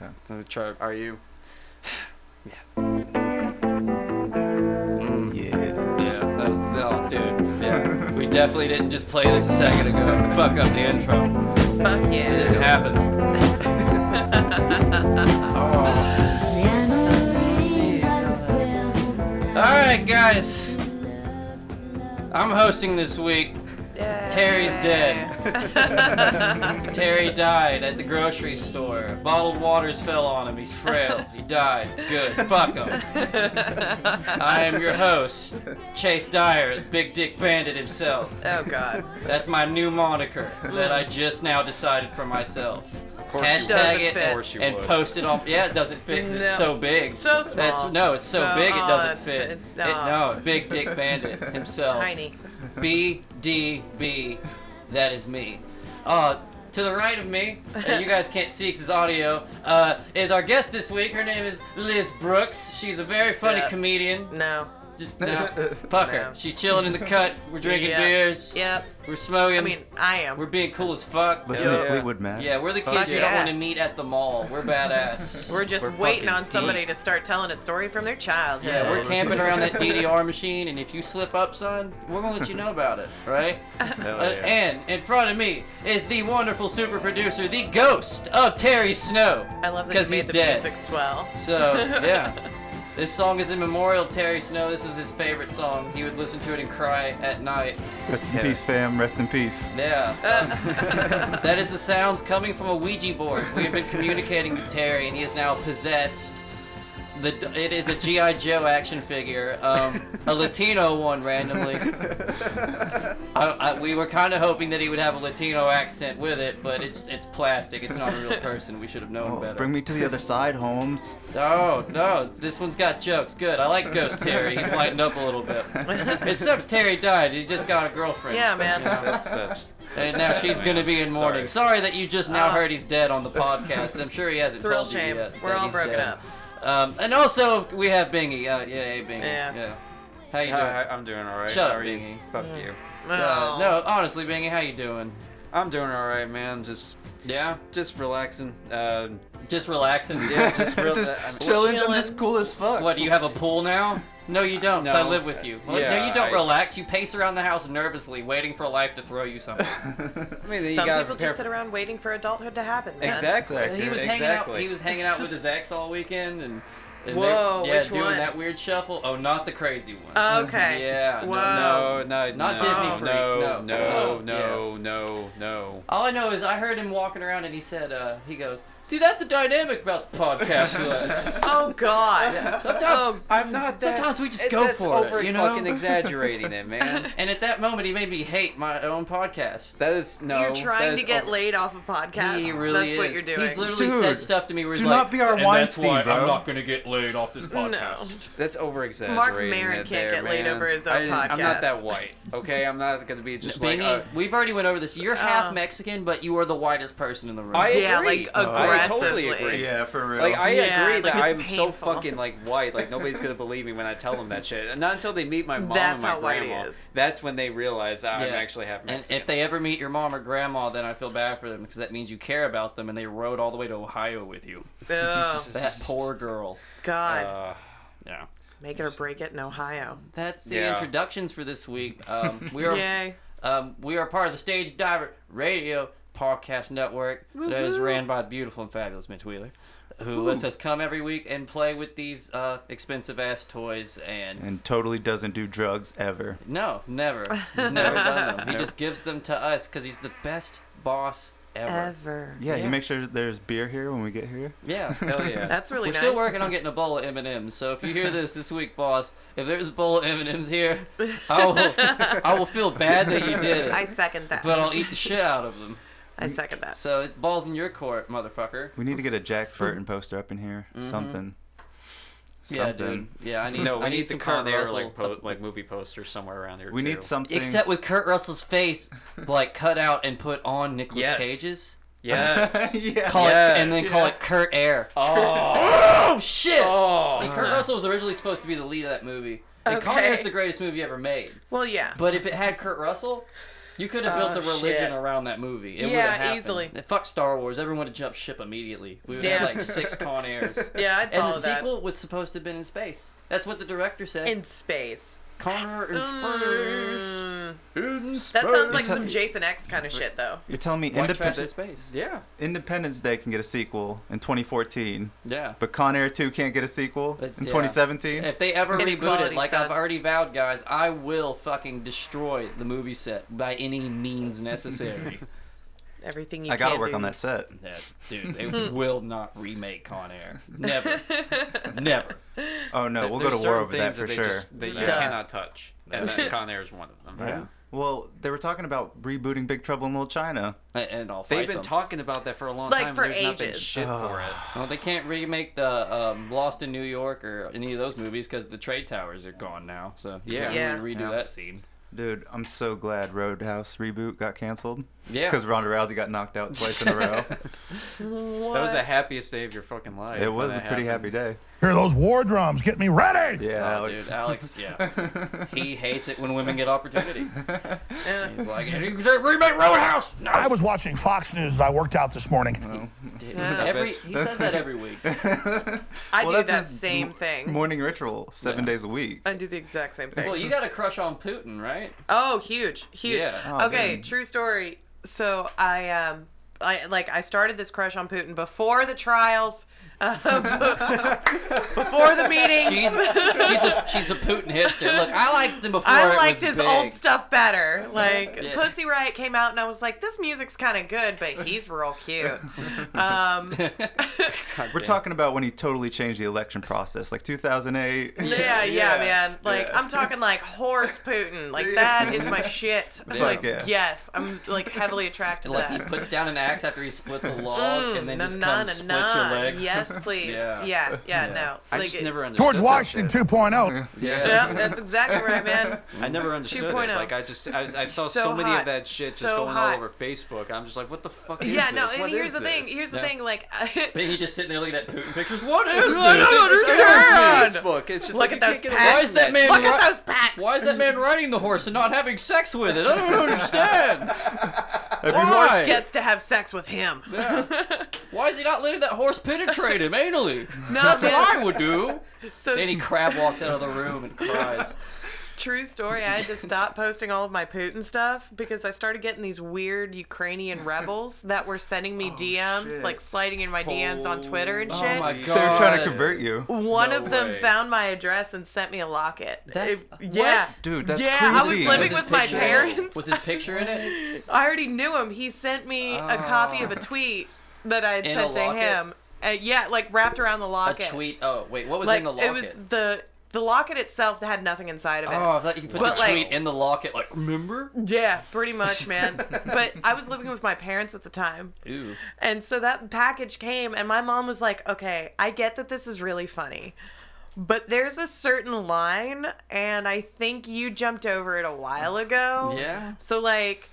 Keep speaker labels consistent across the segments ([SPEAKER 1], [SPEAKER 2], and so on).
[SPEAKER 1] Okay. Let me try.
[SPEAKER 2] Are you? Mm.
[SPEAKER 3] Yeah.
[SPEAKER 2] Yeah. That was, oh, dude. Yeah. we definitely didn't just play this a second ago. Fuck up the intro.
[SPEAKER 4] Fuck
[SPEAKER 2] It didn't
[SPEAKER 4] yeah.
[SPEAKER 2] happen. All right, guys. I'm hosting this week. Terry's
[SPEAKER 4] dead.
[SPEAKER 2] Terry died at the grocery store. Bottled waters fell on him. He's frail. He died. Good. Fuck him. I am your host, Chase Dyer, the Big Dick Bandit himself.
[SPEAKER 4] Oh god.
[SPEAKER 2] That's my new moniker that I just now decided for myself.
[SPEAKER 1] Of course
[SPEAKER 4] Does
[SPEAKER 1] you
[SPEAKER 2] Hashtag
[SPEAKER 4] it
[SPEAKER 2] it
[SPEAKER 4] fit? Of
[SPEAKER 1] course you
[SPEAKER 2] and
[SPEAKER 1] would.
[SPEAKER 2] post it on. Yeah, it doesn't fit 'cause it's
[SPEAKER 4] No.
[SPEAKER 2] so big.
[SPEAKER 4] So small.
[SPEAKER 2] That's, no, it's so,
[SPEAKER 4] So-
[SPEAKER 2] big it
[SPEAKER 4] oh,
[SPEAKER 2] doesn't
[SPEAKER 4] that's-
[SPEAKER 2] fit.
[SPEAKER 4] it-
[SPEAKER 2] It,
[SPEAKER 4] no.
[SPEAKER 2] no, Big Dick Bandit himself.
[SPEAKER 4] Tiny.
[SPEAKER 2] BDB. That is me. Uh, to the right of me, and you guys can't see because it's audio, uh, is our guest this week. Her name is Liz Brooks. She's a very funny
[SPEAKER 4] Sup?
[SPEAKER 2] comedian.
[SPEAKER 4] No.
[SPEAKER 2] Just no, fuck her.
[SPEAKER 4] No.
[SPEAKER 2] She's chilling in the cut. We're drinking
[SPEAKER 4] Yeah.
[SPEAKER 2] beers.
[SPEAKER 4] Yep.
[SPEAKER 2] We're smoking.
[SPEAKER 4] I mean, I am.
[SPEAKER 2] we're being cool as fuck.
[SPEAKER 3] Listen
[SPEAKER 1] Yeah.
[SPEAKER 3] to Fleetwood Mac.
[SPEAKER 2] Yeah, we're the
[SPEAKER 1] Fuck
[SPEAKER 2] kids you don't
[SPEAKER 4] yeah.
[SPEAKER 2] want to meet at the mall. We're badass.
[SPEAKER 4] We're just
[SPEAKER 1] We're
[SPEAKER 4] waiting
[SPEAKER 1] fucking
[SPEAKER 4] on somebody to start telling a story from their childhood.
[SPEAKER 2] yeah, we're
[SPEAKER 1] we're
[SPEAKER 2] camping
[SPEAKER 1] so-
[SPEAKER 2] around that DDR machine, and if you slip up, son, we're gonna let you know about it, right?
[SPEAKER 1] Hell
[SPEAKER 2] Uh,
[SPEAKER 1] yeah.
[SPEAKER 2] and in front of me is the wonderful super producer, the ghost of Terry Snow.
[SPEAKER 4] I love that
[SPEAKER 2] because
[SPEAKER 4] you made
[SPEAKER 2] he's
[SPEAKER 4] the
[SPEAKER 2] dead.
[SPEAKER 4] music swell.
[SPEAKER 2] So yeah, this song is in memorial of Terry Snow. This was his favorite song. He would listen to it and cry at night.
[SPEAKER 3] Rest in peace, fam. Rest in peace.
[SPEAKER 2] Yeah.
[SPEAKER 4] Uh.
[SPEAKER 2] that is the sounds coming from a Ouija board. We have been communicating with Terry, and he is now possessed. The, it is a G.I. Joe action figure, um, a Latino one randomly. I, I, we were kind of hoping that he would have a Latino accent with it, but it's it's plastic. It's not a real person. We should have known
[SPEAKER 3] Oh,
[SPEAKER 2] better.
[SPEAKER 3] bring me to the other side, Holmes.
[SPEAKER 2] Oh no, this one's got jokes. Good. I like Ghost Terry. He's lightened up a little bit. It sucks Terry died. He just got a girlfriend.
[SPEAKER 4] Yeah, man.
[SPEAKER 1] That's such.
[SPEAKER 2] And now she's
[SPEAKER 1] Man,
[SPEAKER 2] going to be in mourning. Sorry. that you just now
[SPEAKER 4] Oh.
[SPEAKER 2] heard he's dead on the podcast. I'm sure he hasn't
[SPEAKER 4] It's a real
[SPEAKER 2] told you
[SPEAKER 4] shame.
[SPEAKER 2] yet
[SPEAKER 4] We're
[SPEAKER 2] that
[SPEAKER 4] all
[SPEAKER 2] he's
[SPEAKER 4] broken
[SPEAKER 2] dead.
[SPEAKER 4] up.
[SPEAKER 2] Um, and also we have Bingy. Uh, yeah, hey Bingy.
[SPEAKER 4] Yeah.
[SPEAKER 2] Yeah. How you doing?
[SPEAKER 1] Hi, I'm doing alright.
[SPEAKER 2] Shut
[SPEAKER 1] How
[SPEAKER 2] up,
[SPEAKER 1] are you?
[SPEAKER 2] Bingy.
[SPEAKER 1] Fuck you.
[SPEAKER 4] Oh.
[SPEAKER 2] Uh, no, honestly, Bingy, how you doing?
[SPEAKER 1] I'm doing alright, man. Just,
[SPEAKER 2] Yeah,
[SPEAKER 1] just relaxing. Um,
[SPEAKER 2] just relaxing.
[SPEAKER 1] yeah, just, real,
[SPEAKER 3] just
[SPEAKER 1] I mean,
[SPEAKER 3] chilling. I'm
[SPEAKER 4] chilling.
[SPEAKER 3] just cool as fuck.
[SPEAKER 2] What, do you have a pool now? No, you don't, 'cause I
[SPEAKER 1] No.
[SPEAKER 2] live with you. Well, no,
[SPEAKER 1] Yeah,
[SPEAKER 2] you don't
[SPEAKER 1] I-
[SPEAKER 2] relax. You pace around the house nervously, waiting for life to throw you something.
[SPEAKER 1] I mean, you
[SPEAKER 4] Some
[SPEAKER 1] gotta
[SPEAKER 4] people
[SPEAKER 1] prepare
[SPEAKER 4] just sit around waiting for adulthood to happen, man.
[SPEAKER 1] Exactly.
[SPEAKER 2] he was hanging
[SPEAKER 1] exactly.
[SPEAKER 2] out. He was hanging out with his ex all weekend, and, and they-
[SPEAKER 4] Whoa,
[SPEAKER 2] yeah,
[SPEAKER 4] which
[SPEAKER 2] doing
[SPEAKER 4] one? Oh,
[SPEAKER 2] that weird shuffle. Oh, not the crazy one.
[SPEAKER 4] Okay.
[SPEAKER 2] Mm-hmm. Yeah, no,
[SPEAKER 4] Whoa.
[SPEAKER 1] No, no,
[SPEAKER 2] Not
[SPEAKER 1] no,
[SPEAKER 2] Disney
[SPEAKER 1] no,
[SPEAKER 2] freak, no.
[SPEAKER 1] No, no,
[SPEAKER 2] Oh,
[SPEAKER 1] no, no, no.
[SPEAKER 2] All I know is I heard him walking around, and he said, uh, he goes, "See, that's the dynamic about the podcast. with us.
[SPEAKER 4] Oh God. Oh,
[SPEAKER 2] Sometimes."
[SPEAKER 1] I'm not that.
[SPEAKER 2] Sometimes we just go
[SPEAKER 1] that's
[SPEAKER 2] for it,
[SPEAKER 1] over
[SPEAKER 2] you know?
[SPEAKER 1] fucking exaggerating it, man.
[SPEAKER 2] And at that moment, he made me hate my own podcast.
[SPEAKER 1] That is no.
[SPEAKER 4] you're
[SPEAKER 1] that
[SPEAKER 4] trying
[SPEAKER 1] is
[SPEAKER 4] to get
[SPEAKER 1] over.
[SPEAKER 4] laid off of podcasts.
[SPEAKER 2] He really
[SPEAKER 4] That's
[SPEAKER 2] is.
[SPEAKER 4] what you're doing.
[SPEAKER 2] He's literally
[SPEAKER 3] Dude,
[SPEAKER 2] said stuff to me where he's
[SPEAKER 3] do
[SPEAKER 2] like,
[SPEAKER 3] not be our
[SPEAKER 2] "And
[SPEAKER 3] Weinstein,
[SPEAKER 2] that's why
[SPEAKER 3] bro."
[SPEAKER 2] I'm not going to get laid off this podcast.
[SPEAKER 4] no.
[SPEAKER 1] That's over exaggerating.
[SPEAKER 4] Mark Maron
[SPEAKER 1] it
[SPEAKER 4] can't
[SPEAKER 1] there,
[SPEAKER 4] get laid
[SPEAKER 1] man.
[SPEAKER 4] over his
[SPEAKER 1] I
[SPEAKER 4] own
[SPEAKER 1] didn't- I'm not
[SPEAKER 4] podcast.
[SPEAKER 1] that white. Okay, I'm not gonna be just like.
[SPEAKER 2] Bingy,
[SPEAKER 1] Uh,
[SPEAKER 2] we've already went over this. You're
[SPEAKER 4] Uh.
[SPEAKER 2] half Mexican, but you are the whitest person in the room.
[SPEAKER 1] I
[SPEAKER 4] Yeah,
[SPEAKER 1] agree.
[SPEAKER 4] like
[SPEAKER 1] I
[SPEAKER 4] aggressively.
[SPEAKER 1] totally agree.
[SPEAKER 3] Yeah, for real.
[SPEAKER 1] Like I
[SPEAKER 4] Yeah,
[SPEAKER 1] agree
[SPEAKER 4] like,
[SPEAKER 1] that
[SPEAKER 4] it's
[SPEAKER 1] I'm so
[SPEAKER 4] painful.
[SPEAKER 1] fucking like white. Like nobody's gonna believe me when I tell them that shit. And Not until they meet my mom
[SPEAKER 4] That's
[SPEAKER 1] and my
[SPEAKER 4] how white he
[SPEAKER 1] grandma.
[SPEAKER 4] is.
[SPEAKER 1] That's when they realize that I'm
[SPEAKER 2] Yeah.
[SPEAKER 1] actually half
[SPEAKER 2] and
[SPEAKER 1] Mexican.
[SPEAKER 2] if they ever meet your mom or grandma, then I feel bad for them because that means you care about them, and they rode all the way to Ohio with you.
[SPEAKER 4] Oh
[SPEAKER 2] That poor girl.
[SPEAKER 4] God.
[SPEAKER 1] uh,
[SPEAKER 2] Yeah.
[SPEAKER 4] Make it or break it in Ohio.
[SPEAKER 2] That's the
[SPEAKER 1] Yeah.
[SPEAKER 2] introductions for this week. Um, we are
[SPEAKER 4] Yay.
[SPEAKER 2] um, we are part of the Stage Diver Radio Podcast Network that is
[SPEAKER 4] Woo-hoo.
[SPEAKER 2] ran by beautiful and fabulous Mitch Wheeler, who lets us come every week and play with these uh, expensive ass toys and
[SPEAKER 3] and totally doesn't do drugs ever.
[SPEAKER 2] No, never. He's never done them. He just gives them to us because he's the best boss ever.
[SPEAKER 4] Ever.
[SPEAKER 3] Yeah,
[SPEAKER 2] Yeah.
[SPEAKER 3] you make sure that there's beer here when we get here.
[SPEAKER 2] Yeah.
[SPEAKER 1] hell yeah.
[SPEAKER 4] That's really
[SPEAKER 2] We're
[SPEAKER 4] nice.
[SPEAKER 2] still working on getting a bowl of M&Ms, so if you hear this this week, boss, if there's a bowl of M&Ms here, I will, I will feel bad that you did
[SPEAKER 4] I
[SPEAKER 2] it,
[SPEAKER 4] second that.
[SPEAKER 2] but I'll eat the shit out of them.
[SPEAKER 4] I second that.
[SPEAKER 2] So it balls in your court, motherfucker.
[SPEAKER 3] We need to get a Jack Burton poster up in here. Something.
[SPEAKER 2] Mm-hmm. Yeah, dude.
[SPEAKER 3] something.
[SPEAKER 2] Yeah, I need.
[SPEAKER 1] No,
[SPEAKER 2] I
[SPEAKER 1] we
[SPEAKER 2] need,
[SPEAKER 1] need the
[SPEAKER 2] some
[SPEAKER 1] Con
[SPEAKER 2] Kurt
[SPEAKER 1] Air
[SPEAKER 2] Russell.
[SPEAKER 1] like po- like movie posters somewhere around here.
[SPEAKER 3] We
[SPEAKER 1] too.
[SPEAKER 3] need something.
[SPEAKER 2] Except with Kurt Russell's face, like cut out and put on Nicolas
[SPEAKER 1] Yes.
[SPEAKER 2] Cage's.
[SPEAKER 1] Yes.
[SPEAKER 3] yeah. Uh,
[SPEAKER 2] Call it, and then
[SPEAKER 1] Yes.
[SPEAKER 2] call it Kurt Air.
[SPEAKER 1] oh.
[SPEAKER 2] Oh shit! See,
[SPEAKER 1] Oh.
[SPEAKER 2] Kurt Russell was originally supposed to be the lead of that movie. And Con Air is
[SPEAKER 4] Okay.
[SPEAKER 2] the greatest movie ever made.
[SPEAKER 4] Well, yeah.
[SPEAKER 2] But if it had Kurt Russell, You could have
[SPEAKER 4] Oh,
[SPEAKER 2] built a religion
[SPEAKER 4] shit.
[SPEAKER 2] around that movie. It
[SPEAKER 4] Yeah,
[SPEAKER 2] would've happened.
[SPEAKER 4] easily.
[SPEAKER 2] Fuck Star Wars. Everyone would have jumped ship immediately. We would
[SPEAKER 4] Yeah.
[SPEAKER 2] have like six Con Airs.
[SPEAKER 4] Yeah, I'd
[SPEAKER 2] And
[SPEAKER 4] follow
[SPEAKER 2] the
[SPEAKER 4] that.
[SPEAKER 2] sequel was supposed to have been in space. That's what the director said.
[SPEAKER 4] In space.
[SPEAKER 2] Connor in space.
[SPEAKER 4] Mm,
[SPEAKER 2] In space.
[SPEAKER 4] that sounds like
[SPEAKER 3] Space.
[SPEAKER 4] some Jason X kind of shit, though.
[SPEAKER 3] You're telling me
[SPEAKER 2] White trash in
[SPEAKER 3] Independence
[SPEAKER 2] space.
[SPEAKER 1] Yeah.
[SPEAKER 3] Independence Day can get a sequel in 2014,
[SPEAKER 2] Yeah.
[SPEAKER 3] but Con Air 2 can't get a sequel
[SPEAKER 2] It's-
[SPEAKER 3] in
[SPEAKER 2] yeah.
[SPEAKER 3] 2017.
[SPEAKER 2] If they ever reboot it,
[SPEAKER 4] Inequality,
[SPEAKER 2] like
[SPEAKER 4] son.
[SPEAKER 2] I've already vowed, guys, I will fucking destroy the movie set by any means necessary.
[SPEAKER 4] Everything you
[SPEAKER 3] I gotta
[SPEAKER 4] can
[SPEAKER 3] work
[SPEAKER 4] do.
[SPEAKER 3] on that set.
[SPEAKER 2] that, dude, they
[SPEAKER 4] Hmm.
[SPEAKER 2] will not remake Con Air. Never. Never.
[SPEAKER 3] Oh no,
[SPEAKER 1] There-
[SPEAKER 3] we'll go
[SPEAKER 1] there's
[SPEAKER 3] to war
[SPEAKER 1] certain
[SPEAKER 3] over that
[SPEAKER 1] things
[SPEAKER 3] for
[SPEAKER 1] they
[SPEAKER 3] sure.
[SPEAKER 1] Just, that you
[SPEAKER 4] Duh.
[SPEAKER 1] cannot touch, and
[SPEAKER 2] Yeah.
[SPEAKER 1] that Con Air is one of them.
[SPEAKER 3] Yeah. Well, they were talking about rebooting Big Trouble in Little China.
[SPEAKER 2] And- And I'll fight
[SPEAKER 1] They've been
[SPEAKER 2] them.
[SPEAKER 1] talking about that for a long
[SPEAKER 4] Like,
[SPEAKER 1] time. and
[SPEAKER 4] for
[SPEAKER 1] there's not been
[SPEAKER 4] ages.
[SPEAKER 1] shit for it.
[SPEAKER 2] Well, they can't remake the um, Lost in New York or any of those movies because the trade towers are gone now. So
[SPEAKER 1] Yeah.
[SPEAKER 2] yeah, we redo
[SPEAKER 3] Yeah.
[SPEAKER 2] that scene.
[SPEAKER 3] Dude, I'm so glad Roadhouse reboot got canceled.
[SPEAKER 2] Yeah.
[SPEAKER 3] Because Ronda Rousey got knocked out twice in a row.
[SPEAKER 1] That was the
[SPEAKER 4] What?
[SPEAKER 1] happiest day of your fucking life.
[SPEAKER 3] it
[SPEAKER 1] when
[SPEAKER 3] was a
[SPEAKER 1] that
[SPEAKER 3] pretty happy day.
[SPEAKER 1] happened.
[SPEAKER 5] Hear those war drums. Get me ready.
[SPEAKER 3] Yeah,
[SPEAKER 2] Oh,
[SPEAKER 3] Alex.
[SPEAKER 2] dude, Alex, yeah, he hates it when women get opportunity.
[SPEAKER 4] Yeah.
[SPEAKER 2] He's like, remake Roadhouse. No,
[SPEAKER 5] I was watching Fox News as I worked out this morning.
[SPEAKER 2] Dude,
[SPEAKER 4] Yeah.
[SPEAKER 2] every he says that every week.
[SPEAKER 4] I
[SPEAKER 3] Well,
[SPEAKER 4] do
[SPEAKER 3] that's
[SPEAKER 4] that
[SPEAKER 3] his
[SPEAKER 4] same
[SPEAKER 3] m-
[SPEAKER 4] thing.
[SPEAKER 3] Morning ritual, seven
[SPEAKER 2] Yeah.
[SPEAKER 3] days a week.
[SPEAKER 4] I do the exact same thing.
[SPEAKER 2] Well, you got a crush on Putin, right?
[SPEAKER 4] Oh, huge, huge.
[SPEAKER 2] Yeah.
[SPEAKER 3] Oh,
[SPEAKER 4] okay,
[SPEAKER 3] man.
[SPEAKER 4] true story. So I um, I like I started this crush on Putin before the trials, um, before the meetings.
[SPEAKER 2] She's she's a she's a Putin hipster. Look, I liked them before.
[SPEAKER 4] I
[SPEAKER 2] it
[SPEAKER 4] liked
[SPEAKER 2] was
[SPEAKER 4] his
[SPEAKER 2] big.
[SPEAKER 4] old stuff better. Like
[SPEAKER 2] Yeah.
[SPEAKER 4] Pussy Riot came out, and I was like, "This music's kind of good, but he's real cute." Um,
[SPEAKER 3] We're talking about when he totally changed the election process, like 2008.
[SPEAKER 4] yeah, yeah, man. Like
[SPEAKER 3] yeah.
[SPEAKER 4] I'm talking like horse Putin. Like that is my shit. Like
[SPEAKER 3] yeah.
[SPEAKER 4] yes, I'm like heavily attracted to
[SPEAKER 2] Like he
[SPEAKER 4] that.
[SPEAKER 2] puts down an axe after he splits a log and then
[SPEAKER 4] Mm, Na-
[SPEAKER 2] just comes
[SPEAKER 4] na- na-
[SPEAKER 2] splits
[SPEAKER 4] na.
[SPEAKER 2] your legs.
[SPEAKER 4] Yes, please.
[SPEAKER 2] Yeah.
[SPEAKER 4] yeah. yeah, no.
[SPEAKER 1] I
[SPEAKER 4] Like,
[SPEAKER 1] just
[SPEAKER 4] it-
[SPEAKER 1] never understood.
[SPEAKER 5] George
[SPEAKER 1] that
[SPEAKER 5] Washington oh.
[SPEAKER 1] shit.
[SPEAKER 5] 2.0.
[SPEAKER 2] Yeah.
[SPEAKER 4] Yeah, that's exactly right, man.
[SPEAKER 1] I never understood it.
[SPEAKER 4] 2.0.
[SPEAKER 1] Like I just, I, I saw so,
[SPEAKER 4] So
[SPEAKER 1] many of
[SPEAKER 4] hot.
[SPEAKER 1] that shit just
[SPEAKER 4] So
[SPEAKER 1] going
[SPEAKER 4] hot.
[SPEAKER 1] all over Facebook. I'm just like, what the fuck is
[SPEAKER 4] Yeah,
[SPEAKER 1] this?
[SPEAKER 4] no. And
[SPEAKER 1] What
[SPEAKER 4] here's
[SPEAKER 1] is
[SPEAKER 4] the thing.
[SPEAKER 1] this?
[SPEAKER 4] Here's the
[SPEAKER 2] Yeah.
[SPEAKER 4] thing. Like,
[SPEAKER 2] But he just sitting there looking at Putin pictures. What is
[SPEAKER 4] I
[SPEAKER 2] this?
[SPEAKER 4] don't
[SPEAKER 2] It's
[SPEAKER 4] understand.
[SPEAKER 2] disgusting.
[SPEAKER 1] Facebook. It's just
[SPEAKER 4] Look
[SPEAKER 1] like,
[SPEAKER 4] at
[SPEAKER 1] you
[SPEAKER 4] those
[SPEAKER 1] can't get
[SPEAKER 4] packs.
[SPEAKER 1] away
[SPEAKER 2] Why is
[SPEAKER 1] from
[SPEAKER 2] that man?
[SPEAKER 4] look at
[SPEAKER 2] ri-
[SPEAKER 4] those packs.
[SPEAKER 2] Why is that man riding the horse and not having sex with it? I don't understand. Why?
[SPEAKER 4] horse gets to have sex with him?
[SPEAKER 2] Why is he not letting that horse penetrate him anally?
[SPEAKER 4] No,
[SPEAKER 2] That's what
[SPEAKER 4] man.
[SPEAKER 2] I would do.
[SPEAKER 4] So
[SPEAKER 2] Then he crab walks out of the room and cries.
[SPEAKER 4] true story. I had to stop posting all of my Putin stuff because I started getting these weird Ukrainian rebels that were sending me DMs,
[SPEAKER 3] shit.
[SPEAKER 4] like sliding in my DMs on Twitter and shit.
[SPEAKER 2] Oh my
[SPEAKER 1] They
[SPEAKER 2] god.
[SPEAKER 1] were
[SPEAKER 3] They were trying to convert you.
[SPEAKER 4] One
[SPEAKER 1] No
[SPEAKER 4] of them
[SPEAKER 1] way.
[SPEAKER 4] found my address and sent me a locket.
[SPEAKER 2] That's-
[SPEAKER 4] It- yeah.
[SPEAKER 2] what?
[SPEAKER 3] Dude, that's
[SPEAKER 4] Yeah,
[SPEAKER 3] creepy.
[SPEAKER 4] I was living
[SPEAKER 2] his
[SPEAKER 4] with my
[SPEAKER 2] picture in it?
[SPEAKER 4] parents.
[SPEAKER 2] Was his picture in it?
[SPEAKER 4] I already knew him. He sent me a copy of a tweet that I had
[SPEAKER 2] In a
[SPEAKER 4] sent to
[SPEAKER 2] locket?
[SPEAKER 4] him. Uh, yeah, like wrapped around the
[SPEAKER 2] A
[SPEAKER 4] locket.
[SPEAKER 2] tweet. Oh wait, what was
[SPEAKER 4] Like
[SPEAKER 2] in the locket?
[SPEAKER 4] it was the the locket itself that had nothing inside of it.
[SPEAKER 2] Oh, I thought you put
[SPEAKER 4] But,
[SPEAKER 2] the
[SPEAKER 4] like-
[SPEAKER 2] tweet in the locket. Like, remember?
[SPEAKER 4] Yeah, pretty much, man. but I was living with my parents at the time.
[SPEAKER 2] Ew.
[SPEAKER 4] And so that package came, and my mom was like, okay, I get that this is really funny, but there's a certain line, and I think you jumped over it a while ago.
[SPEAKER 2] Yeah.
[SPEAKER 4] So, like,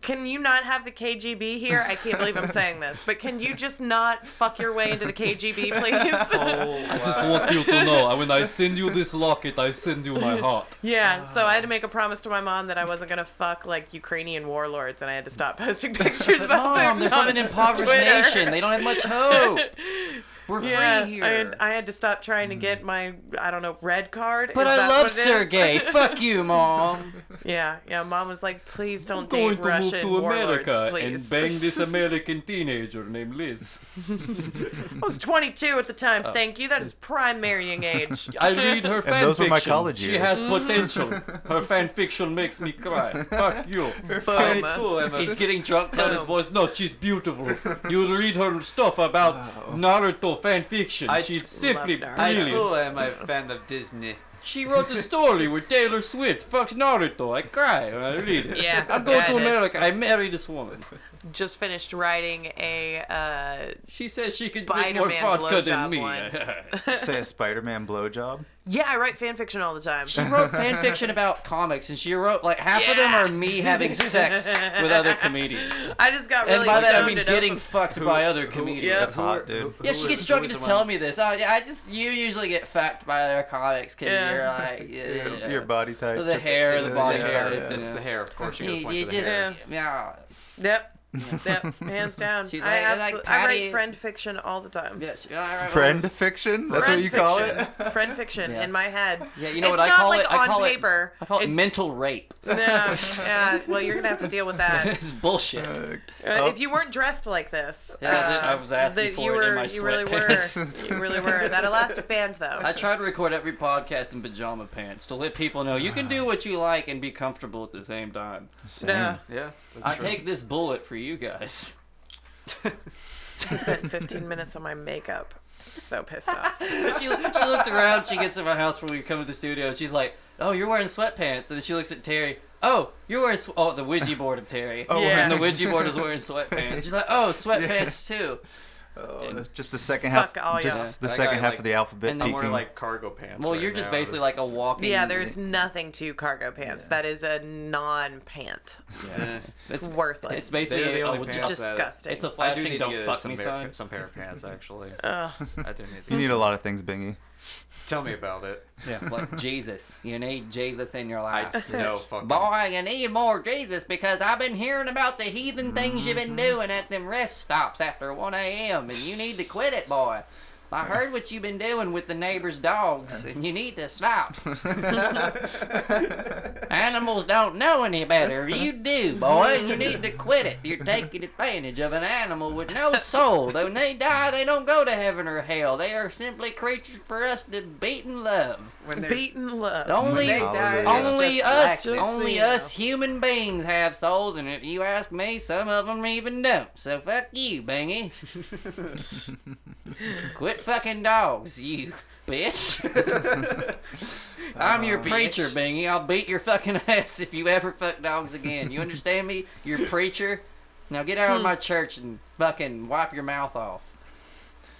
[SPEAKER 4] can you not have the KGB here? I can't believe I'm saying this, but can you just not fuck your way into the KGB, please?
[SPEAKER 2] I just want you to know. When I send you this locket, I send you my heart.
[SPEAKER 4] yeah, so
[SPEAKER 2] Um,
[SPEAKER 4] I had to make a promise to my mom that I wasn't going to fuck, like, Ukrainian warlords, and I had to stop posting pictures about
[SPEAKER 2] Mom,
[SPEAKER 4] Putin
[SPEAKER 2] they're from
[SPEAKER 4] on
[SPEAKER 2] an impoverished
[SPEAKER 4] Twitter.
[SPEAKER 2] nation. They don't have much hope. We're
[SPEAKER 4] Yeah,
[SPEAKER 2] free
[SPEAKER 4] I
[SPEAKER 2] here. Mm.
[SPEAKER 4] had, I had to stop trying to get my I don't know red card.
[SPEAKER 2] but
[SPEAKER 4] Is
[SPEAKER 2] I
[SPEAKER 4] that
[SPEAKER 2] love
[SPEAKER 4] what it is?
[SPEAKER 2] Sergey. Fuck you, mom.
[SPEAKER 4] yeah, yeah. Mom was like, please don't date Russian warlords, please.
[SPEAKER 2] American teenager named Liz.
[SPEAKER 4] I was 22 at the time.
[SPEAKER 2] Oh.
[SPEAKER 4] Thank you. That is prime marrying age.
[SPEAKER 2] I read her fan
[SPEAKER 3] those were my
[SPEAKER 2] fiction.
[SPEAKER 3] college
[SPEAKER 2] She
[SPEAKER 3] years.
[SPEAKER 2] has potential. Her fan fiction makes me cry. Fuck you.
[SPEAKER 1] Very
[SPEAKER 4] Boom.
[SPEAKER 1] cool, Emma.
[SPEAKER 2] He's getting drunk, telling his boys, "No, she's beautiful. You read her stuff about Naruto fan fiction.
[SPEAKER 1] I
[SPEAKER 2] she's simply
[SPEAKER 4] love Naruto.
[SPEAKER 1] I
[SPEAKER 2] brilliant.
[SPEAKER 1] too am a fan of Disney.
[SPEAKER 2] She wrote a story with Taylor Swift. Fuck Naruto. I cry when I read it.
[SPEAKER 4] Yeah,
[SPEAKER 2] I go
[SPEAKER 4] yeah, I
[SPEAKER 2] to
[SPEAKER 4] did.
[SPEAKER 2] America. I marry this woman.
[SPEAKER 4] Just finished writing a. Uh,
[SPEAKER 2] She says she can drink more
[SPEAKER 4] Spider-Man
[SPEAKER 2] vodka than
[SPEAKER 4] blowjob
[SPEAKER 2] me.
[SPEAKER 4] one.
[SPEAKER 3] Say a Spider-Man blowjob.
[SPEAKER 4] Yeah, I write fan fiction all the time.
[SPEAKER 2] She wrote fan fiction about comics, and she wrote like half of them
[SPEAKER 4] Yeah.
[SPEAKER 2] are me having sex with other comedians.
[SPEAKER 4] I just got really
[SPEAKER 2] And by that I
[SPEAKER 4] stoned
[SPEAKER 2] mean
[SPEAKER 4] and
[SPEAKER 2] getting
[SPEAKER 4] over-
[SPEAKER 2] fucked by other
[SPEAKER 4] Yep.
[SPEAKER 2] comedians.
[SPEAKER 3] That's hot, dude.
[SPEAKER 2] Yeah, she gets drunk and just telling me this. Oh, yeah, I just you usually get fucked by other comics because
[SPEAKER 4] Yeah.
[SPEAKER 2] you're like yeah,
[SPEAKER 3] Your,
[SPEAKER 2] you know.
[SPEAKER 3] your body type.
[SPEAKER 2] The hair, the
[SPEAKER 3] yeah,
[SPEAKER 2] body
[SPEAKER 3] yeah,
[SPEAKER 2] hair.
[SPEAKER 3] yeah.
[SPEAKER 1] It's the hair, of course. You're
[SPEAKER 2] You,
[SPEAKER 1] gonna point
[SPEAKER 2] you
[SPEAKER 1] to the
[SPEAKER 2] just
[SPEAKER 1] hair.
[SPEAKER 2] yeah.
[SPEAKER 4] hair.
[SPEAKER 2] yeah,
[SPEAKER 4] Yep. Yep. Hands down.
[SPEAKER 2] She's
[SPEAKER 4] I,
[SPEAKER 2] like- I like
[SPEAKER 4] absolutely, I
[SPEAKER 2] Patty-
[SPEAKER 4] write friend fiction all the time.
[SPEAKER 2] she- all right,
[SPEAKER 3] Friend fiction? That's
[SPEAKER 4] Friend
[SPEAKER 3] what you call
[SPEAKER 4] fiction.
[SPEAKER 3] it?
[SPEAKER 4] friend fiction
[SPEAKER 2] Yeah.
[SPEAKER 4] in my head.
[SPEAKER 2] Yeah, you know
[SPEAKER 4] it's
[SPEAKER 2] what I
[SPEAKER 4] not
[SPEAKER 2] call
[SPEAKER 4] like
[SPEAKER 2] it? I
[SPEAKER 4] on
[SPEAKER 2] call
[SPEAKER 4] paper.
[SPEAKER 2] it. I call it
[SPEAKER 4] It's-
[SPEAKER 2] mental rape.
[SPEAKER 4] Yeah, yeah. Well, you're gonna have to deal with that.
[SPEAKER 2] it's bullshit.
[SPEAKER 3] Uh,
[SPEAKER 4] Uh,
[SPEAKER 3] oh,
[SPEAKER 4] if you weren't dressed like this,
[SPEAKER 2] Yeah, I did- I
[SPEAKER 4] uh,
[SPEAKER 2] was asking
[SPEAKER 4] that
[SPEAKER 2] for
[SPEAKER 4] you
[SPEAKER 2] it in
[SPEAKER 4] were,
[SPEAKER 2] my
[SPEAKER 4] you really
[SPEAKER 2] sweatpants.
[SPEAKER 4] were, you really were. That elastic band, though.
[SPEAKER 2] I try to record every podcast in pajama pants to let people know you can do what you like and be comfortable at the same time.
[SPEAKER 3] same.
[SPEAKER 4] no,
[SPEAKER 2] Mm.
[SPEAKER 1] Yeah, that's
[SPEAKER 2] I
[SPEAKER 1] true.
[SPEAKER 2] take this bullet for you guys.
[SPEAKER 4] spent 15 minutes on my makeup. I'm so pissed off.
[SPEAKER 2] she, she looked around. She gets to my house when we come to the studio. and She's like, "Oh, you're wearing sweatpants." And then she looks at Terry. "Oh, you're wearing sw- oh the Ouija board of Terry." Oh,
[SPEAKER 4] Yeah.
[SPEAKER 2] and the Ouija board is wearing sweatpants. She's like, "Oh, sweatpants too."
[SPEAKER 3] Oh, just the second half.
[SPEAKER 4] Fuck all
[SPEAKER 3] just
[SPEAKER 1] y'all.
[SPEAKER 3] the
[SPEAKER 1] That
[SPEAKER 3] second
[SPEAKER 1] guy,
[SPEAKER 3] half
[SPEAKER 1] like-
[SPEAKER 3] of the alphabet.
[SPEAKER 2] and
[SPEAKER 1] I'm
[SPEAKER 2] then
[SPEAKER 3] peeking.
[SPEAKER 2] we're
[SPEAKER 1] wearing like cargo pants.
[SPEAKER 2] Well,
[SPEAKER 1] right
[SPEAKER 2] you're just
[SPEAKER 1] now.
[SPEAKER 2] basically like a walking.
[SPEAKER 4] Yeah, there's nothing to cargo pants. That is a non-pant.
[SPEAKER 1] Eh,
[SPEAKER 4] It's, worthless.
[SPEAKER 2] It's basically
[SPEAKER 1] They're the
[SPEAKER 2] a-
[SPEAKER 1] only
[SPEAKER 2] a-
[SPEAKER 1] pants
[SPEAKER 2] just-
[SPEAKER 1] that-
[SPEAKER 4] disgusting.
[SPEAKER 2] it's a
[SPEAKER 1] I do
[SPEAKER 2] flashing
[SPEAKER 1] need to
[SPEAKER 2] "don't
[SPEAKER 1] get
[SPEAKER 2] fuck
[SPEAKER 1] some
[SPEAKER 2] me"
[SPEAKER 1] pair,
[SPEAKER 2] sign.
[SPEAKER 1] some pair of pants actually.
[SPEAKER 4] Ugh.
[SPEAKER 1] I do need to
[SPEAKER 3] you need a lot of things, Bingy.
[SPEAKER 1] Tell me about it.
[SPEAKER 2] Yeah, like Jesus. You need Jesus in your life.
[SPEAKER 1] I no fucking.
[SPEAKER 2] Boy, you need more Jesus because I've been hearing about the heathen things you've been doing at them rest stops after 1 a.m. and you need to quit it, boy. I heard what you've been doing with the neighbor's dogs and you need to stop. Animals don't know any better. You do, boy. You need to quit it. You're taking advantage of an animal with no soul. Though When they die, they don't go to heaven or hell. They are simply creatures for us to beat and love.
[SPEAKER 1] When there's-
[SPEAKER 4] Beaten love.
[SPEAKER 2] Only-
[SPEAKER 3] Hallelujah.
[SPEAKER 1] It's
[SPEAKER 2] Only
[SPEAKER 4] just
[SPEAKER 2] us,
[SPEAKER 4] blackness,
[SPEAKER 2] only
[SPEAKER 4] you
[SPEAKER 2] us human beings have souls, and if you ask me, some of them even don't. So fuck you, Bingy. Quit fucking dogs, you bitch. I'm
[SPEAKER 4] Uh,
[SPEAKER 2] your preacher, Bingy. I'll beat your fucking ass if you ever fuck dogs again. You understand me? You're a preacher. Now get out of
[SPEAKER 4] Hmm.
[SPEAKER 2] my church and fucking wipe your mouth off.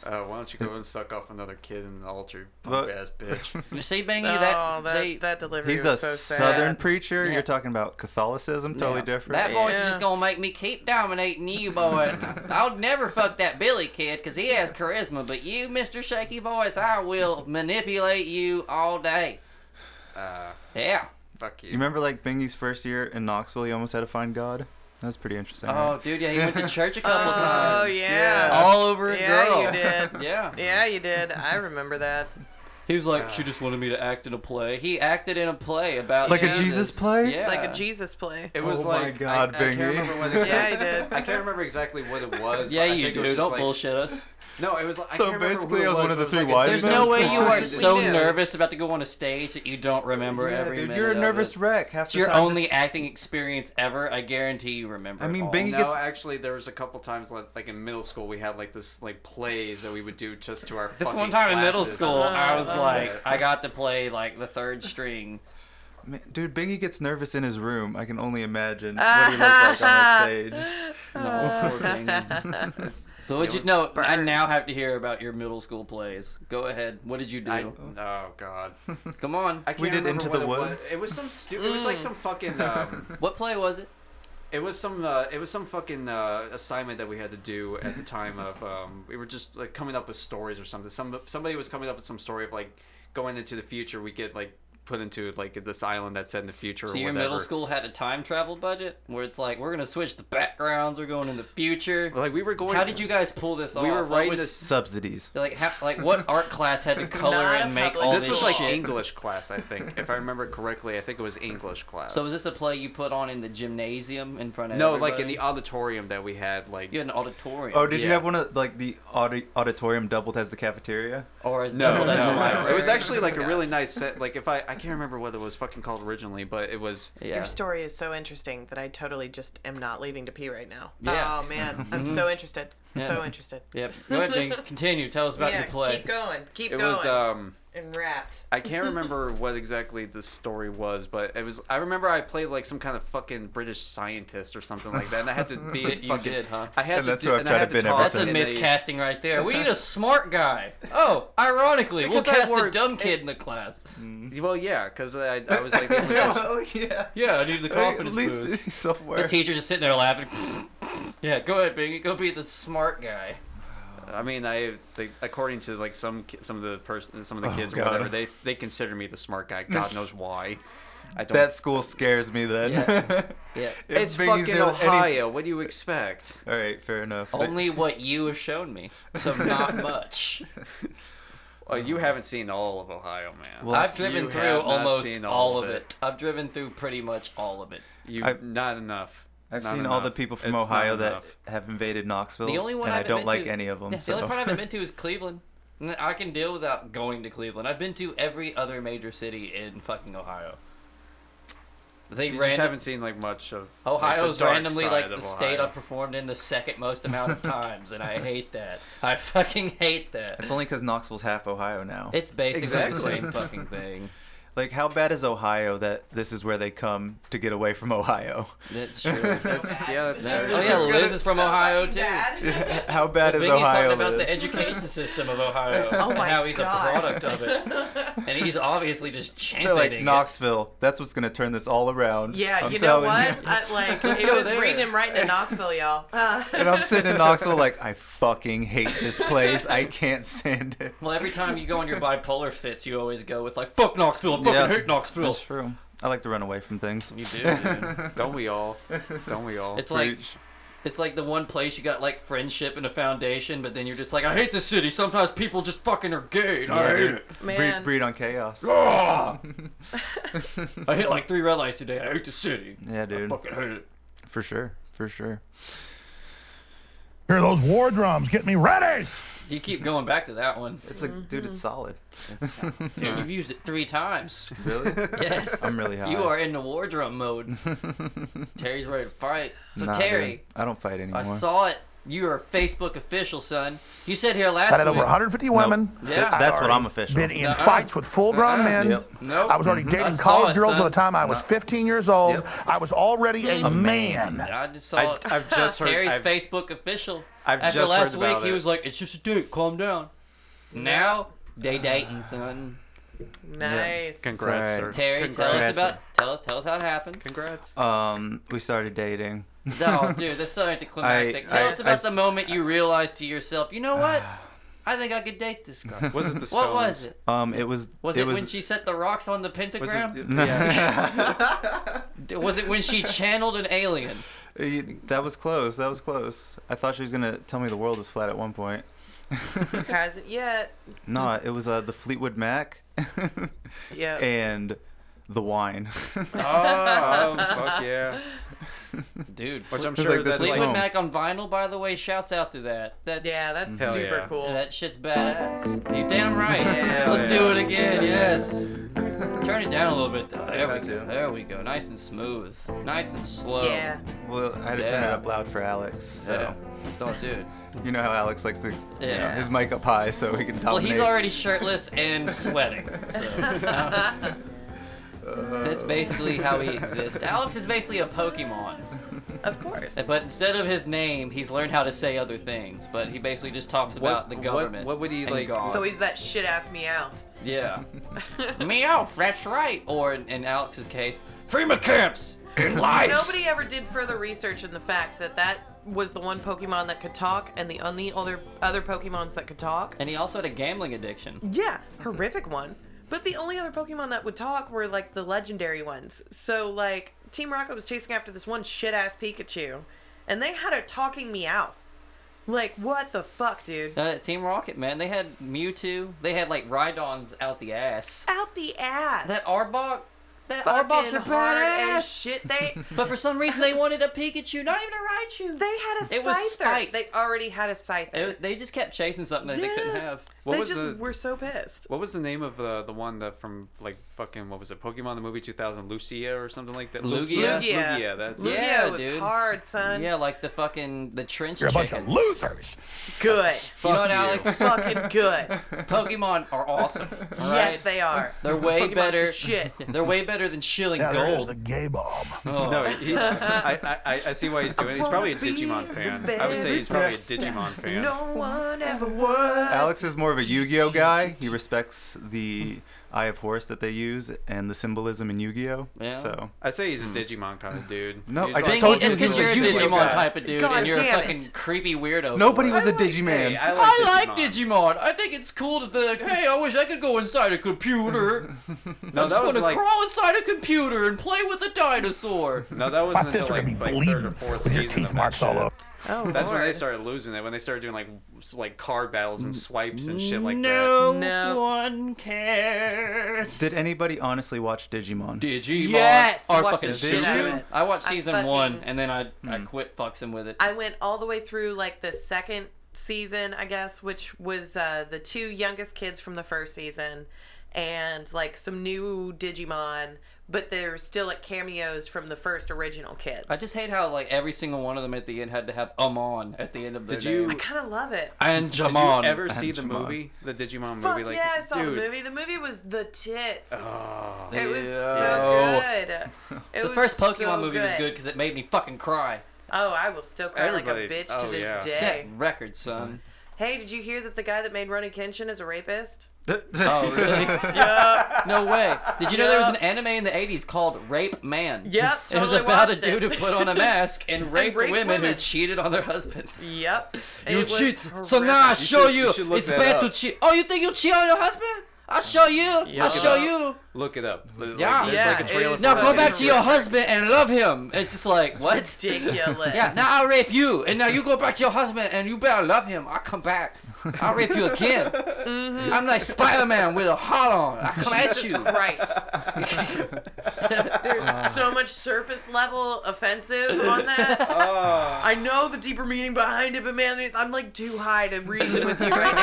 [SPEAKER 1] Uh, why don't you go and suck off another kid in the altar,
[SPEAKER 3] But-
[SPEAKER 1] punk ass bitch?
[SPEAKER 2] You see, Bingy,
[SPEAKER 4] Oh,
[SPEAKER 2] that,
[SPEAKER 4] that,
[SPEAKER 2] see,
[SPEAKER 4] that, delivery
[SPEAKER 3] He's a
[SPEAKER 4] was so sad.
[SPEAKER 3] southern preacher.
[SPEAKER 2] Yeah.
[SPEAKER 3] You're talking about Catholicism, totally
[SPEAKER 2] Yeah.
[SPEAKER 3] different.
[SPEAKER 2] That voice is
[SPEAKER 4] Yeah.
[SPEAKER 2] just gonna make me keep dominating you, boy. I'll never fuck that Billy kid because he has charisma, but you, Mr. Shaky Voice, I will manipulate you all day.
[SPEAKER 1] Uh,
[SPEAKER 2] Yeah.
[SPEAKER 1] fuck you.
[SPEAKER 3] You remember like Bingy's first year in Knoxville? You almost had to find God. That was pretty interesting.
[SPEAKER 2] Oh, dude, yeah, he went to church a couple
[SPEAKER 4] Oh
[SPEAKER 2] times.
[SPEAKER 4] yeah.
[SPEAKER 2] All over a
[SPEAKER 4] Yeah,
[SPEAKER 2] girl.
[SPEAKER 4] you did.
[SPEAKER 2] Yeah.
[SPEAKER 4] Yeah, you did. I remember that.
[SPEAKER 2] He was like, she just wanted me to act in a play. He acted in a play about
[SPEAKER 3] Like a
[SPEAKER 2] Jesus.
[SPEAKER 3] Jesus play?
[SPEAKER 2] Yeah.
[SPEAKER 4] Like a Jesus play.
[SPEAKER 1] It was
[SPEAKER 3] Oh my
[SPEAKER 1] like
[SPEAKER 3] God,
[SPEAKER 1] I, I can't
[SPEAKER 3] Bingy.
[SPEAKER 1] remember what
[SPEAKER 4] Yeah,
[SPEAKER 1] exactly.
[SPEAKER 4] you did.
[SPEAKER 1] I can't remember exactly what it was.
[SPEAKER 2] Yeah,
[SPEAKER 1] but I
[SPEAKER 2] you
[SPEAKER 1] think it
[SPEAKER 2] do.
[SPEAKER 1] was
[SPEAKER 2] Don't
[SPEAKER 1] just like-
[SPEAKER 2] bullshit us.
[SPEAKER 1] No, it was. like I
[SPEAKER 3] So
[SPEAKER 1] can't remember
[SPEAKER 3] basically,
[SPEAKER 1] who
[SPEAKER 3] I was one
[SPEAKER 1] but
[SPEAKER 3] of the
[SPEAKER 1] it
[SPEAKER 3] three
[SPEAKER 1] like a
[SPEAKER 3] wise
[SPEAKER 2] There's
[SPEAKER 3] men.
[SPEAKER 2] no way you are
[SPEAKER 4] We
[SPEAKER 2] so
[SPEAKER 4] do.
[SPEAKER 2] nervous about to go on a stage that you don't remember
[SPEAKER 3] Yeah,
[SPEAKER 2] every
[SPEAKER 3] dude,
[SPEAKER 2] minute.
[SPEAKER 3] you're a
[SPEAKER 2] of
[SPEAKER 3] nervous
[SPEAKER 2] it.
[SPEAKER 3] wreck. Half
[SPEAKER 2] It's
[SPEAKER 3] the
[SPEAKER 2] your
[SPEAKER 3] time
[SPEAKER 2] only
[SPEAKER 3] just-
[SPEAKER 2] acting experience ever. I guarantee you remember.
[SPEAKER 3] I
[SPEAKER 2] it
[SPEAKER 3] mean,
[SPEAKER 2] all.
[SPEAKER 3] Bing-
[SPEAKER 1] No,
[SPEAKER 3] gets-
[SPEAKER 1] actually, there was a couple times like, like in middle school we had like this like plays that we would do just to our.
[SPEAKER 2] This
[SPEAKER 1] fucking
[SPEAKER 2] one time in middle
[SPEAKER 1] classes.
[SPEAKER 2] school, I was
[SPEAKER 4] Uh,
[SPEAKER 2] like, I got to play like the third string.
[SPEAKER 3] Man, dude, Bingy gets nervous in his room. I can only imagine what he looks like on stage.
[SPEAKER 2] No, so would you? No, I now have to hear about your middle school plays. Go ahead. What did you do?
[SPEAKER 1] I, oh god.
[SPEAKER 2] Come on.
[SPEAKER 1] I can't
[SPEAKER 3] We did
[SPEAKER 1] remember
[SPEAKER 3] Into
[SPEAKER 1] what
[SPEAKER 3] the
[SPEAKER 1] it was.
[SPEAKER 3] Woods.
[SPEAKER 1] It was some stupid. It was like
[SPEAKER 2] Mm.
[SPEAKER 1] some fucking. Um,
[SPEAKER 2] What play was it?
[SPEAKER 1] It was some. Uh, it was some fucking uh, assignment that we had to do at the time of. Um, we were just like coming up with stories or something. Some somebody was coming up with some story of like going into the future. We get like put into like this island that's set in the future.
[SPEAKER 2] So
[SPEAKER 1] or
[SPEAKER 2] your
[SPEAKER 1] whatever.
[SPEAKER 2] middle school had a time travel budget where it's like we're gonna switch the backgrounds. We're going in the future.
[SPEAKER 1] Like we were going.
[SPEAKER 2] How did you guys pull this off?
[SPEAKER 1] We were
[SPEAKER 2] What
[SPEAKER 1] writing
[SPEAKER 2] was-
[SPEAKER 1] this.
[SPEAKER 3] Subsidies.
[SPEAKER 2] Like, ha- like what art class had to color
[SPEAKER 4] Not a
[SPEAKER 2] and make
[SPEAKER 4] public
[SPEAKER 2] all this,
[SPEAKER 1] This was like
[SPEAKER 2] shit?
[SPEAKER 1] English class, I think, if I remember correctly. I think it was English class.
[SPEAKER 2] So was this a play you put on in the gymnasium in front of
[SPEAKER 1] no, like in
[SPEAKER 2] everybody?
[SPEAKER 1] the auditorium that we had, like
[SPEAKER 2] you had an auditorium.
[SPEAKER 3] Oh, did you
[SPEAKER 1] Yeah.
[SPEAKER 3] have one of like the audi- auditorium doubled as the cafeteria?
[SPEAKER 2] or as
[SPEAKER 1] No,
[SPEAKER 2] double as the
[SPEAKER 1] no,
[SPEAKER 2] library?
[SPEAKER 1] it was actually like a
[SPEAKER 2] Yeah.
[SPEAKER 1] really nice set. Like if I, I can't remember what it was fucking called originally, but it was.
[SPEAKER 2] yeah.
[SPEAKER 4] Your story is so interesting that I totally just am not leaving to pee right now.
[SPEAKER 2] Yeah.
[SPEAKER 4] Oh man, I'm so interested.
[SPEAKER 2] Yeah.
[SPEAKER 4] So interested.
[SPEAKER 2] Yep. Go ahead and continue. Tell us about
[SPEAKER 4] yeah,
[SPEAKER 2] your play.
[SPEAKER 4] keep going. Keep
[SPEAKER 1] It
[SPEAKER 4] going.
[SPEAKER 1] was um
[SPEAKER 4] and wrapped.
[SPEAKER 1] I can't remember what exactly the story was, but it was. I remember I played like some kind of fucking British scientist or something like that, and I had to be
[SPEAKER 2] That you
[SPEAKER 1] fucking.
[SPEAKER 2] did, huh?
[SPEAKER 1] I had
[SPEAKER 3] And
[SPEAKER 1] to.
[SPEAKER 3] that's
[SPEAKER 1] do,
[SPEAKER 3] who I've
[SPEAKER 1] and I
[SPEAKER 3] tried
[SPEAKER 1] had
[SPEAKER 3] to been ever
[SPEAKER 1] talk
[SPEAKER 2] That's a
[SPEAKER 1] in
[SPEAKER 2] miscasting right there. We need a smart guy. Oh, ironically, we'll
[SPEAKER 1] Because I
[SPEAKER 2] cast a
[SPEAKER 1] work-
[SPEAKER 2] dumb kid in the class.
[SPEAKER 1] Well, yeah, because I, I was like, oh the only person-
[SPEAKER 3] well, yeah.
[SPEAKER 2] Yeah, I need the confidence
[SPEAKER 3] At least
[SPEAKER 2] boost.
[SPEAKER 3] somewhere.
[SPEAKER 2] The teacher just sitting there laughing. yeah, go ahead, Bingy. Go be the smart guy.
[SPEAKER 1] I mean, I like, according to like some ki- some of the person, some of the
[SPEAKER 3] Oh,
[SPEAKER 1] kids or
[SPEAKER 3] God.
[SPEAKER 1] whatever, they they consider me the smart guy. God knows why. I don't.
[SPEAKER 3] that school scares me then.
[SPEAKER 2] Yeah. Yeah.
[SPEAKER 3] If
[SPEAKER 1] it's
[SPEAKER 3] Biggie's
[SPEAKER 1] fucking
[SPEAKER 3] doing any-
[SPEAKER 1] Ohio. What do you expect?
[SPEAKER 3] All right, fair enough. But-
[SPEAKER 2] Only what you have shown me. So not much.
[SPEAKER 1] Oh, you haven't seen all of Ohio, man.
[SPEAKER 3] Well,
[SPEAKER 2] I've
[SPEAKER 3] You
[SPEAKER 2] driven
[SPEAKER 1] have
[SPEAKER 2] through
[SPEAKER 1] not
[SPEAKER 2] almost
[SPEAKER 1] seen
[SPEAKER 2] all of it. I've driven through pretty much all of it.
[SPEAKER 1] you
[SPEAKER 3] I've-
[SPEAKER 1] not enough.
[SPEAKER 3] I've
[SPEAKER 1] Not
[SPEAKER 3] seen all the
[SPEAKER 1] enough.
[SPEAKER 3] people from
[SPEAKER 1] It's not
[SPEAKER 3] Ohio that
[SPEAKER 1] enough.
[SPEAKER 3] have invaded Knoxville,
[SPEAKER 2] The only one
[SPEAKER 3] and
[SPEAKER 2] I
[SPEAKER 3] I
[SPEAKER 2] haven't
[SPEAKER 3] don't
[SPEAKER 2] been
[SPEAKER 3] like
[SPEAKER 2] to-
[SPEAKER 3] any of them.
[SPEAKER 2] Yeah,
[SPEAKER 3] so.
[SPEAKER 2] The only part I haven't been to is Cleveland. N- I can deal without going to Cleveland. I've been to every other major city in fucking Ohio. They
[SPEAKER 1] You just
[SPEAKER 2] random
[SPEAKER 1] haven't seen like much of like, the
[SPEAKER 2] Ohio's
[SPEAKER 1] dark
[SPEAKER 2] randomly
[SPEAKER 1] side
[SPEAKER 2] like
[SPEAKER 1] of
[SPEAKER 2] the
[SPEAKER 1] Ohio.
[SPEAKER 2] state I performed in the second most amount of times, and I hate that. I fucking hate that.
[SPEAKER 3] It's only because Knoxville's half Ohio now.
[SPEAKER 2] It's basically the
[SPEAKER 1] Exactly.
[SPEAKER 2] same fucking thing.
[SPEAKER 3] like, how bad is Ohio that this is where they come to get away from Ohio?
[SPEAKER 2] That's true.
[SPEAKER 1] That's, yeah, that's
[SPEAKER 2] That-
[SPEAKER 1] very
[SPEAKER 2] oh yeah, Liz is from Ohio too.
[SPEAKER 3] how bad is
[SPEAKER 2] Biggie's
[SPEAKER 3] Ohio?
[SPEAKER 2] talking about
[SPEAKER 3] Liz?
[SPEAKER 2] the education system of Ohio and
[SPEAKER 4] Oh, my
[SPEAKER 2] how he's
[SPEAKER 4] God.
[SPEAKER 2] a product of it, and he's obviously just
[SPEAKER 3] They're
[SPEAKER 2] championing
[SPEAKER 3] like
[SPEAKER 2] it.
[SPEAKER 3] Knoxville. That's what's gonna turn this all around.
[SPEAKER 4] Yeah,
[SPEAKER 3] I'm
[SPEAKER 4] you know
[SPEAKER 3] telling
[SPEAKER 4] what?
[SPEAKER 3] you.
[SPEAKER 4] I, like it
[SPEAKER 2] go
[SPEAKER 4] was
[SPEAKER 2] there.
[SPEAKER 4] reading him right into Knoxville, y'all. Uh,
[SPEAKER 3] and I'm sitting in Knoxville like I fucking hate this place. I can't stand it.
[SPEAKER 2] Well, every time you go on your bipolar fits, you always go with like "fuck Knoxville," I "fucking
[SPEAKER 3] Yeah.
[SPEAKER 2] hate Knoxville."
[SPEAKER 3] That's true. I like to run away from things.
[SPEAKER 2] You do. dude.
[SPEAKER 1] Don't we all? Don't we all?
[SPEAKER 2] It's like
[SPEAKER 3] Preach.
[SPEAKER 2] it's like the one place you got like friendship and a foundation, but then you're just like, I hate this city. Sometimes people just fucking are gay. and I
[SPEAKER 3] Yeah,
[SPEAKER 2] hate
[SPEAKER 3] dude.
[SPEAKER 2] it.
[SPEAKER 4] Man.
[SPEAKER 3] Breed, breed on chaos.
[SPEAKER 2] Ah! I hit like three red lights today. I hate the city.
[SPEAKER 3] Yeah, dude.
[SPEAKER 2] Fucking hate it.
[SPEAKER 3] For sure. For sure.
[SPEAKER 5] Hear those war drums get me ready.
[SPEAKER 2] You keep going back to that one,
[SPEAKER 3] It's like, dude,
[SPEAKER 2] Mm-hmm.
[SPEAKER 3] it's solid.
[SPEAKER 2] dude. You've used it three times.
[SPEAKER 3] Really?
[SPEAKER 2] Yes.
[SPEAKER 3] I'm really high.
[SPEAKER 2] You are in the war drum mode. Terry's ready to fight. So
[SPEAKER 3] Nah,
[SPEAKER 2] Terry,
[SPEAKER 3] dude. I don't fight anymore.
[SPEAKER 2] I saw it. You are a Facebook official, son. You said here last
[SPEAKER 5] I had over
[SPEAKER 2] week.
[SPEAKER 5] 150 women.
[SPEAKER 2] Yeah.
[SPEAKER 5] I'd
[SPEAKER 3] That's what
[SPEAKER 5] already
[SPEAKER 3] I'm official.
[SPEAKER 5] Been in
[SPEAKER 2] Uh-uh.
[SPEAKER 5] fights with full-grown
[SPEAKER 2] Uh-uh.
[SPEAKER 5] men.
[SPEAKER 3] Yep.
[SPEAKER 2] Nope.
[SPEAKER 5] I was already
[SPEAKER 2] I
[SPEAKER 5] dating
[SPEAKER 2] saw
[SPEAKER 5] college
[SPEAKER 2] it,
[SPEAKER 5] girls by
[SPEAKER 2] son.
[SPEAKER 5] the time I was 15 years old.
[SPEAKER 3] Yep.
[SPEAKER 5] I was already a, man.
[SPEAKER 2] I just saw
[SPEAKER 1] I,
[SPEAKER 2] it.
[SPEAKER 1] I've just heard.
[SPEAKER 2] Terry's
[SPEAKER 1] I've,
[SPEAKER 2] Facebook official.
[SPEAKER 1] I've
[SPEAKER 2] After
[SPEAKER 1] just
[SPEAKER 2] last
[SPEAKER 1] heard
[SPEAKER 2] week,
[SPEAKER 1] about
[SPEAKER 2] he
[SPEAKER 1] it.
[SPEAKER 2] was like, "It's just a dude. Calm down." Now they dating, son.
[SPEAKER 4] nice.
[SPEAKER 1] Congrats,
[SPEAKER 3] Sorry.
[SPEAKER 1] sir.
[SPEAKER 2] Terry, tell us
[SPEAKER 1] Congrats.
[SPEAKER 2] about tell us tell us how it happened.
[SPEAKER 1] Congrats.
[SPEAKER 3] Um, we started dating.
[SPEAKER 2] No, dude, that's so anticlimactic.
[SPEAKER 3] I-
[SPEAKER 2] tell
[SPEAKER 3] I-
[SPEAKER 2] us about
[SPEAKER 3] I
[SPEAKER 2] the
[SPEAKER 3] s-
[SPEAKER 2] moment you realized to yourself, you know what? I think I could date this guy.
[SPEAKER 1] Was it the Stones?
[SPEAKER 2] what was it?
[SPEAKER 3] Um, it was.
[SPEAKER 2] Was it,
[SPEAKER 3] was,
[SPEAKER 2] when she set the rocks on the
[SPEAKER 1] Was
[SPEAKER 2] pentagram?
[SPEAKER 1] it? Yeah.
[SPEAKER 2] D- Was it when she channeled an alien?
[SPEAKER 3] Uh, That was close. That was close. I thought she was gonna tell me the world was flat at one point.
[SPEAKER 4] Hasn't yet.
[SPEAKER 3] No, it was uh, the Fleetwood Mac
[SPEAKER 4] Yeah.
[SPEAKER 3] and the wine.
[SPEAKER 1] oh, fuck yeah.
[SPEAKER 2] Dude,
[SPEAKER 1] Which I'm
[SPEAKER 3] It's
[SPEAKER 1] sure
[SPEAKER 3] like this
[SPEAKER 1] that's
[SPEAKER 3] is
[SPEAKER 1] like.
[SPEAKER 2] Fleetwood
[SPEAKER 3] song.
[SPEAKER 2] Mac on vinyl, by the way, shouts out to that. That
[SPEAKER 4] yeah, that's
[SPEAKER 1] Hell
[SPEAKER 4] super
[SPEAKER 1] yeah.
[SPEAKER 4] cool.
[SPEAKER 2] that shit's badass. You damn right.
[SPEAKER 1] Hell
[SPEAKER 2] Let's do
[SPEAKER 1] yeah.
[SPEAKER 2] it again. Yes. Turn it down a little bit though. There we
[SPEAKER 3] got
[SPEAKER 2] go.
[SPEAKER 3] you.
[SPEAKER 2] There we go. Nice and smooth. Nice and slow.
[SPEAKER 4] yeah.
[SPEAKER 3] well, I had to turn it
[SPEAKER 2] Yeah.
[SPEAKER 3] up loud for Alex. So
[SPEAKER 2] So, don't do it.
[SPEAKER 3] you know how Alex likes to, you know,
[SPEAKER 2] Yeah.
[SPEAKER 3] his mic up high so he can dominate.
[SPEAKER 2] Well, he's already shirtless and sweating. So. That's basically how he exists. Alex is basically a Pokemon.
[SPEAKER 4] Of course.
[SPEAKER 2] But instead of his name, he's learned how to say other things. But he basically just talks about the
[SPEAKER 1] what-
[SPEAKER 2] government.
[SPEAKER 1] what would he,
[SPEAKER 2] and
[SPEAKER 1] like-
[SPEAKER 2] God.
[SPEAKER 4] So he's that shit ass meow.
[SPEAKER 2] yeah. Meowth, that's right. Or in, in Alex's case, FEMA camps and lice.
[SPEAKER 4] Nobody ever did further research in the fact that that was the one Pokemon that could talk and the only other other Pokemons that could talk.
[SPEAKER 2] And he also had a gambling addiction.
[SPEAKER 4] Yeah, horrific one. But the only other Pokemon that would talk were like the legendary ones. So like Team Rocket was chasing after this one shit ass Pikachu, and they had a talking Meowth. Like what the fuck, dude?
[SPEAKER 2] Uh, Team Rocket, man, they had Mewtwo. They had like Rhydons out the ass.
[SPEAKER 4] Out the ass.
[SPEAKER 2] That Arbok
[SPEAKER 4] That
[SPEAKER 2] Our box
[SPEAKER 4] fucking
[SPEAKER 2] are
[SPEAKER 4] hard as
[SPEAKER 2] badass.
[SPEAKER 4] shit. They
[SPEAKER 2] But for some reason, they wanted a Pikachu, not even a Raichu.
[SPEAKER 4] they had a
[SPEAKER 2] It
[SPEAKER 4] scyther.
[SPEAKER 2] was spiked.
[SPEAKER 4] They already had a scyther.
[SPEAKER 2] It- they just kept chasing something that they couldn't
[SPEAKER 4] Yeah.
[SPEAKER 2] have.
[SPEAKER 1] What
[SPEAKER 4] they
[SPEAKER 1] was
[SPEAKER 4] just
[SPEAKER 1] the-
[SPEAKER 4] were so pissed.
[SPEAKER 1] What was the name of uh, the one that from like fucking what was it? Pokemon the movie 2000, Lucia or something like that. Lu-
[SPEAKER 2] Lugia?
[SPEAKER 1] Lugia. that's
[SPEAKER 4] Lugia
[SPEAKER 1] it.
[SPEAKER 2] Yeah,
[SPEAKER 4] was
[SPEAKER 2] dude.
[SPEAKER 4] hard, son.
[SPEAKER 2] Yeah, like the fucking the trench
[SPEAKER 5] You're a bunch
[SPEAKER 2] chicken.
[SPEAKER 5] of losers.
[SPEAKER 4] Good.
[SPEAKER 2] you know what,
[SPEAKER 1] Fuck
[SPEAKER 2] Alex?
[SPEAKER 4] Fucking good.
[SPEAKER 2] Pokemon are awesome. all
[SPEAKER 4] Yes,
[SPEAKER 2] right?
[SPEAKER 4] they are.
[SPEAKER 2] They're way
[SPEAKER 4] Pokemon's the
[SPEAKER 2] better.
[SPEAKER 4] shit.
[SPEAKER 2] They're way better than shilling
[SPEAKER 5] Now there's
[SPEAKER 2] gold.
[SPEAKER 5] the gay bomb.
[SPEAKER 2] Oh.
[SPEAKER 1] No, he's. I, I, I- I see why he's doing it. He's probably a Digimon fan. I would say he's probably a Digimon fan.
[SPEAKER 4] No one ever was.
[SPEAKER 3] Alex is more of a Yu-Gi-Oh guy. He respects the Eye of Horus that they use and the symbolism in Yu-Gi-Oh.
[SPEAKER 2] Yeah.
[SPEAKER 3] So
[SPEAKER 1] I'd say he's a Digimon kind of dude.
[SPEAKER 3] No,
[SPEAKER 1] He's
[SPEAKER 3] I
[SPEAKER 1] probably-
[SPEAKER 3] just
[SPEAKER 2] Bingy,
[SPEAKER 3] told you
[SPEAKER 2] it's
[SPEAKER 3] he
[SPEAKER 2] because
[SPEAKER 3] was
[SPEAKER 2] you're a
[SPEAKER 3] a Digimon
[SPEAKER 2] Digimon
[SPEAKER 3] guy.
[SPEAKER 2] type of dude,
[SPEAKER 4] God
[SPEAKER 2] and you're a
[SPEAKER 4] damn
[SPEAKER 2] fucking
[SPEAKER 4] it.
[SPEAKER 2] creepy weirdo.
[SPEAKER 3] nobody
[SPEAKER 2] for it.
[SPEAKER 3] was a Digimon.
[SPEAKER 1] Hey, I like
[SPEAKER 2] I
[SPEAKER 1] Digimon.
[SPEAKER 2] like Digimon. I think it's cool to think, hey, I wish I could go inside a computer.
[SPEAKER 1] No,
[SPEAKER 2] I just
[SPEAKER 1] that
[SPEAKER 2] want
[SPEAKER 1] was
[SPEAKER 2] to
[SPEAKER 1] like.
[SPEAKER 2] crawl inside a computer and play with a dinosaur.
[SPEAKER 1] No, that
[SPEAKER 5] My
[SPEAKER 1] wasn't
[SPEAKER 5] fists
[SPEAKER 1] until
[SPEAKER 5] are gonna be
[SPEAKER 1] like, like third or
[SPEAKER 5] bleeding
[SPEAKER 1] fourth
[SPEAKER 5] with your
[SPEAKER 1] season.
[SPEAKER 5] teeth
[SPEAKER 1] Of that
[SPEAKER 5] marks all
[SPEAKER 1] shit.
[SPEAKER 5] over.
[SPEAKER 4] Oh,
[SPEAKER 1] That's when they
[SPEAKER 4] Lord.
[SPEAKER 1] started losing it. When they started doing like s- like card battles and swipes and shit like that.
[SPEAKER 2] no
[SPEAKER 4] No.
[SPEAKER 2] one cares.
[SPEAKER 3] Did anybody honestly watch Digimon?
[SPEAKER 2] Digimon
[SPEAKER 4] Yes, I
[SPEAKER 2] are
[SPEAKER 4] watched
[SPEAKER 2] fucking
[SPEAKER 4] the shit
[SPEAKER 2] Digimon.
[SPEAKER 4] out of it.
[SPEAKER 2] I watched
[SPEAKER 4] I
[SPEAKER 2] season
[SPEAKER 4] fucking-
[SPEAKER 2] one and then I I quit fucking with it.
[SPEAKER 4] I went all the way through like the second season, I guess, which was uh, the two youngest kids from the first season and like some new Digimon, but they're still at cameos from the first original kids.
[SPEAKER 2] I just hate how like every single one of them at the end had to have Amon at the end of the
[SPEAKER 1] Did you-
[SPEAKER 4] I kind of love it.
[SPEAKER 2] and
[SPEAKER 1] Did you
[SPEAKER 2] Jamon
[SPEAKER 1] ever see the
[SPEAKER 3] Digimon.
[SPEAKER 1] movie, the Digimon movie?
[SPEAKER 4] Fuck
[SPEAKER 1] like,
[SPEAKER 4] yeah, I saw
[SPEAKER 1] dude,
[SPEAKER 4] the movie. The movie was the tits.
[SPEAKER 1] oh.
[SPEAKER 4] it was
[SPEAKER 2] Yeah.
[SPEAKER 4] so good. It
[SPEAKER 2] The
[SPEAKER 4] was
[SPEAKER 2] first Pokemon
[SPEAKER 4] so
[SPEAKER 2] movie was good because it made me fucking cry.
[SPEAKER 4] Oh, I will still cry like a
[SPEAKER 1] Everybody-
[SPEAKER 4] bitch to
[SPEAKER 1] oh,
[SPEAKER 4] this
[SPEAKER 1] yeah.
[SPEAKER 4] day.
[SPEAKER 2] Set record, son.
[SPEAKER 4] Hey, did you hear that the guy that made Ronnie Kenshin is a rapist?
[SPEAKER 2] Oh, really?
[SPEAKER 4] Yup.
[SPEAKER 2] No way. Did you know there was
[SPEAKER 4] Yeah.
[SPEAKER 2] an anime in the 80s called Rape Man?
[SPEAKER 4] Yep,
[SPEAKER 2] it was
[SPEAKER 4] totally
[SPEAKER 2] about a
[SPEAKER 4] watched
[SPEAKER 2] dude who
[SPEAKER 4] it.
[SPEAKER 2] put on a mask and raped,
[SPEAKER 4] raped
[SPEAKER 2] women, who
[SPEAKER 4] women.
[SPEAKER 2] cheated on their husbands.
[SPEAKER 4] Yep.
[SPEAKER 2] You
[SPEAKER 4] It was
[SPEAKER 2] cheat. So now I
[SPEAKER 4] horrific.
[SPEAKER 2] show
[SPEAKER 1] should-
[SPEAKER 2] you.
[SPEAKER 1] you should look
[SPEAKER 2] it's
[SPEAKER 1] that
[SPEAKER 2] bad
[SPEAKER 1] up.
[SPEAKER 2] to cheat. Oh, you think you cheat on your husband? I'll show you. I'll
[SPEAKER 4] Look it
[SPEAKER 2] show
[SPEAKER 4] up.
[SPEAKER 2] you.
[SPEAKER 1] Look it up. Like,
[SPEAKER 2] Yeah.
[SPEAKER 1] there's
[SPEAKER 4] Yeah,
[SPEAKER 1] like a
[SPEAKER 4] it
[SPEAKER 1] trailer
[SPEAKER 4] is
[SPEAKER 1] for
[SPEAKER 2] Now
[SPEAKER 4] Now
[SPEAKER 1] that
[SPEAKER 2] go
[SPEAKER 4] go
[SPEAKER 2] back
[SPEAKER 1] later.
[SPEAKER 2] to your husband and love him. It's just like, what?
[SPEAKER 4] ridiculous.
[SPEAKER 2] Yeah, now I'll rape you, and now you go back to your husband, and you better love him. I'll come back. I'll rape you again. I'm like Spider Man with a heart on. I come at
[SPEAKER 4] Jesus
[SPEAKER 2] you.
[SPEAKER 4] Christ. There's so much surface level offensive on that.
[SPEAKER 2] Ah.
[SPEAKER 1] Oh,
[SPEAKER 4] I know the deeper meaning behind it, but man, I'm like too high to reason with you right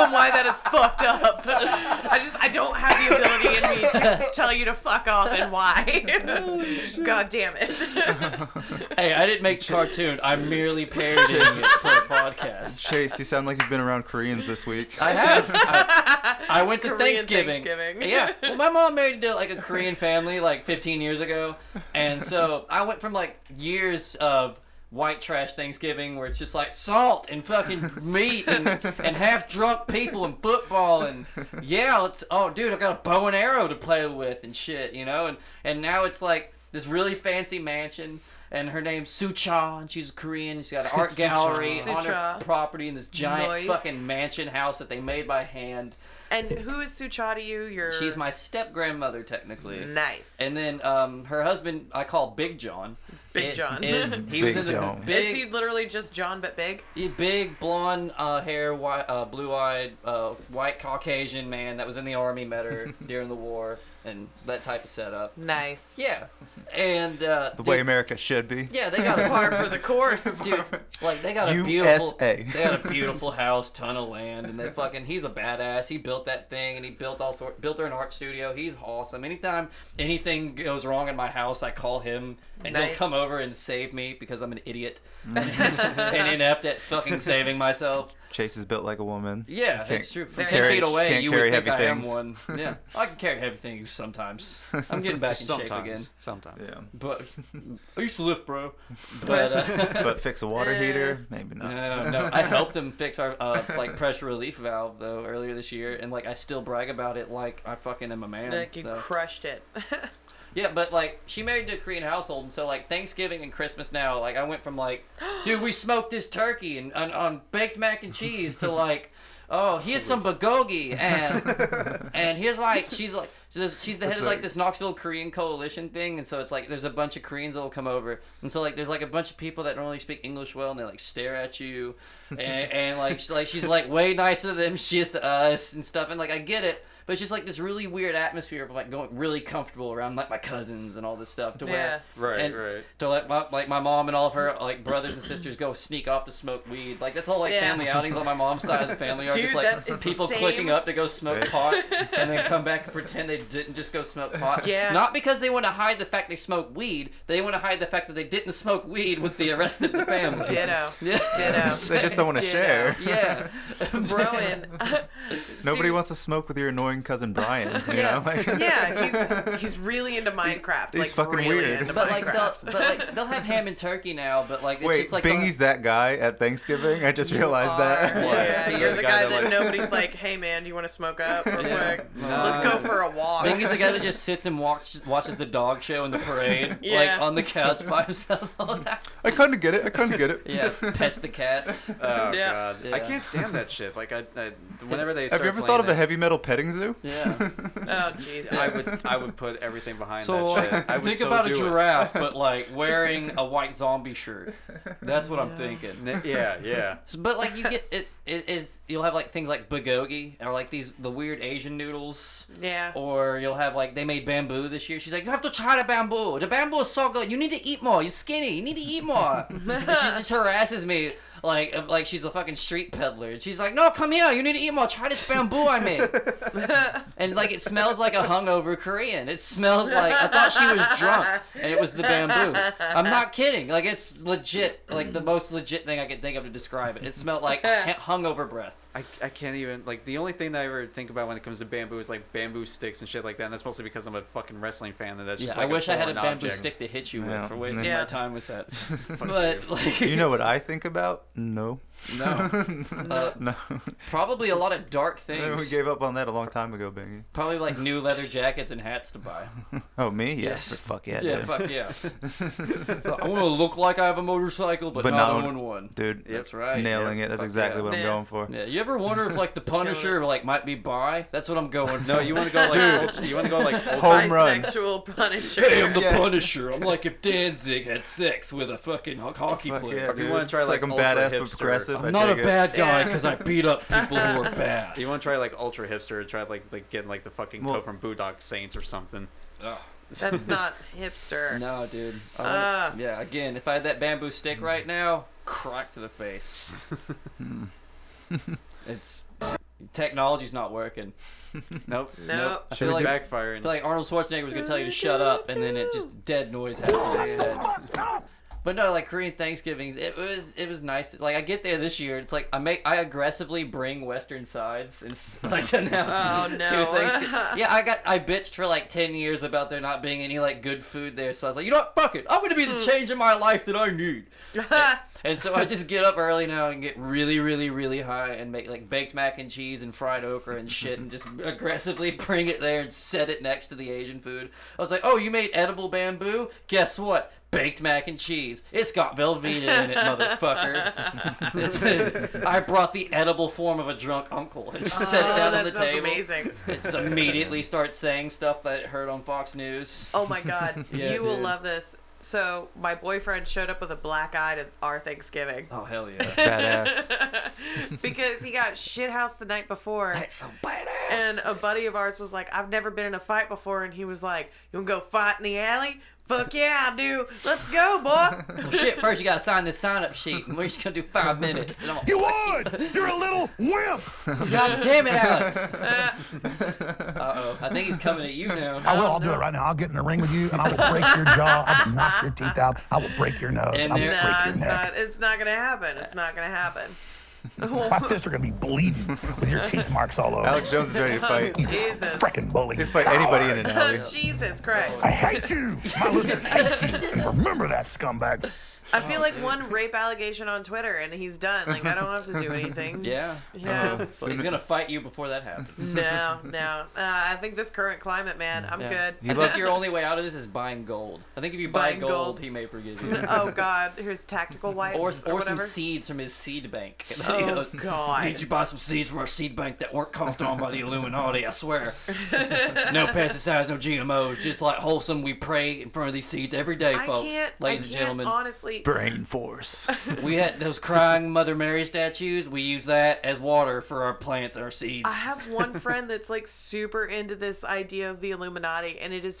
[SPEAKER 4] now on why that is fucked up. I just I don't have the ability in me to tell you to fuck off and why.
[SPEAKER 2] Oh,
[SPEAKER 4] God damn it.
[SPEAKER 2] Hey, I didn't make cartoon. I'm merely parodying it for a podcast.
[SPEAKER 3] Chase, you sound like you've been around Koreans this week.
[SPEAKER 2] I have. I, I went to
[SPEAKER 4] Korean
[SPEAKER 2] Thanksgiving.
[SPEAKER 4] Thanksgiving.
[SPEAKER 2] Yeah. Well, my mom married into like a Korean family like 15 years ago, and so I went from like years of white trash Thanksgiving where it's just like salt and fucking meat and, and half drunk people and football and yeah, let's oh dude, I got a bow and arrow to play with and shit, you know, and and now it's like this really fancy mansion. And her name's Sucha, and she's Korean. She's got an art gallery on her
[SPEAKER 4] Sucha.
[SPEAKER 2] property in this giant
[SPEAKER 4] Nice.
[SPEAKER 2] fucking mansion house that they made by hand.
[SPEAKER 4] and who is Sucha to you? Your
[SPEAKER 2] She's my step grandmother technically.
[SPEAKER 4] nice.
[SPEAKER 2] And then um, her husband, I call Big John.
[SPEAKER 4] Big
[SPEAKER 2] It
[SPEAKER 4] John.
[SPEAKER 2] is- he was
[SPEAKER 3] Big
[SPEAKER 2] in the
[SPEAKER 3] John.
[SPEAKER 4] is he
[SPEAKER 2] big,
[SPEAKER 4] literally just John but big?
[SPEAKER 2] he- big blonde uh, hair, white, uh, blue-eyed, uh, white Caucasian man that was in the army. Met her during the war and that type of setup.
[SPEAKER 4] Nice.
[SPEAKER 2] Yeah, and uh,
[SPEAKER 3] the way America should be.
[SPEAKER 2] yeah, they got a
[SPEAKER 4] Par for the course.
[SPEAKER 2] Dude, like they got a beautiful,
[SPEAKER 3] USA.
[SPEAKER 2] they got a beautiful house, ton of land, and they fucking. He's a badass. He built that thing, and he built all sort, built her an art studio. He's awesome. Anytime anything goes wrong in my house, I call him, and he'll
[SPEAKER 4] Nice.
[SPEAKER 2] come over and save me because I'm an idiot
[SPEAKER 3] Mm.
[SPEAKER 2] and inept at fucking saving myself.
[SPEAKER 3] Chase is built like a woman.
[SPEAKER 2] Yeah,
[SPEAKER 3] Can't
[SPEAKER 2] it's true. From
[SPEAKER 4] carry-
[SPEAKER 2] ten feet away,
[SPEAKER 3] can't
[SPEAKER 2] you
[SPEAKER 3] carry
[SPEAKER 2] would think
[SPEAKER 3] heavy
[SPEAKER 2] I am
[SPEAKER 3] things.
[SPEAKER 2] one. Yeah, I can carry heavy things sometimes. I'm getting back in shape again.
[SPEAKER 1] sometimes, sometimes.
[SPEAKER 3] Yeah.
[SPEAKER 2] But I used to lift, bro. But uh,
[SPEAKER 3] But fix a water
[SPEAKER 4] Uh,
[SPEAKER 3] heater? Maybe not.
[SPEAKER 2] No, no, I helped him fix our uh, like pressure relief valve though earlier this year, and like I still brag about it like I fucking am a man.
[SPEAKER 4] Like you
[SPEAKER 2] so.
[SPEAKER 4] crushed it.
[SPEAKER 2] yeah, but like she married to a Korean household, and so like Thanksgiving and Christmas now, like I went from like, dude, we smoked this turkey and on, on baked mac and cheese to like, oh, here's some bulgogi and and here's like she's like. She's she's the head of
[SPEAKER 3] That's
[SPEAKER 2] like
[SPEAKER 3] a-
[SPEAKER 2] this Knoxville Korean coalition thing, and so it's like there's a bunch of Koreans that will come over, and so like there's like a bunch of people that don't really speak English well, and they like stare at you, and, and like she, like she's like way nicer to them, she is to us and stuff, and like I get it, But it's just like this really weird atmosphere of like going really comfortable around like my cousins and all this stuff to where
[SPEAKER 1] Yeah. Right,
[SPEAKER 2] and
[SPEAKER 1] right.
[SPEAKER 2] to let my, like my mom and all of her like brothers and sisters go sneak off to smoke weed. Like that's all like
[SPEAKER 4] Yeah.
[SPEAKER 2] family outings on my mom's side of the family are
[SPEAKER 4] Dude,
[SPEAKER 2] just
[SPEAKER 4] that
[SPEAKER 2] like
[SPEAKER 4] is
[SPEAKER 2] people
[SPEAKER 4] same.
[SPEAKER 2] clicking up to go smoke
[SPEAKER 3] Right.
[SPEAKER 2] pot and then come back and pretend they didn't just go smoke pot.
[SPEAKER 4] Yeah.
[SPEAKER 2] Not because they want to hide the fact they smoked weed. They want to hide the fact that they didn't smoke weed with the rest of the family.
[SPEAKER 4] Ditto.
[SPEAKER 2] Yeah.
[SPEAKER 4] Ditto.
[SPEAKER 3] They just don't want to
[SPEAKER 4] Ditto.
[SPEAKER 3] share.
[SPEAKER 2] Yeah.
[SPEAKER 4] Rowan.
[SPEAKER 3] Nobody
[SPEAKER 4] Ser-
[SPEAKER 3] wants to smoke with your annoying cousin Brian. You know? Like,
[SPEAKER 4] yeah, he's he's really into Minecraft.
[SPEAKER 3] He's
[SPEAKER 4] like,
[SPEAKER 3] fucking
[SPEAKER 4] really
[SPEAKER 3] weird.
[SPEAKER 4] Into
[SPEAKER 2] But like, they'll,
[SPEAKER 4] Minecraft.
[SPEAKER 2] but like they'll have ham and turkey now, but like it's
[SPEAKER 3] Wait,
[SPEAKER 2] just like
[SPEAKER 3] Bingy's that guy at Thanksgiving. I just realized that.
[SPEAKER 4] Are- Yeah,
[SPEAKER 1] What?
[SPEAKER 4] you're the, guy, that,
[SPEAKER 1] like-
[SPEAKER 4] nobody's like, hey man, do you want to smoke up real
[SPEAKER 2] Yeah.
[SPEAKER 4] quick?
[SPEAKER 1] Nah.
[SPEAKER 4] Let's go for a walk.
[SPEAKER 2] Bingy's the guy that just sits and watches watches the dog show and the parade,
[SPEAKER 4] Yeah.
[SPEAKER 2] like on the couch by himself all the time.
[SPEAKER 3] I couldn't get it. I couldn't get it.
[SPEAKER 2] Yeah, pets the cats.
[SPEAKER 1] Oh
[SPEAKER 4] Yeah.
[SPEAKER 1] god,
[SPEAKER 2] Yeah.
[SPEAKER 1] I can't stand that shit. Like I, I whenever they
[SPEAKER 3] Have
[SPEAKER 1] start
[SPEAKER 3] you ever
[SPEAKER 1] playing
[SPEAKER 3] thought of
[SPEAKER 1] that,
[SPEAKER 3] a heavy metal petting zoo?
[SPEAKER 2] Yeah.
[SPEAKER 4] oh Jesus.
[SPEAKER 1] I would I would put everything behind
[SPEAKER 2] So uh,
[SPEAKER 1] that shit. I would
[SPEAKER 2] think
[SPEAKER 1] so
[SPEAKER 2] about a
[SPEAKER 1] do it.
[SPEAKER 2] giraffe, but like wearing a white zombie shirt. That's what I'm thinking.
[SPEAKER 1] N- Yeah, yeah.
[SPEAKER 2] S- But like you get it's it is you'll have like things like bulgogi or like these the weird Asian noodles.
[SPEAKER 4] yeah.
[SPEAKER 2] Or you'll have like they made bamboo this year. She's like, you have to try the bamboo. The bamboo is so good. You need to eat more. You're skinny. You need to eat more. and she just harasses me like like she's a fucking street peddler. And she's like, no, come here. You need to eat more. Try this bamboo I made. and like it smells like a hungover Korean. It smelled like I thought she was drunk, and it was the bamboo. I'm not kidding. Like it's legit. Like the most legit thing I could think of to describe it. It smelled like ha- hungover breath.
[SPEAKER 1] I, I can't even like the only thing that I ever think about when it comes to bamboo is like bamboo sticks and shit like that. And that's mostly because I'm a fucking wrestling fan. And that's
[SPEAKER 2] Yeah,
[SPEAKER 1] just like
[SPEAKER 2] I wish I had a
[SPEAKER 1] foreign
[SPEAKER 2] bamboo
[SPEAKER 1] object.
[SPEAKER 2] stick to hit you with
[SPEAKER 3] Yeah.
[SPEAKER 2] for wasting
[SPEAKER 4] Yeah.
[SPEAKER 2] my time with that. but like,
[SPEAKER 3] You know what I think about? No.
[SPEAKER 2] no, Uh,
[SPEAKER 3] no.
[SPEAKER 2] probably a lot of dark
[SPEAKER 3] We
[SPEAKER 2] things.
[SPEAKER 3] gave up on that a long time ago, Bingy.
[SPEAKER 2] probably like new leather jackets and hats to buy.
[SPEAKER 3] Oh, me? Yeah,
[SPEAKER 2] Yes.
[SPEAKER 3] for fuck yeah,
[SPEAKER 2] Yeah,
[SPEAKER 3] dude.
[SPEAKER 2] fuck yeah. I want to look like I have a motorcycle, but,
[SPEAKER 3] But
[SPEAKER 2] not
[SPEAKER 3] not-
[SPEAKER 2] own one.
[SPEAKER 3] Dude,
[SPEAKER 2] That's right.
[SPEAKER 3] nailing
[SPEAKER 1] yeah,
[SPEAKER 3] it. That's
[SPEAKER 1] fuck
[SPEAKER 3] exactly
[SPEAKER 1] yeah.
[SPEAKER 3] what I'm
[SPEAKER 4] Yeah.
[SPEAKER 3] going for.
[SPEAKER 2] Yeah, you ever wonder if like the Punisher like might be bi? That's what I'm going for.
[SPEAKER 1] No, you want to go like ultra, you want to go like ultra,
[SPEAKER 3] Home run.
[SPEAKER 4] Bisexual Punisher.
[SPEAKER 2] Hey, I'm the
[SPEAKER 3] Yeah.
[SPEAKER 2] Punisher. I'm like if Danzig had sex with a fucking ho- hockey
[SPEAKER 3] Fuck
[SPEAKER 2] player.
[SPEAKER 3] yeah,
[SPEAKER 1] If you
[SPEAKER 3] dude.
[SPEAKER 1] wanna try,
[SPEAKER 3] it's like,
[SPEAKER 1] like,
[SPEAKER 3] I'm
[SPEAKER 1] ultra
[SPEAKER 3] badass but
[SPEAKER 1] hipster.
[SPEAKER 3] progressive.
[SPEAKER 2] I'm
[SPEAKER 3] I
[SPEAKER 2] not a
[SPEAKER 3] dig it.
[SPEAKER 2] bad guy
[SPEAKER 4] Yeah.
[SPEAKER 2] because I beat up people who were bad.
[SPEAKER 1] you want to try like ultra hipster. Try like like getting like the fucking
[SPEAKER 3] Well-
[SPEAKER 1] coat from Boondock Saints or something.
[SPEAKER 4] That's not hipster.
[SPEAKER 2] No, dude. I
[SPEAKER 4] Ah.
[SPEAKER 2] wanna- yeah, again, if I had that bamboo stick right now, crack to the face. it's technology's not working.
[SPEAKER 1] Nope,
[SPEAKER 4] No.
[SPEAKER 1] nope.
[SPEAKER 2] I
[SPEAKER 1] I
[SPEAKER 2] feel
[SPEAKER 1] feel
[SPEAKER 2] like- I
[SPEAKER 1] backfiring.
[SPEAKER 2] feel like Arnold Schwarzenegger was gonna tell you to shut up, and then it just dead noise happened instead. But no, like Korean Thanksgivings, it was it was nice. Like I get there this year, it's like I make I aggressively bring Western sides and s- like to now
[SPEAKER 4] Oh,
[SPEAKER 2] to,
[SPEAKER 4] no.
[SPEAKER 2] to Thanksgiving. Yeah, I got I bitched for like ten years about there not being any like good food there, so I was like, you know what, fuck it, I'm gonna be the
[SPEAKER 4] Hmm.
[SPEAKER 2] change in my life that I need. And so I just get up early now and get really, really, really high and make like baked mac and cheese and fried okra and shit and just aggressively bring it there and set it next to the Asian food. I was like, oh, you made edible bamboo? Guess what? Baked mac and cheese. It's got Velveeta in it, motherfucker. It's been- I brought the edible form of a drunk uncle and just set it
[SPEAKER 4] Oh,
[SPEAKER 2] down
[SPEAKER 4] that
[SPEAKER 2] on the
[SPEAKER 4] sounds
[SPEAKER 2] table.
[SPEAKER 4] amazing.
[SPEAKER 2] It just immediately starts saying stuff that it heard on Fox News.
[SPEAKER 4] Oh my god,
[SPEAKER 2] Yeah,
[SPEAKER 4] you will
[SPEAKER 2] dude.
[SPEAKER 4] love this. So my boyfriend showed up with a black eye to our Thanksgiving
[SPEAKER 2] Oh, hell yeah.
[SPEAKER 3] Badass.
[SPEAKER 4] because he got shithoused the night before.
[SPEAKER 2] That's so badass.
[SPEAKER 4] And a buddy of ours was like, I've never been in a fight before. And he was like, You want to go fight in the alley? Fuck yeah, I do. Let's go, boy.
[SPEAKER 2] Well, shit, first you gotta sign this sign up sheet, and we're just gonna do five minutes. And I'm like,
[SPEAKER 5] You would! You're a little wimp!
[SPEAKER 2] God damn it, Alex! uh oh, I think he's coming at you
[SPEAKER 5] I
[SPEAKER 2] now.
[SPEAKER 5] will. I'll do it right now. I'll get in the ring with you and I will break your jaw. I will knock your teeth out. I will break your nose.
[SPEAKER 2] And
[SPEAKER 5] I will
[SPEAKER 2] there-
[SPEAKER 5] break
[SPEAKER 4] nah,
[SPEAKER 5] your
[SPEAKER 4] it's
[SPEAKER 5] neck.
[SPEAKER 4] not, it's not going to happen. It's not going to happen.
[SPEAKER 5] My sister gonna be bleeding with your teeth marks all over.
[SPEAKER 3] Alex Jones is ready to fight.
[SPEAKER 5] you
[SPEAKER 4] Jesus.
[SPEAKER 5] frickin' bully.
[SPEAKER 3] He'd fight anybody in an alley.
[SPEAKER 4] Oh, Jesus Christ.
[SPEAKER 5] I hate you. My listeners hate you. And remember that scumbag.
[SPEAKER 4] I feel like one rape allegation on Twitter and he's done. Like, I don't have to do anything.
[SPEAKER 2] Yeah.
[SPEAKER 4] Yeah.
[SPEAKER 2] So he's gonna fight you before that happens.
[SPEAKER 4] No, no. Uh, I think this current climate, man, I'm
[SPEAKER 2] Yeah.
[SPEAKER 4] good.
[SPEAKER 2] I think your only way out of this is buying gold. I think if you buy
[SPEAKER 4] Buying
[SPEAKER 2] gold,
[SPEAKER 4] gold.
[SPEAKER 2] he may forgive you.
[SPEAKER 4] Oh, God. Here's tactical wipes
[SPEAKER 2] Or,
[SPEAKER 4] or,
[SPEAKER 2] or some
[SPEAKER 4] whatever.
[SPEAKER 2] seeds from his seed bank. He
[SPEAKER 4] Oh,
[SPEAKER 2] goes,
[SPEAKER 4] God.
[SPEAKER 2] Did you buy some seeds from our seed bank that weren't coughed on by the Illuminati? I swear. no pesticides, no GMOs, just like wholesome. We pray in front of these seeds every day,
[SPEAKER 4] I
[SPEAKER 2] folks,
[SPEAKER 4] can't,
[SPEAKER 2] ladies
[SPEAKER 4] I
[SPEAKER 2] and
[SPEAKER 4] can't
[SPEAKER 2] gentlemen.
[SPEAKER 4] honestly complete.
[SPEAKER 3] Brain force.
[SPEAKER 2] We had those crying Mother Mary statues. We use that as water for our plants, our seeds.
[SPEAKER 4] I have one friend that's like super into this idea of the Illuminati, and it is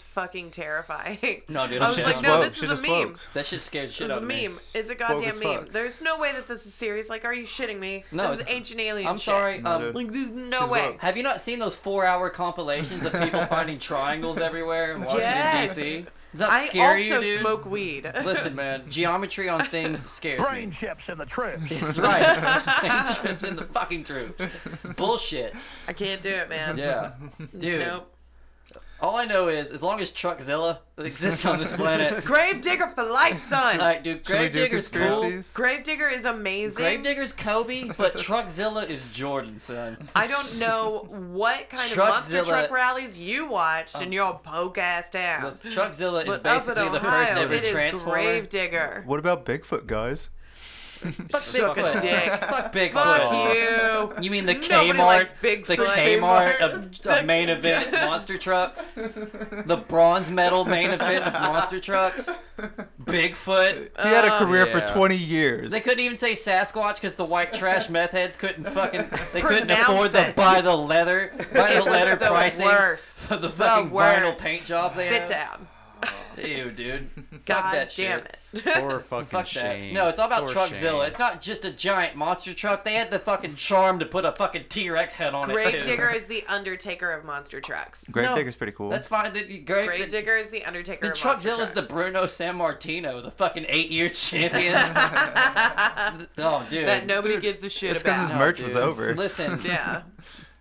[SPEAKER 4] fucking terrifying.
[SPEAKER 2] No, dude,
[SPEAKER 4] I
[SPEAKER 2] I'm
[SPEAKER 4] was
[SPEAKER 2] shit
[SPEAKER 4] like,
[SPEAKER 2] on
[SPEAKER 4] no,
[SPEAKER 2] woke.
[SPEAKER 4] this
[SPEAKER 3] She
[SPEAKER 4] is
[SPEAKER 3] just
[SPEAKER 4] a meme.
[SPEAKER 3] woke.
[SPEAKER 2] That shit scared shit
[SPEAKER 4] It's a
[SPEAKER 2] out
[SPEAKER 4] meme.
[SPEAKER 2] of me.
[SPEAKER 4] It's a
[SPEAKER 3] as
[SPEAKER 4] goddamn meme.
[SPEAKER 3] fuck.
[SPEAKER 4] There's no way that this is serious. Like, are you shitting me?
[SPEAKER 2] No,
[SPEAKER 4] this is
[SPEAKER 2] it's-
[SPEAKER 4] ancient alien.
[SPEAKER 2] I'm
[SPEAKER 4] shit.
[SPEAKER 2] sorry. Um,
[SPEAKER 3] dude.
[SPEAKER 4] Like, there's no
[SPEAKER 3] She's
[SPEAKER 4] way.
[SPEAKER 3] woke.
[SPEAKER 2] have you not seen those four-hour compilations of people finding triangles everywhere in Washington
[SPEAKER 4] Yes.
[SPEAKER 2] D.C.? Does that
[SPEAKER 4] I
[SPEAKER 2] scare you,
[SPEAKER 4] also
[SPEAKER 2] dude?
[SPEAKER 4] smoke weed.
[SPEAKER 2] Listen, man, geometry on things scares
[SPEAKER 5] Brain
[SPEAKER 2] me.
[SPEAKER 5] chips in the trips.
[SPEAKER 2] That's right. troops in the fucking troops. It's bullshit.
[SPEAKER 4] I can't do it, man.
[SPEAKER 2] Yeah, dude.
[SPEAKER 4] Nope.
[SPEAKER 2] All I know is, as long as Truckzilla exists on this planet,
[SPEAKER 4] Grave digger for life, son.
[SPEAKER 2] like, dude,
[SPEAKER 3] Should we do
[SPEAKER 2] Gravedigger's cool.
[SPEAKER 3] conspiracies?
[SPEAKER 4] Grave digger is amazing.
[SPEAKER 2] Gravedigger's Kobe, but Truckzilla is Jordan, son.
[SPEAKER 4] I don't know what kind of
[SPEAKER 2] Truckzilla-
[SPEAKER 4] monster truck rallies you watched in your poke ass town.
[SPEAKER 2] Um, Listen, Truckzilla is
[SPEAKER 4] But up in
[SPEAKER 2] basically the
[SPEAKER 4] Ohio,
[SPEAKER 2] first ever
[SPEAKER 4] it is
[SPEAKER 2] transformer.
[SPEAKER 4] Gravedigger.
[SPEAKER 3] What about Bigfoot, guys?
[SPEAKER 4] Fuck
[SPEAKER 2] Suck
[SPEAKER 4] Bigfoot
[SPEAKER 2] it.
[SPEAKER 4] dick.
[SPEAKER 2] Fuck Bigfoot.
[SPEAKER 4] Fuck you.
[SPEAKER 2] You mean the
[SPEAKER 4] Nobody likes
[SPEAKER 2] Kmart,
[SPEAKER 4] Bigfoot.
[SPEAKER 2] the Kmart of, of main event monster trucks, the bronze medal main event of monster trucks, Bigfoot.
[SPEAKER 3] He had a career
[SPEAKER 1] yeah.
[SPEAKER 3] for 20 years.
[SPEAKER 2] Uh, They couldn't even say Sasquatch because the white trash meth heads couldn't fucking. They couldn't
[SPEAKER 4] Pronounce
[SPEAKER 2] afford to
[SPEAKER 4] it.
[SPEAKER 2] buy the leather, buy
[SPEAKER 4] It
[SPEAKER 2] the
[SPEAKER 4] was
[SPEAKER 2] leather
[SPEAKER 4] the
[SPEAKER 2] pricing
[SPEAKER 4] worst.
[SPEAKER 2] of the fucking vinyl
[SPEAKER 4] worst.
[SPEAKER 2] paint job they
[SPEAKER 4] Sit
[SPEAKER 2] had.
[SPEAKER 4] down.
[SPEAKER 2] Ew, dude. Fuck
[SPEAKER 4] God
[SPEAKER 2] that shit.
[SPEAKER 4] damn it.
[SPEAKER 1] Or fucking
[SPEAKER 2] Fuck
[SPEAKER 1] shame.
[SPEAKER 2] that. No, it's all about
[SPEAKER 1] Poor
[SPEAKER 2] Truckzilla.
[SPEAKER 1] shame.
[SPEAKER 2] It's not just a giant monster truck. They had the fucking charm to put a fucking T Rex head on it. too.
[SPEAKER 4] Gravedigger is the undertaker of monster trucks.
[SPEAKER 3] Gravedigger's pretty cool.
[SPEAKER 2] That's fine. The, the, great,
[SPEAKER 4] Grave
[SPEAKER 2] the,
[SPEAKER 4] digger is the undertaker
[SPEAKER 2] the
[SPEAKER 4] of monster
[SPEAKER 2] Truckzilla's the
[SPEAKER 4] trucks.
[SPEAKER 2] Bruno San Martino, the fucking eight year champion. oh, dude.
[SPEAKER 4] that nobody gives a shit
[SPEAKER 3] It's 'cause
[SPEAKER 4] about.
[SPEAKER 3] his merch was
[SPEAKER 2] Dude,
[SPEAKER 3] over.
[SPEAKER 2] Listen,
[SPEAKER 4] yeah.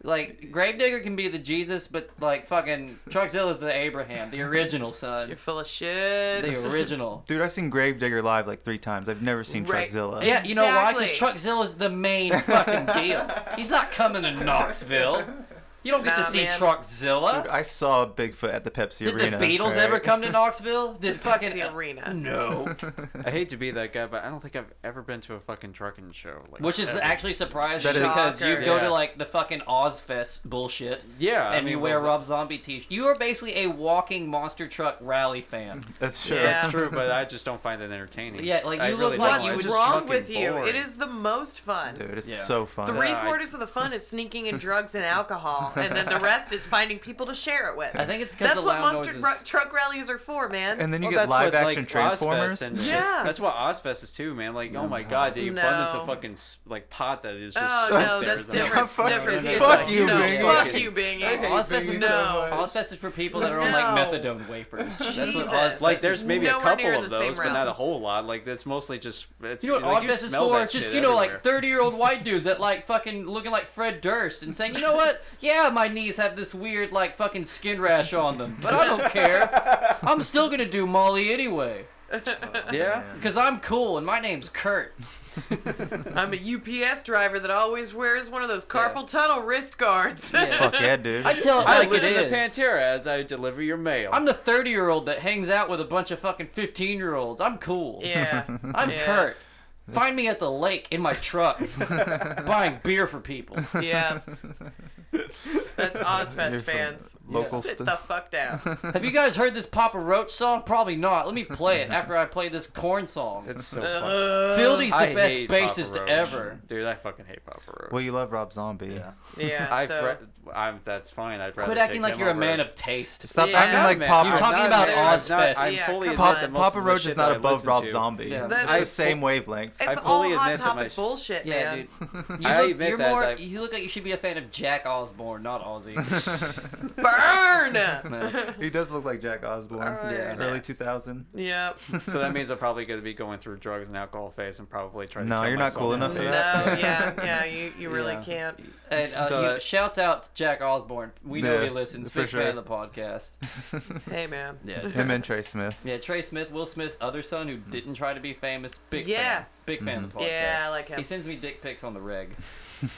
[SPEAKER 2] like Gravedigger can be the Jesus, but like fucking Truckzilla's the Abraham, the original son,
[SPEAKER 4] You're full of shit.
[SPEAKER 2] the original.
[SPEAKER 3] Dude, I've seen Gravedigger live like three times. I've never seen
[SPEAKER 4] Right.
[SPEAKER 3] Truckzilla.
[SPEAKER 2] Yeah, you know why? Because
[SPEAKER 4] Exactly.
[SPEAKER 2] Truckzilla's the main fucking deal. He's not coming to Knoxville. You don't get to
[SPEAKER 4] Nah,
[SPEAKER 2] see
[SPEAKER 4] man.
[SPEAKER 2] Truckzilla.
[SPEAKER 3] Dude, I saw Bigfoot at the Pepsi
[SPEAKER 2] Did
[SPEAKER 3] Arena.
[SPEAKER 2] the Beatles
[SPEAKER 3] right?
[SPEAKER 2] ever come to Knoxville? Did fucking
[SPEAKER 4] The arena.
[SPEAKER 2] No.
[SPEAKER 1] I hate to be that guy, but I don't think I've ever been to a fucking trucking show. Like,
[SPEAKER 2] Which is
[SPEAKER 1] ever.
[SPEAKER 2] actually surprising
[SPEAKER 3] That is-
[SPEAKER 2] because you
[SPEAKER 4] Shocker.
[SPEAKER 2] go
[SPEAKER 1] Yeah.
[SPEAKER 2] to like the fucking Ozfest bullshit.
[SPEAKER 1] Yeah, I
[SPEAKER 2] And you
[SPEAKER 1] mean,
[SPEAKER 2] wear
[SPEAKER 1] well,
[SPEAKER 2] Rob Zombie t shirt. You are basically a walking monster truck rally fan.
[SPEAKER 3] That's true.
[SPEAKER 4] Yeah.
[SPEAKER 1] That's true, but I just don't find it entertaining.
[SPEAKER 2] Yeah, like,
[SPEAKER 1] I
[SPEAKER 2] you look
[SPEAKER 1] really
[SPEAKER 2] like
[SPEAKER 1] don't.
[SPEAKER 2] you would-
[SPEAKER 4] What's
[SPEAKER 1] It's just
[SPEAKER 4] wrong
[SPEAKER 1] fucking
[SPEAKER 4] with you?
[SPEAKER 1] boring.
[SPEAKER 4] It is the most fun.
[SPEAKER 3] Dude, it's
[SPEAKER 1] Yeah.
[SPEAKER 3] so fun.
[SPEAKER 4] Three
[SPEAKER 1] Yeah, I-
[SPEAKER 4] quarters of the fun is sneaking in drugs and alcohol, and then the rest is finding people to share it with.
[SPEAKER 2] I think it's 'cause
[SPEAKER 4] that's
[SPEAKER 2] the
[SPEAKER 4] what
[SPEAKER 2] loud
[SPEAKER 4] monster
[SPEAKER 2] noises-
[SPEAKER 4] ru- truck rallies are for, man.
[SPEAKER 3] And then you
[SPEAKER 1] Well,
[SPEAKER 3] get
[SPEAKER 1] that's
[SPEAKER 3] live
[SPEAKER 1] what,
[SPEAKER 3] action
[SPEAKER 1] like,
[SPEAKER 3] Transformers.
[SPEAKER 1] Ozfest and shit.
[SPEAKER 4] Yeah.
[SPEAKER 1] that's what Ozfest is too, man. Like, oh my god, the abundance of
[SPEAKER 4] No.
[SPEAKER 1] fucking s- like pot that is just.
[SPEAKER 4] oh
[SPEAKER 1] sitting
[SPEAKER 4] no,
[SPEAKER 1] there
[SPEAKER 4] that's
[SPEAKER 1] is amazing.
[SPEAKER 4] different.
[SPEAKER 3] Fuck-
[SPEAKER 4] different.
[SPEAKER 2] fuck
[SPEAKER 4] It's
[SPEAKER 2] fuck
[SPEAKER 4] like,
[SPEAKER 2] you,
[SPEAKER 4] no,
[SPEAKER 2] Bingy.
[SPEAKER 4] Fuck you, Bingy.
[SPEAKER 3] I hate
[SPEAKER 2] Ozfest
[SPEAKER 3] Bingy
[SPEAKER 2] is,
[SPEAKER 4] so
[SPEAKER 2] no.
[SPEAKER 4] much.
[SPEAKER 2] Ozfest is for people that are on like
[SPEAKER 4] No.
[SPEAKER 2] methadone wafers. That's what
[SPEAKER 4] Jesus.
[SPEAKER 2] Ozfest
[SPEAKER 1] Like, there's
[SPEAKER 2] is.
[SPEAKER 1] maybe a
[SPEAKER 4] Nowhere
[SPEAKER 1] couple
[SPEAKER 4] near the
[SPEAKER 1] of
[SPEAKER 4] same
[SPEAKER 1] those, but
[SPEAKER 4] realm.
[SPEAKER 1] not a whole lot. Like, that's mostly just. It's,
[SPEAKER 2] You know what
[SPEAKER 1] like,
[SPEAKER 2] Ozfest is
[SPEAKER 1] smell
[SPEAKER 2] for?
[SPEAKER 1] that
[SPEAKER 2] Just
[SPEAKER 1] shit
[SPEAKER 2] you know, like
[SPEAKER 1] everywhere.
[SPEAKER 2] thirty-year-old white dudes that like fucking looking like Fred Durst and saying, you know what? Yeah, my knees have this weird like fucking skin rash on them, but I don't care. I'm still gonna do Molly anyway
[SPEAKER 1] Yeah.
[SPEAKER 2] because I'm cool and my name's Kurt.
[SPEAKER 4] I'm a UPS driver that always wears one of those carpal tunnel wrist guards.
[SPEAKER 3] Fuck yeah, dude.
[SPEAKER 2] I tell it
[SPEAKER 1] I
[SPEAKER 2] like it
[SPEAKER 1] listen to
[SPEAKER 2] is.
[SPEAKER 1] Pantera as I deliver your mail.
[SPEAKER 2] I'm the thirty-year-old that hangs out with a bunch of fucking fifteen-year-olds. I'm cool.
[SPEAKER 4] yeah.
[SPEAKER 2] I'm
[SPEAKER 4] Yeah.
[SPEAKER 2] Kurt. Find me at the lake in my truck buying beer for people.
[SPEAKER 4] Yeah. That's Ozfest fans.
[SPEAKER 3] local
[SPEAKER 4] Sit
[SPEAKER 3] stu-
[SPEAKER 4] the fuck down.
[SPEAKER 2] Have you guys heard this Papa Roach song? Probably not. Let me play it after I play this corn song.
[SPEAKER 1] It's so fun.
[SPEAKER 2] Fieldy's the
[SPEAKER 1] I
[SPEAKER 2] best
[SPEAKER 1] hate Papa
[SPEAKER 2] bassist
[SPEAKER 1] Roach.
[SPEAKER 2] ever.
[SPEAKER 1] Dude, I fucking hate Papa Roach.
[SPEAKER 3] Well, you love Rob Zombie.
[SPEAKER 4] Yeah.
[SPEAKER 1] I
[SPEAKER 4] so.
[SPEAKER 1] fre- I'm, that's fine. I'd rather
[SPEAKER 2] Quit
[SPEAKER 1] take
[SPEAKER 2] acting like
[SPEAKER 1] him
[SPEAKER 2] you're a
[SPEAKER 1] over-
[SPEAKER 2] man of taste.
[SPEAKER 3] Stop
[SPEAKER 4] Yeah.
[SPEAKER 3] acting
[SPEAKER 4] Yeah,
[SPEAKER 3] like
[SPEAKER 1] man.
[SPEAKER 3] Papa.
[SPEAKER 2] You're talking
[SPEAKER 1] I'm
[SPEAKER 2] about
[SPEAKER 1] not- I'm not-
[SPEAKER 2] Ozfest.
[SPEAKER 1] I
[SPEAKER 4] Yeah,
[SPEAKER 1] fully
[SPEAKER 4] come
[SPEAKER 1] admit
[SPEAKER 4] on.
[SPEAKER 1] that most
[SPEAKER 3] Papa
[SPEAKER 1] of the
[SPEAKER 3] Roach
[SPEAKER 1] shit
[SPEAKER 3] is not
[SPEAKER 1] that I
[SPEAKER 3] above
[SPEAKER 1] listen
[SPEAKER 3] Rob
[SPEAKER 1] to-
[SPEAKER 3] Zombie.
[SPEAKER 2] Yeah.
[SPEAKER 3] It's
[SPEAKER 4] I
[SPEAKER 3] the same
[SPEAKER 1] full-
[SPEAKER 3] wavelength.
[SPEAKER 4] It's
[SPEAKER 1] I
[SPEAKER 4] all
[SPEAKER 1] fully
[SPEAKER 4] hot
[SPEAKER 1] admit that my
[SPEAKER 4] topic
[SPEAKER 1] sh-
[SPEAKER 4] bullshit,
[SPEAKER 2] Yeah,
[SPEAKER 4] man.
[SPEAKER 2] dude.
[SPEAKER 1] I
[SPEAKER 2] You look,
[SPEAKER 1] admit
[SPEAKER 2] you're
[SPEAKER 1] that,
[SPEAKER 2] more,
[SPEAKER 1] like-
[SPEAKER 2] you look like you should be a fan of Jack Osborne, not Ozzy.
[SPEAKER 4] Burn.
[SPEAKER 3] he does look like Jack Osborne.
[SPEAKER 4] Yeah.
[SPEAKER 3] Early 2000.
[SPEAKER 4] Yep.
[SPEAKER 1] So that means I'm probably going to be going through drugs and alcohol phase and probably trying
[SPEAKER 3] No,
[SPEAKER 1] to. kill
[SPEAKER 3] you're not
[SPEAKER 1] myself
[SPEAKER 3] cool
[SPEAKER 1] in a
[SPEAKER 3] enough for
[SPEAKER 1] bit.
[SPEAKER 4] No,
[SPEAKER 3] that.
[SPEAKER 4] yeah, yeah, you, you really
[SPEAKER 2] Yeah.
[SPEAKER 4] can't.
[SPEAKER 2] and uh,
[SPEAKER 1] So-
[SPEAKER 2] you- shouts out to Jack Osborne. We know
[SPEAKER 3] Yeah,
[SPEAKER 2] he listens.
[SPEAKER 3] for
[SPEAKER 2] Big
[SPEAKER 3] sure.
[SPEAKER 2] fan of the podcast.
[SPEAKER 4] Hey, man.
[SPEAKER 2] Yeah, dude.
[SPEAKER 3] Him and Trey Smith.
[SPEAKER 2] yeah. Trey Smith, Will Smith's other son, who
[SPEAKER 1] Mm-hmm.
[SPEAKER 2] didn't try to be famous. Big
[SPEAKER 4] Yeah.
[SPEAKER 2] fan. Big fan of the podcast.
[SPEAKER 4] Yeah, I like him.
[SPEAKER 2] He sends me dick pics on the reg.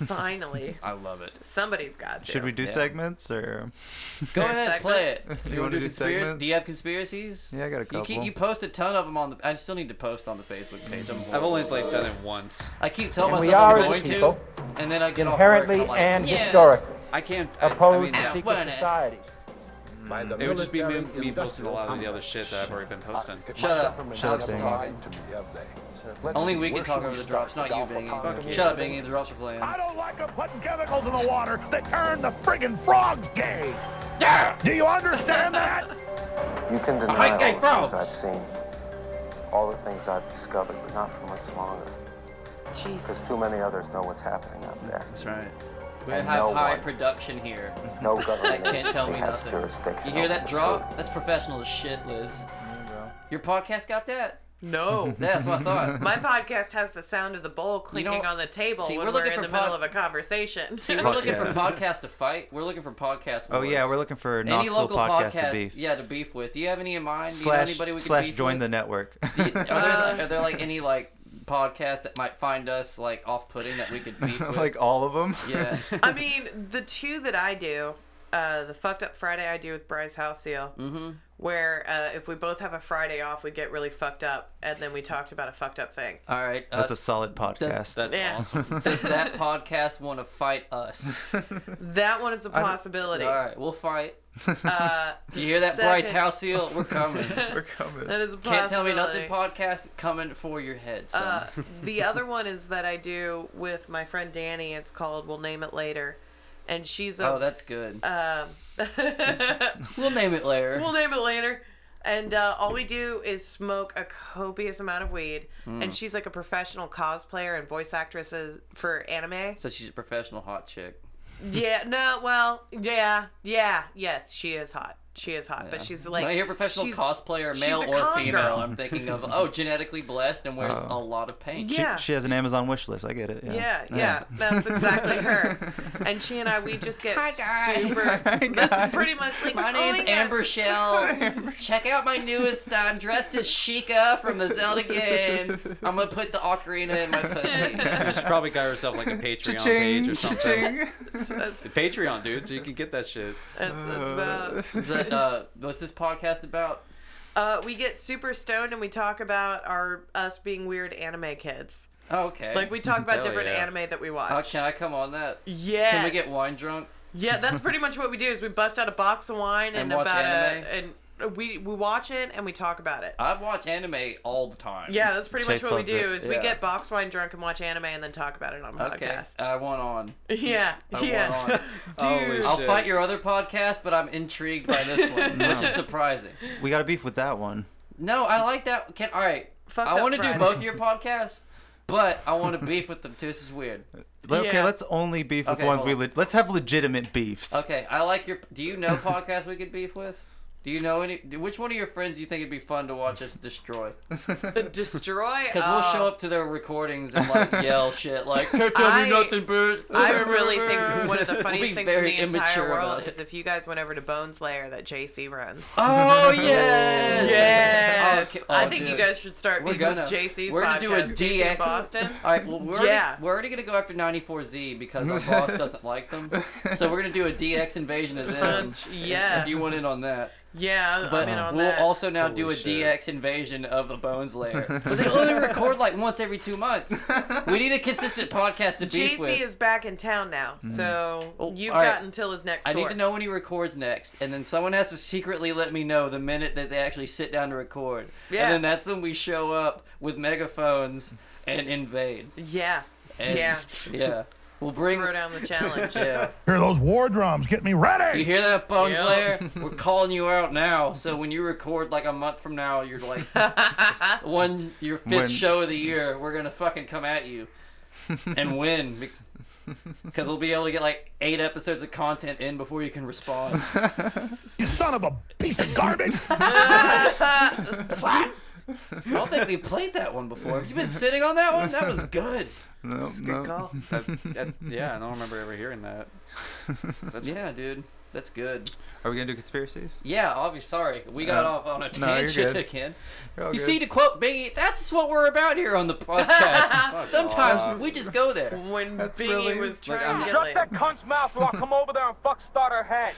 [SPEAKER 4] Finally,
[SPEAKER 2] I love it.
[SPEAKER 4] somebody's got to.
[SPEAKER 3] Should we do
[SPEAKER 2] Yeah.
[SPEAKER 3] segments or?
[SPEAKER 2] Go ahead, play it.
[SPEAKER 4] Segments?
[SPEAKER 3] You wanna do
[SPEAKER 2] conspiracy?
[SPEAKER 3] segments?
[SPEAKER 2] Do you have conspiracies?
[SPEAKER 3] Yeah, I got a
[SPEAKER 2] You, keep,
[SPEAKER 3] couple.
[SPEAKER 2] you post a ton of them on the. I still need to post on the Facebook page. I'm
[SPEAKER 1] I've only like done it once.
[SPEAKER 2] I keep telling
[SPEAKER 6] And we
[SPEAKER 2] myself I'm
[SPEAKER 6] are
[SPEAKER 2] going
[SPEAKER 6] the
[SPEAKER 2] to,
[SPEAKER 6] people,
[SPEAKER 2] and then I get off work,
[SPEAKER 6] inherently
[SPEAKER 2] I'm like,
[SPEAKER 6] and
[SPEAKER 2] yeah.
[SPEAKER 6] historically
[SPEAKER 1] I can't. I, I
[SPEAKER 6] opposed
[SPEAKER 1] mean,
[SPEAKER 6] to
[SPEAKER 2] I
[SPEAKER 1] no.
[SPEAKER 6] secret
[SPEAKER 2] wanna-
[SPEAKER 6] societies. by the
[SPEAKER 1] It would just be me,
[SPEAKER 6] military
[SPEAKER 1] me posting a lot of the
[SPEAKER 6] industrial
[SPEAKER 1] other shit that I've already been posting.
[SPEAKER 2] Shut up. Shut up, Bing.
[SPEAKER 5] to me, have they? Let's
[SPEAKER 2] Only
[SPEAKER 5] see,
[SPEAKER 2] we can
[SPEAKER 5] where
[SPEAKER 2] talk
[SPEAKER 5] should
[SPEAKER 2] over
[SPEAKER 5] we
[SPEAKER 2] the drops,
[SPEAKER 5] start?
[SPEAKER 2] not you,
[SPEAKER 5] Alpha Tango
[SPEAKER 2] Bingy.
[SPEAKER 5] Kid.
[SPEAKER 2] Shut up, Bingy. The drops are playing.
[SPEAKER 5] I don't like them putting chemicals in the water that turn the friggin' frogs gay. Do you understand that?
[SPEAKER 7] You can deny
[SPEAKER 2] hate
[SPEAKER 7] all
[SPEAKER 2] gay
[SPEAKER 7] the
[SPEAKER 2] frogs.
[SPEAKER 7] things I've seen, all the things I've discovered, but not for much longer. Because
[SPEAKER 4] Jesus.
[SPEAKER 7] too many others know what's happening out there.
[SPEAKER 3] That's right.
[SPEAKER 2] We
[SPEAKER 7] And
[SPEAKER 2] have
[SPEAKER 7] no
[SPEAKER 2] high
[SPEAKER 7] one,
[SPEAKER 2] production here.
[SPEAKER 7] no government
[SPEAKER 2] Can't tell
[SPEAKER 7] agency
[SPEAKER 2] me
[SPEAKER 7] has
[SPEAKER 2] nothing.
[SPEAKER 7] jurisdiction.
[SPEAKER 2] You hear
[SPEAKER 7] over
[SPEAKER 2] that
[SPEAKER 7] the
[SPEAKER 2] drop?
[SPEAKER 7] truth.
[SPEAKER 2] That's professional as shit, Liz. Your podcast got that?
[SPEAKER 4] No.
[SPEAKER 2] Yeah, that's what I thought.
[SPEAKER 4] My podcast has the sound of the bowl clinking
[SPEAKER 2] know-
[SPEAKER 4] on the table
[SPEAKER 2] see,
[SPEAKER 4] when
[SPEAKER 2] we're
[SPEAKER 4] we're,
[SPEAKER 2] looking
[SPEAKER 4] in
[SPEAKER 2] for
[SPEAKER 4] the
[SPEAKER 2] pod-
[SPEAKER 4] middle of a conversation.
[SPEAKER 2] See, we're looking for
[SPEAKER 3] Yeah.
[SPEAKER 2] podcasts to fight. We're looking for podcast.
[SPEAKER 3] Oh yeah, we're looking for Knoxville podcast, to beef.
[SPEAKER 2] Yeah, to beef with. Do you have any in mind? Do you know
[SPEAKER 3] Slash
[SPEAKER 2] anybody we could
[SPEAKER 3] slash
[SPEAKER 2] beef
[SPEAKER 3] join the
[SPEAKER 2] with?
[SPEAKER 3] network.
[SPEAKER 2] Are there, like, are there like any like podcasts that might find us like off-putting that we could
[SPEAKER 3] oh,
[SPEAKER 2] beef with?
[SPEAKER 3] like all of them.
[SPEAKER 2] yeah,
[SPEAKER 4] I mean, the two that I do, uh, the fucked up Friday I do with Bryce Halseal, mm-hmm. where uh, if we both have a Friday off, we get really fucked up, and then we talked about a fucked up thing.
[SPEAKER 2] all right. Uh,
[SPEAKER 3] That's a solid podcast.
[SPEAKER 2] that's
[SPEAKER 4] Yeah.
[SPEAKER 2] awesome. Does that podcast want to fight us?
[SPEAKER 4] That one is a possibility.
[SPEAKER 2] All right, we'll fight.
[SPEAKER 4] Uh,
[SPEAKER 2] You hear that, Bryce
[SPEAKER 4] second-
[SPEAKER 2] Halseal? We're coming.
[SPEAKER 3] We're coming.
[SPEAKER 4] That is a possibility.
[SPEAKER 2] Can't tell me nothing podcast coming for your head. Son.
[SPEAKER 4] Uh, the other one is that I do with my friend Danny. It's called "We'll Name It Later," and she's a.
[SPEAKER 2] oh, that's good.
[SPEAKER 4] um,
[SPEAKER 2] we'll name it later.
[SPEAKER 4] we'll name it later. And uh, all we do is smoke a copious amount of weed.
[SPEAKER 2] Hmm.
[SPEAKER 4] And she's like a professional cosplayer and voice actress is- for anime.
[SPEAKER 2] so she's a professional hot chick.
[SPEAKER 4] yeah, no, well, yeah, yeah, yes, she is hot. She is hot, but she's like
[SPEAKER 2] when I hear professional
[SPEAKER 4] she's-
[SPEAKER 2] cosplayer,
[SPEAKER 4] she's
[SPEAKER 2] male
[SPEAKER 4] a
[SPEAKER 2] or
[SPEAKER 4] con
[SPEAKER 2] female,
[SPEAKER 4] girl.
[SPEAKER 2] I'm thinking of oh, genetically blessed and
[SPEAKER 3] Oh.
[SPEAKER 2] wears a lot of paint.
[SPEAKER 4] Yeah.
[SPEAKER 3] She has an Amazon wish list. I get it.
[SPEAKER 4] Yeah, yeah, that's exactly her. And she and I, we just get super. That's pretty much like
[SPEAKER 2] My
[SPEAKER 4] oh
[SPEAKER 2] name's
[SPEAKER 4] God.
[SPEAKER 2] Amber Shell. Check out my newest. I'm dressed as Sheikah from the Zelda games. I'm gonna put the ocarina in my pussy.
[SPEAKER 1] She's probably got herself like a Patreon page or something.
[SPEAKER 4] That's,
[SPEAKER 1] Patreon, dude, so you can get that shit.
[SPEAKER 4] that's,
[SPEAKER 2] Uh.
[SPEAKER 4] that's about.
[SPEAKER 2] Is that, uh, what's this podcast about?
[SPEAKER 4] Uh, we get super stoned and we talk about our us being weird anime kids.
[SPEAKER 2] Oh, okay.
[SPEAKER 4] Like we talk about
[SPEAKER 1] Hell
[SPEAKER 4] different
[SPEAKER 1] yeah.
[SPEAKER 4] anime that we
[SPEAKER 2] Oh,
[SPEAKER 4] watch.
[SPEAKER 2] can I come on that?
[SPEAKER 4] Yeah.
[SPEAKER 2] Can we get wine drunk?
[SPEAKER 4] Yeah, that's pretty much what we do. Is we bust out a box of wine
[SPEAKER 2] And
[SPEAKER 4] and,
[SPEAKER 2] watch
[SPEAKER 4] about
[SPEAKER 2] anime?
[SPEAKER 4] a and we we watch it and we talk about it.
[SPEAKER 2] I watch anime all the time.
[SPEAKER 4] Yeah, that's pretty
[SPEAKER 3] Chase
[SPEAKER 4] much what we
[SPEAKER 3] loves
[SPEAKER 4] do.
[SPEAKER 3] it.
[SPEAKER 4] Is we
[SPEAKER 2] Yeah.
[SPEAKER 4] get box wine drunk and watch anime and then talk about it on a
[SPEAKER 2] Okay.
[SPEAKER 4] podcast.
[SPEAKER 2] I want on.
[SPEAKER 4] yeah,
[SPEAKER 2] I want
[SPEAKER 4] yeah.
[SPEAKER 2] on.
[SPEAKER 1] Holy
[SPEAKER 4] Dude.
[SPEAKER 2] I'll
[SPEAKER 1] shit.
[SPEAKER 2] fight your other podcast, but I'm intrigued by this one, which is surprising.
[SPEAKER 3] We got to beef with that one.
[SPEAKER 2] No, I like that. Can all right.
[SPEAKER 4] Fucked
[SPEAKER 2] I
[SPEAKER 4] up
[SPEAKER 2] want to do
[SPEAKER 4] Friday.
[SPEAKER 2] both your podcasts, but I want to beef with them too. This is weird.
[SPEAKER 3] Like, Okay,
[SPEAKER 4] Yeah.
[SPEAKER 3] let's only beef with
[SPEAKER 2] Okay,
[SPEAKER 3] ones we
[SPEAKER 2] hold on.
[SPEAKER 3] le- let's have legitimate beefs.
[SPEAKER 2] Okay, I like your. Do you know podcasts we could beef with? Do you know any? Which one of your friends you think it'd be fun to watch us destroy?
[SPEAKER 4] Destroy.
[SPEAKER 2] Because we'll show up to their recordings and like yell shit like "Can't tell
[SPEAKER 4] I-
[SPEAKER 2] me nothing, bitch."
[SPEAKER 4] I really think one of the
[SPEAKER 2] We'll
[SPEAKER 4] funniest
[SPEAKER 2] be
[SPEAKER 4] things in
[SPEAKER 2] very
[SPEAKER 4] the entire
[SPEAKER 2] immature
[SPEAKER 4] world
[SPEAKER 2] about it.
[SPEAKER 4] is if you guys went over to Bone Slayer that JC runs.
[SPEAKER 2] Oh yes,
[SPEAKER 4] Yes,
[SPEAKER 2] Okay,
[SPEAKER 4] I
[SPEAKER 2] oh,
[SPEAKER 4] think you
[SPEAKER 2] dude.
[SPEAKER 4] guys should start
[SPEAKER 2] We're
[SPEAKER 4] being with
[SPEAKER 2] gonna
[SPEAKER 4] JC's
[SPEAKER 2] we're gonna do a
[SPEAKER 4] podcast, JC in
[SPEAKER 2] DX
[SPEAKER 4] Boston.
[SPEAKER 2] All right, well we're
[SPEAKER 4] Yeah.
[SPEAKER 2] already, we're already gonna go after 94Z because our boss doesn't like them, so we're gonna do a DX invasion of them.
[SPEAKER 4] Punch, yeah.
[SPEAKER 2] if you want in on that,
[SPEAKER 4] Yeah, I'm,
[SPEAKER 2] but
[SPEAKER 4] I'm in on
[SPEAKER 2] we'll
[SPEAKER 4] that.
[SPEAKER 2] also now do a
[SPEAKER 1] Holy shit.
[SPEAKER 2] DX invasion of the Bones Lair. But they only record like once every two months. We need a consistent podcast to beef
[SPEAKER 4] JC
[SPEAKER 2] with. Mm-hmm. Oh,
[SPEAKER 4] is back in town now, so you've
[SPEAKER 2] all right.
[SPEAKER 4] got until his next
[SPEAKER 2] I
[SPEAKER 4] tour.
[SPEAKER 2] need to know when he records next, and then someone has to secretly let me know the minute that they actually sit down to record.
[SPEAKER 4] Yeah.
[SPEAKER 2] And then that's when we show up with megaphones and invade.
[SPEAKER 4] Yeah,
[SPEAKER 2] And-
[SPEAKER 4] yeah.
[SPEAKER 2] Yeah. We'll bring.
[SPEAKER 4] Throw down the challenge.
[SPEAKER 2] Yeah.
[SPEAKER 5] Hear those war drums? Get me
[SPEAKER 2] You
[SPEAKER 5] ready.
[SPEAKER 2] hear that, Bone
[SPEAKER 4] Yeah.
[SPEAKER 2] Slayer? We're calling you out now. So when you record like a month from now, you're like one your fifth
[SPEAKER 3] When-
[SPEAKER 2] show of the year. We're gonna fucking come at you and win because we'll be able to get like eight episodes of content in before you can respond.
[SPEAKER 5] You son of a piece of garbage.
[SPEAKER 2] I don't think we played that one before. Have you been sitting on that one? That was good.
[SPEAKER 3] No,
[SPEAKER 4] Good
[SPEAKER 3] no.
[SPEAKER 4] call.
[SPEAKER 1] That, that- yeah, I don't remember ever hearing that. That's
[SPEAKER 2] Yeah, dude. That's good.
[SPEAKER 3] Are we gonna do conspiracies?
[SPEAKER 2] Yeah, obviously. Sorry, we got
[SPEAKER 3] Uh,
[SPEAKER 2] off on a
[SPEAKER 3] no, you're
[SPEAKER 2] tangent
[SPEAKER 3] good.
[SPEAKER 2] again.
[SPEAKER 3] You're all
[SPEAKER 2] You
[SPEAKER 3] good.
[SPEAKER 2] see, to quote Bingy, that's just what we're about here on the podcast. Sometimes we just go there.
[SPEAKER 4] When Bingy
[SPEAKER 3] really-
[SPEAKER 4] was
[SPEAKER 1] Look,
[SPEAKER 4] trying
[SPEAKER 1] I'm-
[SPEAKER 4] to get
[SPEAKER 6] Shut
[SPEAKER 4] laid.
[SPEAKER 6] that cunt's mouth or I'll come over there and fuck start her head.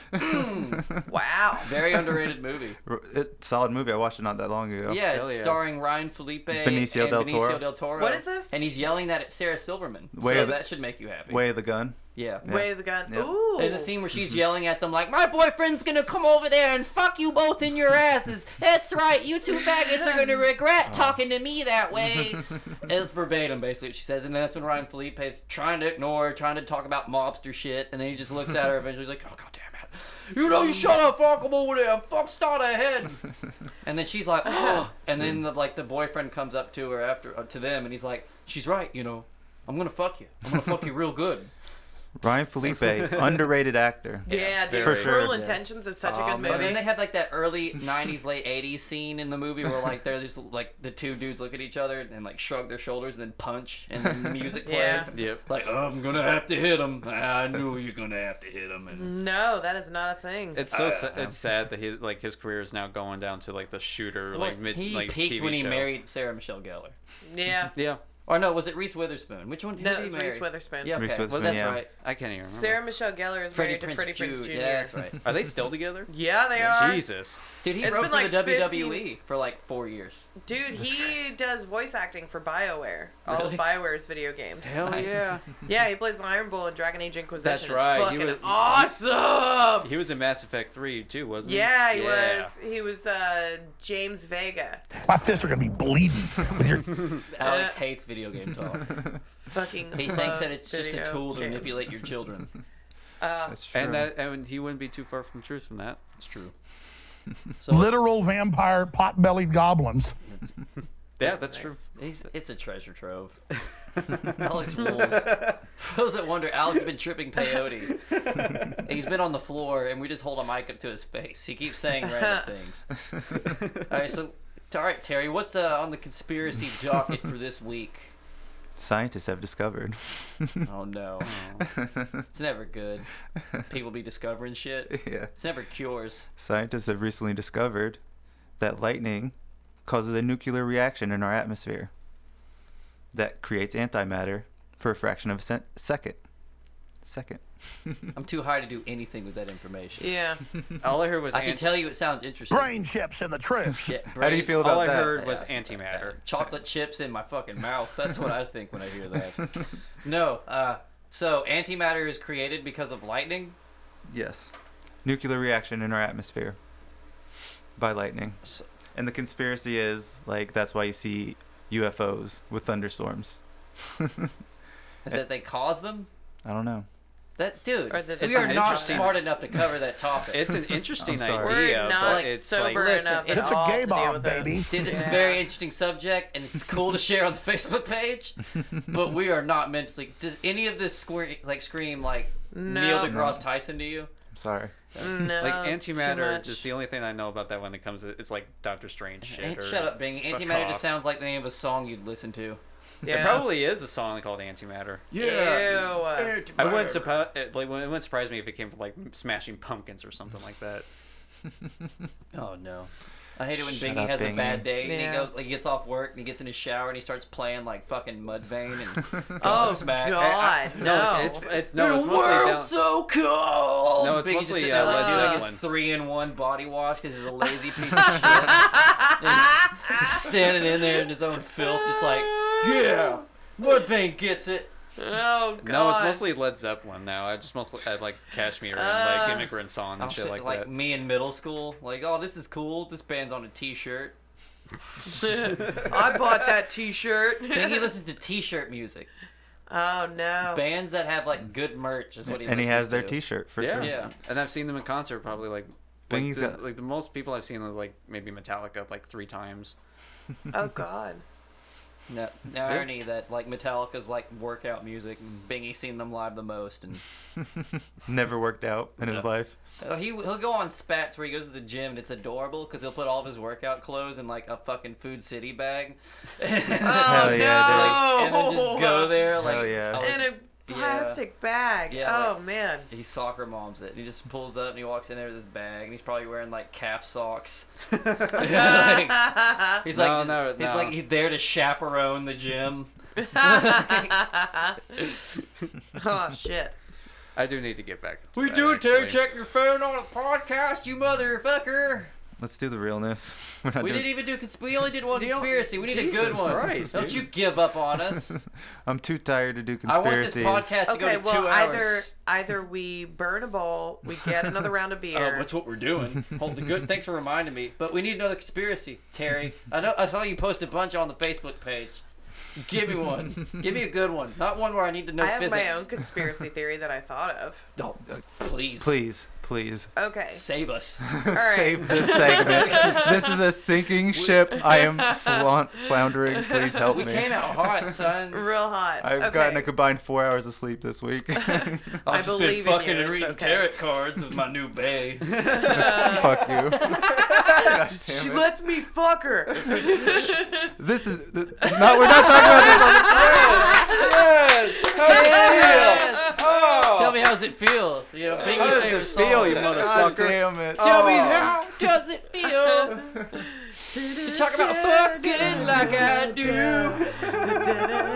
[SPEAKER 4] Wow.
[SPEAKER 2] Very underrated movie.
[SPEAKER 3] R- it- solid movie. I watched it not that long ago.
[SPEAKER 2] Yeah,
[SPEAKER 1] Hell
[SPEAKER 2] it's
[SPEAKER 1] yeah.
[SPEAKER 2] starring Ryan Felipe
[SPEAKER 3] Benicio
[SPEAKER 2] and
[SPEAKER 3] del
[SPEAKER 2] Benicio
[SPEAKER 3] Toro.
[SPEAKER 2] del Toro.
[SPEAKER 4] What is this?
[SPEAKER 2] And he's yelling that at Sarah Silverman.
[SPEAKER 3] Way
[SPEAKER 2] so
[SPEAKER 3] of-
[SPEAKER 2] that should make you happy.
[SPEAKER 3] Way of the Gun.
[SPEAKER 2] Yeah.
[SPEAKER 4] Wave the gun.
[SPEAKER 3] Yep.
[SPEAKER 4] Ooh.
[SPEAKER 2] There's a scene where she's yelling at them like, "My boyfriend's gonna come over there and fuck you both in your asses. That's right, you two faggots are gonna regret talking to me that way." it's verbatim, basically what she says, and then that's when Ryan Felipe's trying to ignore, her, trying to talk about mobster shit, and then he just looks at her eventually, he's like, "Oh god damn it, you know you shut up, fuck him over there, fuck start ahead." and then she's like, "Oh," and then the, like the boyfriend comes up to her after uh, to them, and he's like, "She's right, you know, I'm gonna fuck you, I'm gonna fuck you real good."
[SPEAKER 3] Ryan Felipe, underrated actor.
[SPEAKER 4] Yeah, dude.
[SPEAKER 3] For
[SPEAKER 4] Cruel
[SPEAKER 3] sure.
[SPEAKER 4] Intentions is such a
[SPEAKER 3] Oh, man.
[SPEAKER 4] good
[SPEAKER 2] And
[SPEAKER 4] movie.
[SPEAKER 2] then they had like that early '90s, late '80s scene in the movie where like they're just like the two dudes look at each other and like shrug their shoulders and then punch and then music plays.
[SPEAKER 4] Yeah.
[SPEAKER 1] Yep.
[SPEAKER 2] Like "Oh, I'm gonna have to hit him. I knew you're gonna have to hit him. And
[SPEAKER 4] no, that is not a thing.
[SPEAKER 1] It's so sa- it's sad that he like his career is now going down to like the shooter like mid
[SPEAKER 2] he
[SPEAKER 1] like
[SPEAKER 2] peaked
[SPEAKER 1] TV
[SPEAKER 2] when he
[SPEAKER 1] show.
[SPEAKER 2] married Sarah Michelle Gellar.
[SPEAKER 4] yeah.
[SPEAKER 1] Yeah,
[SPEAKER 2] Or no, was it Reese Witherspoon? Which one? who
[SPEAKER 4] No,
[SPEAKER 2] did
[SPEAKER 4] it
[SPEAKER 2] he
[SPEAKER 4] was
[SPEAKER 2] marry?
[SPEAKER 4] Reese Witherspoon.
[SPEAKER 2] Yeah, okay.
[SPEAKER 3] Reese
[SPEAKER 2] well
[SPEAKER 3] Witherspoon,
[SPEAKER 2] that's
[SPEAKER 3] yeah.
[SPEAKER 2] right.
[SPEAKER 1] I can't even remember.
[SPEAKER 4] Sarah Michelle Gellar is
[SPEAKER 2] Freddie
[SPEAKER 4] married to
[SPEAKER 2] Prince,
[SPEAKER 4] Freddie Prince Jr.
[SPEAKER 2] Jr. Yeah, that's right.
[SPEAKER 1] Are they still together?
[SPEAKER 4] Yeah, they are.
[SPEAKER 1] Jesus.
[SPEAKER 2] Dude, he
[SPEAKER 4] It's
[SPEAKER 2] wrote
[SPEAKER 4] been,
[SPEAKER 2] for the
[SPEAKER 4] like, 15
[SPEAKER 2] WWE for like four years.
[SPEAKER 4] Dude, he does voice acting for BioWare. All
[SPEAKER 2] Really?
[SPEAKER 4] of BioWare's video games.
[SPEAKER 1] Hell yeah.
[SPEAKER 4] Yeah, he plays the Iron Bull in Dragon Age Inquisition.
[SPEAKER 1] That's
[SPEAKER 4] It's
[SPEAKER 1] right, he
[SPEAKER 4] fucking
[SPEAKER 1] was-
[SPEAKER 4] awesome.
[SPEAKER 1] he was in Mass Effect Three too, wasn't he?
[SPEAKER 4] Yeah, he was. He was uh, James Vega.
[SPEAKER 5] My fists are gonna be bleeding with your
[SPEAKER 4] Uh,
[SPEAKER 2] Alex hates video game talk.
[SPEAKER 4] Fucking.
[SPEAKER 2] He thinks
[SPEAKER 4] love
[SPEAKER 2] that it's just a
[SPEAKER 4] video
[SPEAKER 2] tool to
[SPEAKER 4] games.
[SPEAKER 2] manipulate your children.
[SPEAKER 3] That's true.
[SPEAKER 1] And that and he wouldn't be too far from the truth from that.
[SPEAKER 2] It's true.
[SPEAKER 5] literal vampire pot-bellied goblins.
[SPEAKER 1] Yeah, that's true.
[SPEAKER 4] Nice.
[SPEAKER 2] He's, it's a treasure trove. Alex rules. For those that wonder, Alex has been tripping peyote. He's been on the floor, and we just hold a mic up to his face. He keeps saying random things. All right, so, all right, Terry, what's uh, on the conspiracy docket for this week?
[SPEAKER 3] Scientists have discovered.
[SPEAKER 2] Oh no, it's never good. People be discovering shit.
[SPEAKER 3] yeah.
[SPEAKER 2] It's never cures.
[SPEAKER 3] Scientists have recently discovered that lightning causes a nuclear reaction in our atmosphere that creates antimatter for a fraction of a cent- second. Second.
[SPEAKER 2] I'm too high to do anything with that information.
[SPEAKER 4] Yeah.
[SPEAKER 1] All I heard was
[SPEAKER 2] I can
[SPEAKER 1] ant-
[SPEAKER 2] tell you it sounds interesting.
[SPEAKER 5] Brain chips in the trips.
[SPEAKER 2] Yeah,
[SPEAKER 3] How do you
[SPEAKER 2] brain-
[SPEAKER 3] feel about
[SPEAKER 1] all I
[SPEAKER 3] that?
[SPEAKER 1] heard was
[SPEAKER 2] Yeah, I think
[SPEAKER 1] antimatter.
[SPEAKER 2] chocolate chips in my fucking mouth. That's what I think when I hear that. No, uh, so antimatter is created because of lightning.
[SPEAKER 3] Yes. Nuclear reaction in our atmosphere by lightning.
[SPEAKER 2] So-
[SPEAKER 3] And the conspiracy is like that's why you see UFOs with thunderstorms.
[SPEAKER 2] Is that they cause them?
[SPEAKER 3] I don't know.
[SPEAKER 2] That dude,
[SPEAKER 4] Or that
[SPEAKER 2] we
[SPEAKER 4] it's
[SPEAKER 2] are
[SPEAKER 4] an
[SPEAKER 2] not
[SPEAKER 1] interesting-
[SPEAKER 2] smart enough to cover that topic.
[SPEAKER 1] It's an interesting
[SPEAKER 3] I'm sorry.
[SPEAKER 1] idea,
[SPEAKER 4] We're not
[SPEAKER 1] but it's
[SPEAKER 4] sober
[SPEAKER 1] like
[SPEAKER 2] Listen,
[SPEAKER 4] enough.
[SPEAKER 2] it's
[SPEAKER 4] at
[SPEAKER 2] a
[SPEAKER 4] all
[SPEAKER 5] gay
[SPEAKER 4] to deal
[SPEAKER 5] bomb,
[SPEAKER 4] with this.
[SPEAKER 5] baby.
[SPEAKER 2] Dude, it's a
[SPEAKER 4] Yeah.
[SPEAKER 2] very interesting subject, and it's cool to share on the Facebook page. But we are not mentally. Does any of this square, like scream like Neil
[SPEAKER 4] No.
[SPEAKER 2] deGrasse Tyson to you?
[SPEAKER 3] I'm sorry.
[SPEAKER 4] No,
[SPEAKER 1] like
[SPEAKER 4] it's too
[SPEAKER 1] antimatter.
[SPEAKER 4] much.
[SPEAKER 1] Just the only thing I know about that when it comes, to, it's like Doctor Strange shit.
[SPEAKER 2] Ant-
[SPEAKER 1] or-
[SPEAKER 2] shut up, Bing.
[SPEAKER 1] Fuck
[SPEAKER 2] Antimatter
[SPEAKER 1] off.
[SPEAKER 2] just sounds like the name of a song you'd listen to.
[SPEAKER 1] There
[SPEAKER 4] Yeah.
[SPEAKER 1] probably is a song called Antimatter.
[SPEAKER 4] Ew.
[SPEAKER 1] I wouldn't surprise it, like, wouldn't- it wouldn't surprise me if it came from like Smashing Pumpkins or something like that.
[SPEAKER 2] Oh no. I hate it when
[SPEAKER 3] Shut
[SPEAKER 2] Bingy
[SPEAKER 3] up,
[SPEAKER 2] has a
[SPEAKER 3] Bingy.
[SPEAKER 2] bad day and
[SPEAKER 4] Yeah.
[SPEAKER 2] he goes like he gets off work and he gets in his shower and he starts playing like fucking Mudvayne and
[SPEAKER 4] Oh,
[SPEAKER 2] Smack.
[SPEAKER 4] God. No. Ah,
[SPEAKER 1] it's it's no, it's mostly down.
[SPEAKER 2] so cold.
[SPEAKER 1] No, it's
[SPEAKER 2] Bingy's just
[SPEAKER 1] mostly,
[SPEAKER 2] sitting
[SPEAKER 1] uh,
[SPEAKER 2] there
[SPEAKER 1] Led
[SPEAKER 2] doing his
[SPEAKER 1] Zeppelin.
[SPEAKER 2] three in one body wash because he's a lazy piece of shit. and
[SPEAKER 4] ah.
[SPEAKER 2] he's standing in there in his own filth, just like yeah, Mudvayne gets it.
[SPEAKER 4] oh, God.
[SPEAKER 1] No, it's mostly Led Zeppelin now. I just mostly I like Kashmir and like Immigrant Song and shit
[SPEAKER 2] Shit,
[SPEAKER 1] Uh, like, that.
[SPEAKER 2] me in middle school, like oh this is cool. This band's on a T-shirt.
[SPEAKER 4] I bought that t shirt.
[SPEAKER 2] Bingy listens to T-shirt music.
[SPEAKER 4] oh, no.
[SPEAKER 2] bands that have like good merch is what he
[SPEAKER 3] and he has
[SPEAKER 2] listens
[SPEAKER 3] their
[SPEAKER 2] to.
[SPEAKER 3] T-shirt for
[SPEAKER 1] Yeah.
[SPEAKER 3] sure.
[SPEAKER 2] Yeah.
[SPEAKER 1] and I've seen them in concert probably like. Like
[SPEAKER 3] Bingy's
[SPEAKER 1] the,
[SPEAKER 3] got-
[SPEAKER 1] like the most people I've seen are, like maybe Metallica like three times.
[SPEAKER 4] Oh, God.
[SPEAKER 2] No, the irony that like Metallica's like workout music, and Bingy seen them live the most, and
[SPEAKER 3] Never worked out in his life.
[SPEAKER 2] Oh, he he'll go on spats where he goes to the gym and it's adorable because he'll put all of his workout clothes in like a fucking Food City bag,
[SPEAKER 4] Oh,
[SPEAKER 3] Hell
[SPEAKER 4] no.
[SPEAKER 3] yeah,
[SPEAKER 2] and then just go there like
[SPEAKER 3] Hell yeah.
[SPEAKER 2] oh,
[SPEAKER 4] In
[SPEAKER 2] it's-
[SPEAKER 4] a plastic bag.
[SPEAKER 2] Yeah,
[SPEAKER 4] oh,
[SPEAKER 2] like-
[SPEAKER 4] man.
[SPEAKER 2] he soccer moms it. And he just pulls up and he walks in there with his bag and he's probably wearing like calf socks. Like, he's like
[SPEAKER 1] No,
[SPEAKER 2] just-
[SPEAKER 1] no,
[SPEAKER 2] he's
[SPEAKER 1] no.
[SPEAKER 2] like he's there to chaperone the gym.
[SPEAKER 4] Oh, shit.
[SPEAKER 1] I do need to get back.
[SPEAKER 2] We do, Terry. Check your phone on a podcast, you motherfucker.
[SPEAKER 3] Let's do the realness. We're not
[SPEAKER 2] We
[SPEAKER 3] doing-
[SPEAKER 2] didn't even do. Cons- we only did one
[SPEAKER 1] Deal-
[SPEAKER 2] conspiracy. We need a good
[SPEAKER 1] Jesus
[SPEAKER 2] one.
[SPEAKER 1] Christ,
[SPEAKER 2] Don't
[SPEAKER 1] dude.
[SPEAKER 2] you give up on us?
[SPEAKER 3] I'm too tired to do
[SPEAKER 2] I want this
[SPEAKER 3] conspiracies.
[SPEAKER 2] podcast to
[SPEAKER 4] Okay,
[SPEAKER 2] go to
[SPEAKER 4] well
[SPEAKER 2] two
[SPEAKER 4] either
[SPEAKER 2] hours.
[SPEAKER 4] either we burn a bowl, we get another round of
[SPEAKER 2] Oh,
[SPEAKER 4] beer.
[SPEAKER 2] that's what we're doing. Hold the good. Thanks for reminding me. But we need another conspiracy, Terry. I know. I saw you post a bunch on the Facebook page. Give me one. Give me a good one. Not one where I need to know
[SPEAKER 4] I have
[SPEAKER 2] physics.
[SPEAKER 4] my own conspiracy theory that I thought of.
[SPEAKER 2] Oh, please.
[SPEAKER 3] Please, please
[SPEAKER 4] Okay.
[SPEAKER 2] Save us.
[SPEAKER 4] All right.
[SPEAKER 3] save this segment. this is a sinking ship. I am flaunt, floundering. Please help
[SPEAKER 2] We
[SPEAKER 3] me.
[SPEAKER 2] came out hot, son.
[SPEAKER 4] Real hot.
[SPEAKER 3] I've
[SPEAKER 4] okay.
[SPEAKER 3] gotten a combined four hours of sleep this week.
[SPEAKER 4] I
[SPEAKER 2] I've just been
[SPEAKER 4] believe in you,
[SPEAKER 2] fucking and
[SPEAKER 4] it's
[SPEAKER 2] reading
[SPEAKER 4] okay.
[SPEAKER 2] tarot cards with my new bae.
[SPEAKER 3] Fuck you. God damn
[SPEAKER 4] She
[SPEAKER 3] it.
[SPEAKER 4] lets me fuck her.
[SPEAKER 3] This is th- no. We're not talking about this. On the-
[SPEAKER 2] Tell me, how does it feel? You know, Bingy's
[SPEAKER 1] How does
[SPEAKER 2] favorite
[SPEAKER 1] it
[SPEAKER 2] song.
[SPEAKER 1] feel, you
[SPEAKER 3] God
[SPEAKER 1] motherfucker?
[SPEAKER 3] damn it.
[SPEAKER 2] Tell me, how does it feel? You talk about fucking like I do.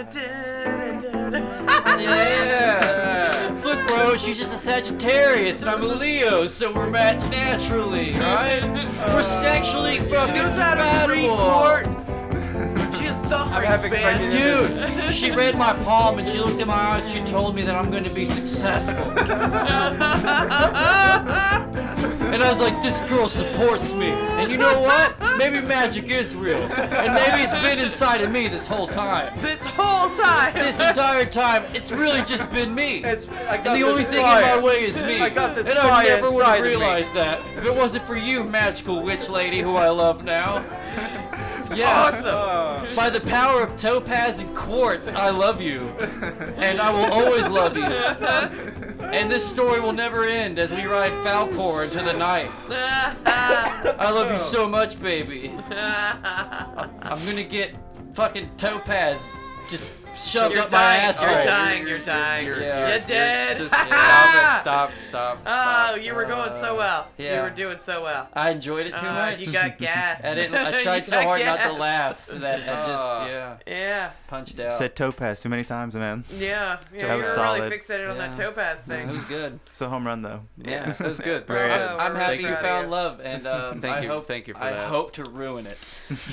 [SPEAKER 2] Yeah. Look, bro, she's just a Sagittarius and I'm a Leo, so we're matched naturally, right? We're sexually fucking
[SPEAKER 4] Uh, Knows how to read
[SPEAKER 2] compatible.
[SPEAKER 4] quartz. She has thumbprints,
[SPEAKER 1] half
[SPEAKER 4] man.
[SPEAKER 1] expected you to-
[SPEAKER 2] Dude, she read my palm and she looked in my eyes. She told me that I'm going to be successful. and I was like, this girl supports me. And you know what? Maybe magic is real. And maybe it's been inside of me this whole time.
[SPEAKER 4] This whole time.
[SPEAKER 2] This entire time, it's really just been me.
[SPEAKER 1] It's I got
[SPEAKER 2] and the
[SPEAKER 1] this
[SPEAKER 2] only thing
[SPEAKER 1] fire.
[SPEAKER 2] in my way is me.
[SPEAKER 1] I got this
[SPEAKER 2] and I
[SPEAKER 1] fire
[SPEAKER 2] never would
[SPEAKER 1] inside
[SPEAKER 2] have
[SPEAKER 1] of me.
[SPEAKER 2] realized that if it wasn't for you, magical witch lady who I love now. Yeah. By the power of topaz and quartz, I love you. And I will always love you. And this story will never end as we ride Falcor into the night. I love you so much, baby. I'm gonna get fucking topaz just shoved
[SPEAKER 4] You're
[SPEAKER 2] up my
[SPEAKER 4] dying.
[SPEAKER 2] ass.
[SPEAKER 4] You're
[SPEAKER 1] Alright.
[SPEAKER 4] dying. You're dying. You're,
[SPEAKER 2] Yeah.
[SPEAKER 4] dead.
[SPEAKER 1] Just stop it. Stop. Stop.
[SPEAKER 4] Oh,
[SPEAKER 1] stop.
[SPEAKER 4] you were going so well.
[SPEAKER 2] yeah.
[SPEAKER 4] You were doing so well.
[SPEAKER 2] I enjoyed it too
[SPEAKER 4] Uh,
[SPEAKER 2] much.
[SPEAKER 4] you got gassed.
[SPEAKER 2] I didn't. I
[SPEAKER 4] You
[SPEAKER 2] tried so
[SPEAKER 4] got
[SPEAKER 2] hard not to
[SPEAKER 4] gassed.
[SPEAKER 2] laugh that I
[SPEAKER 4] Oh.
[SPEAKER 1] Uh,
[SPEAKER 2] just yeah
[SPEAKER 4] Yeah,
[SPEAKER 2] punched out.
[SPEAKER 3] Oh. Said topaz too many times, man.
[SPEAKER 4] yeah, yeah.
[SPEAKER 3] That
[SPEAKER 4] you were
[SPEAKER 3] was
[SPEAKER 4] really
[SPEAKER 3] solid.
[SPEAKER 4] fixated on that
[SPEAKER 2] Yeah.
[SPEAKER 4] topaz
[SPEAKER 2] it
[SPEAKER 4] thing.
[SPEAKER 2] was good.
[SPEAKER 3] So home run though.
[SPEAKER 2] Yeah.
[SPEAKER 1] That was good.
[SPEAKER 3] Very
[SPEAKER 1] Very
[SPEAKER 3] good.
[SPEAKER 1] good.
[SPEAKER 4] Oh,
[SPEAKER 2] I'm
[SPEAKER 4] we're
[SPEAKER 2] happy
[SPEAKER 4] really
[SPEAKER 2] you
[SPEAKER 4] proud
[SPEAKER 2] found
[SPEAKER 4] of
[SPEAKER 2] love, and um,
[SPEAKER 1] Thank
[SPEAKER 2] I
[SPEAKER 1] you-
[SPEAKER 2] hope
[SPEAKER 1] thank you for
[SPEAKER 2] I
[SPEAKER 1] that.
[SPEAKER 2] hope to ruin it.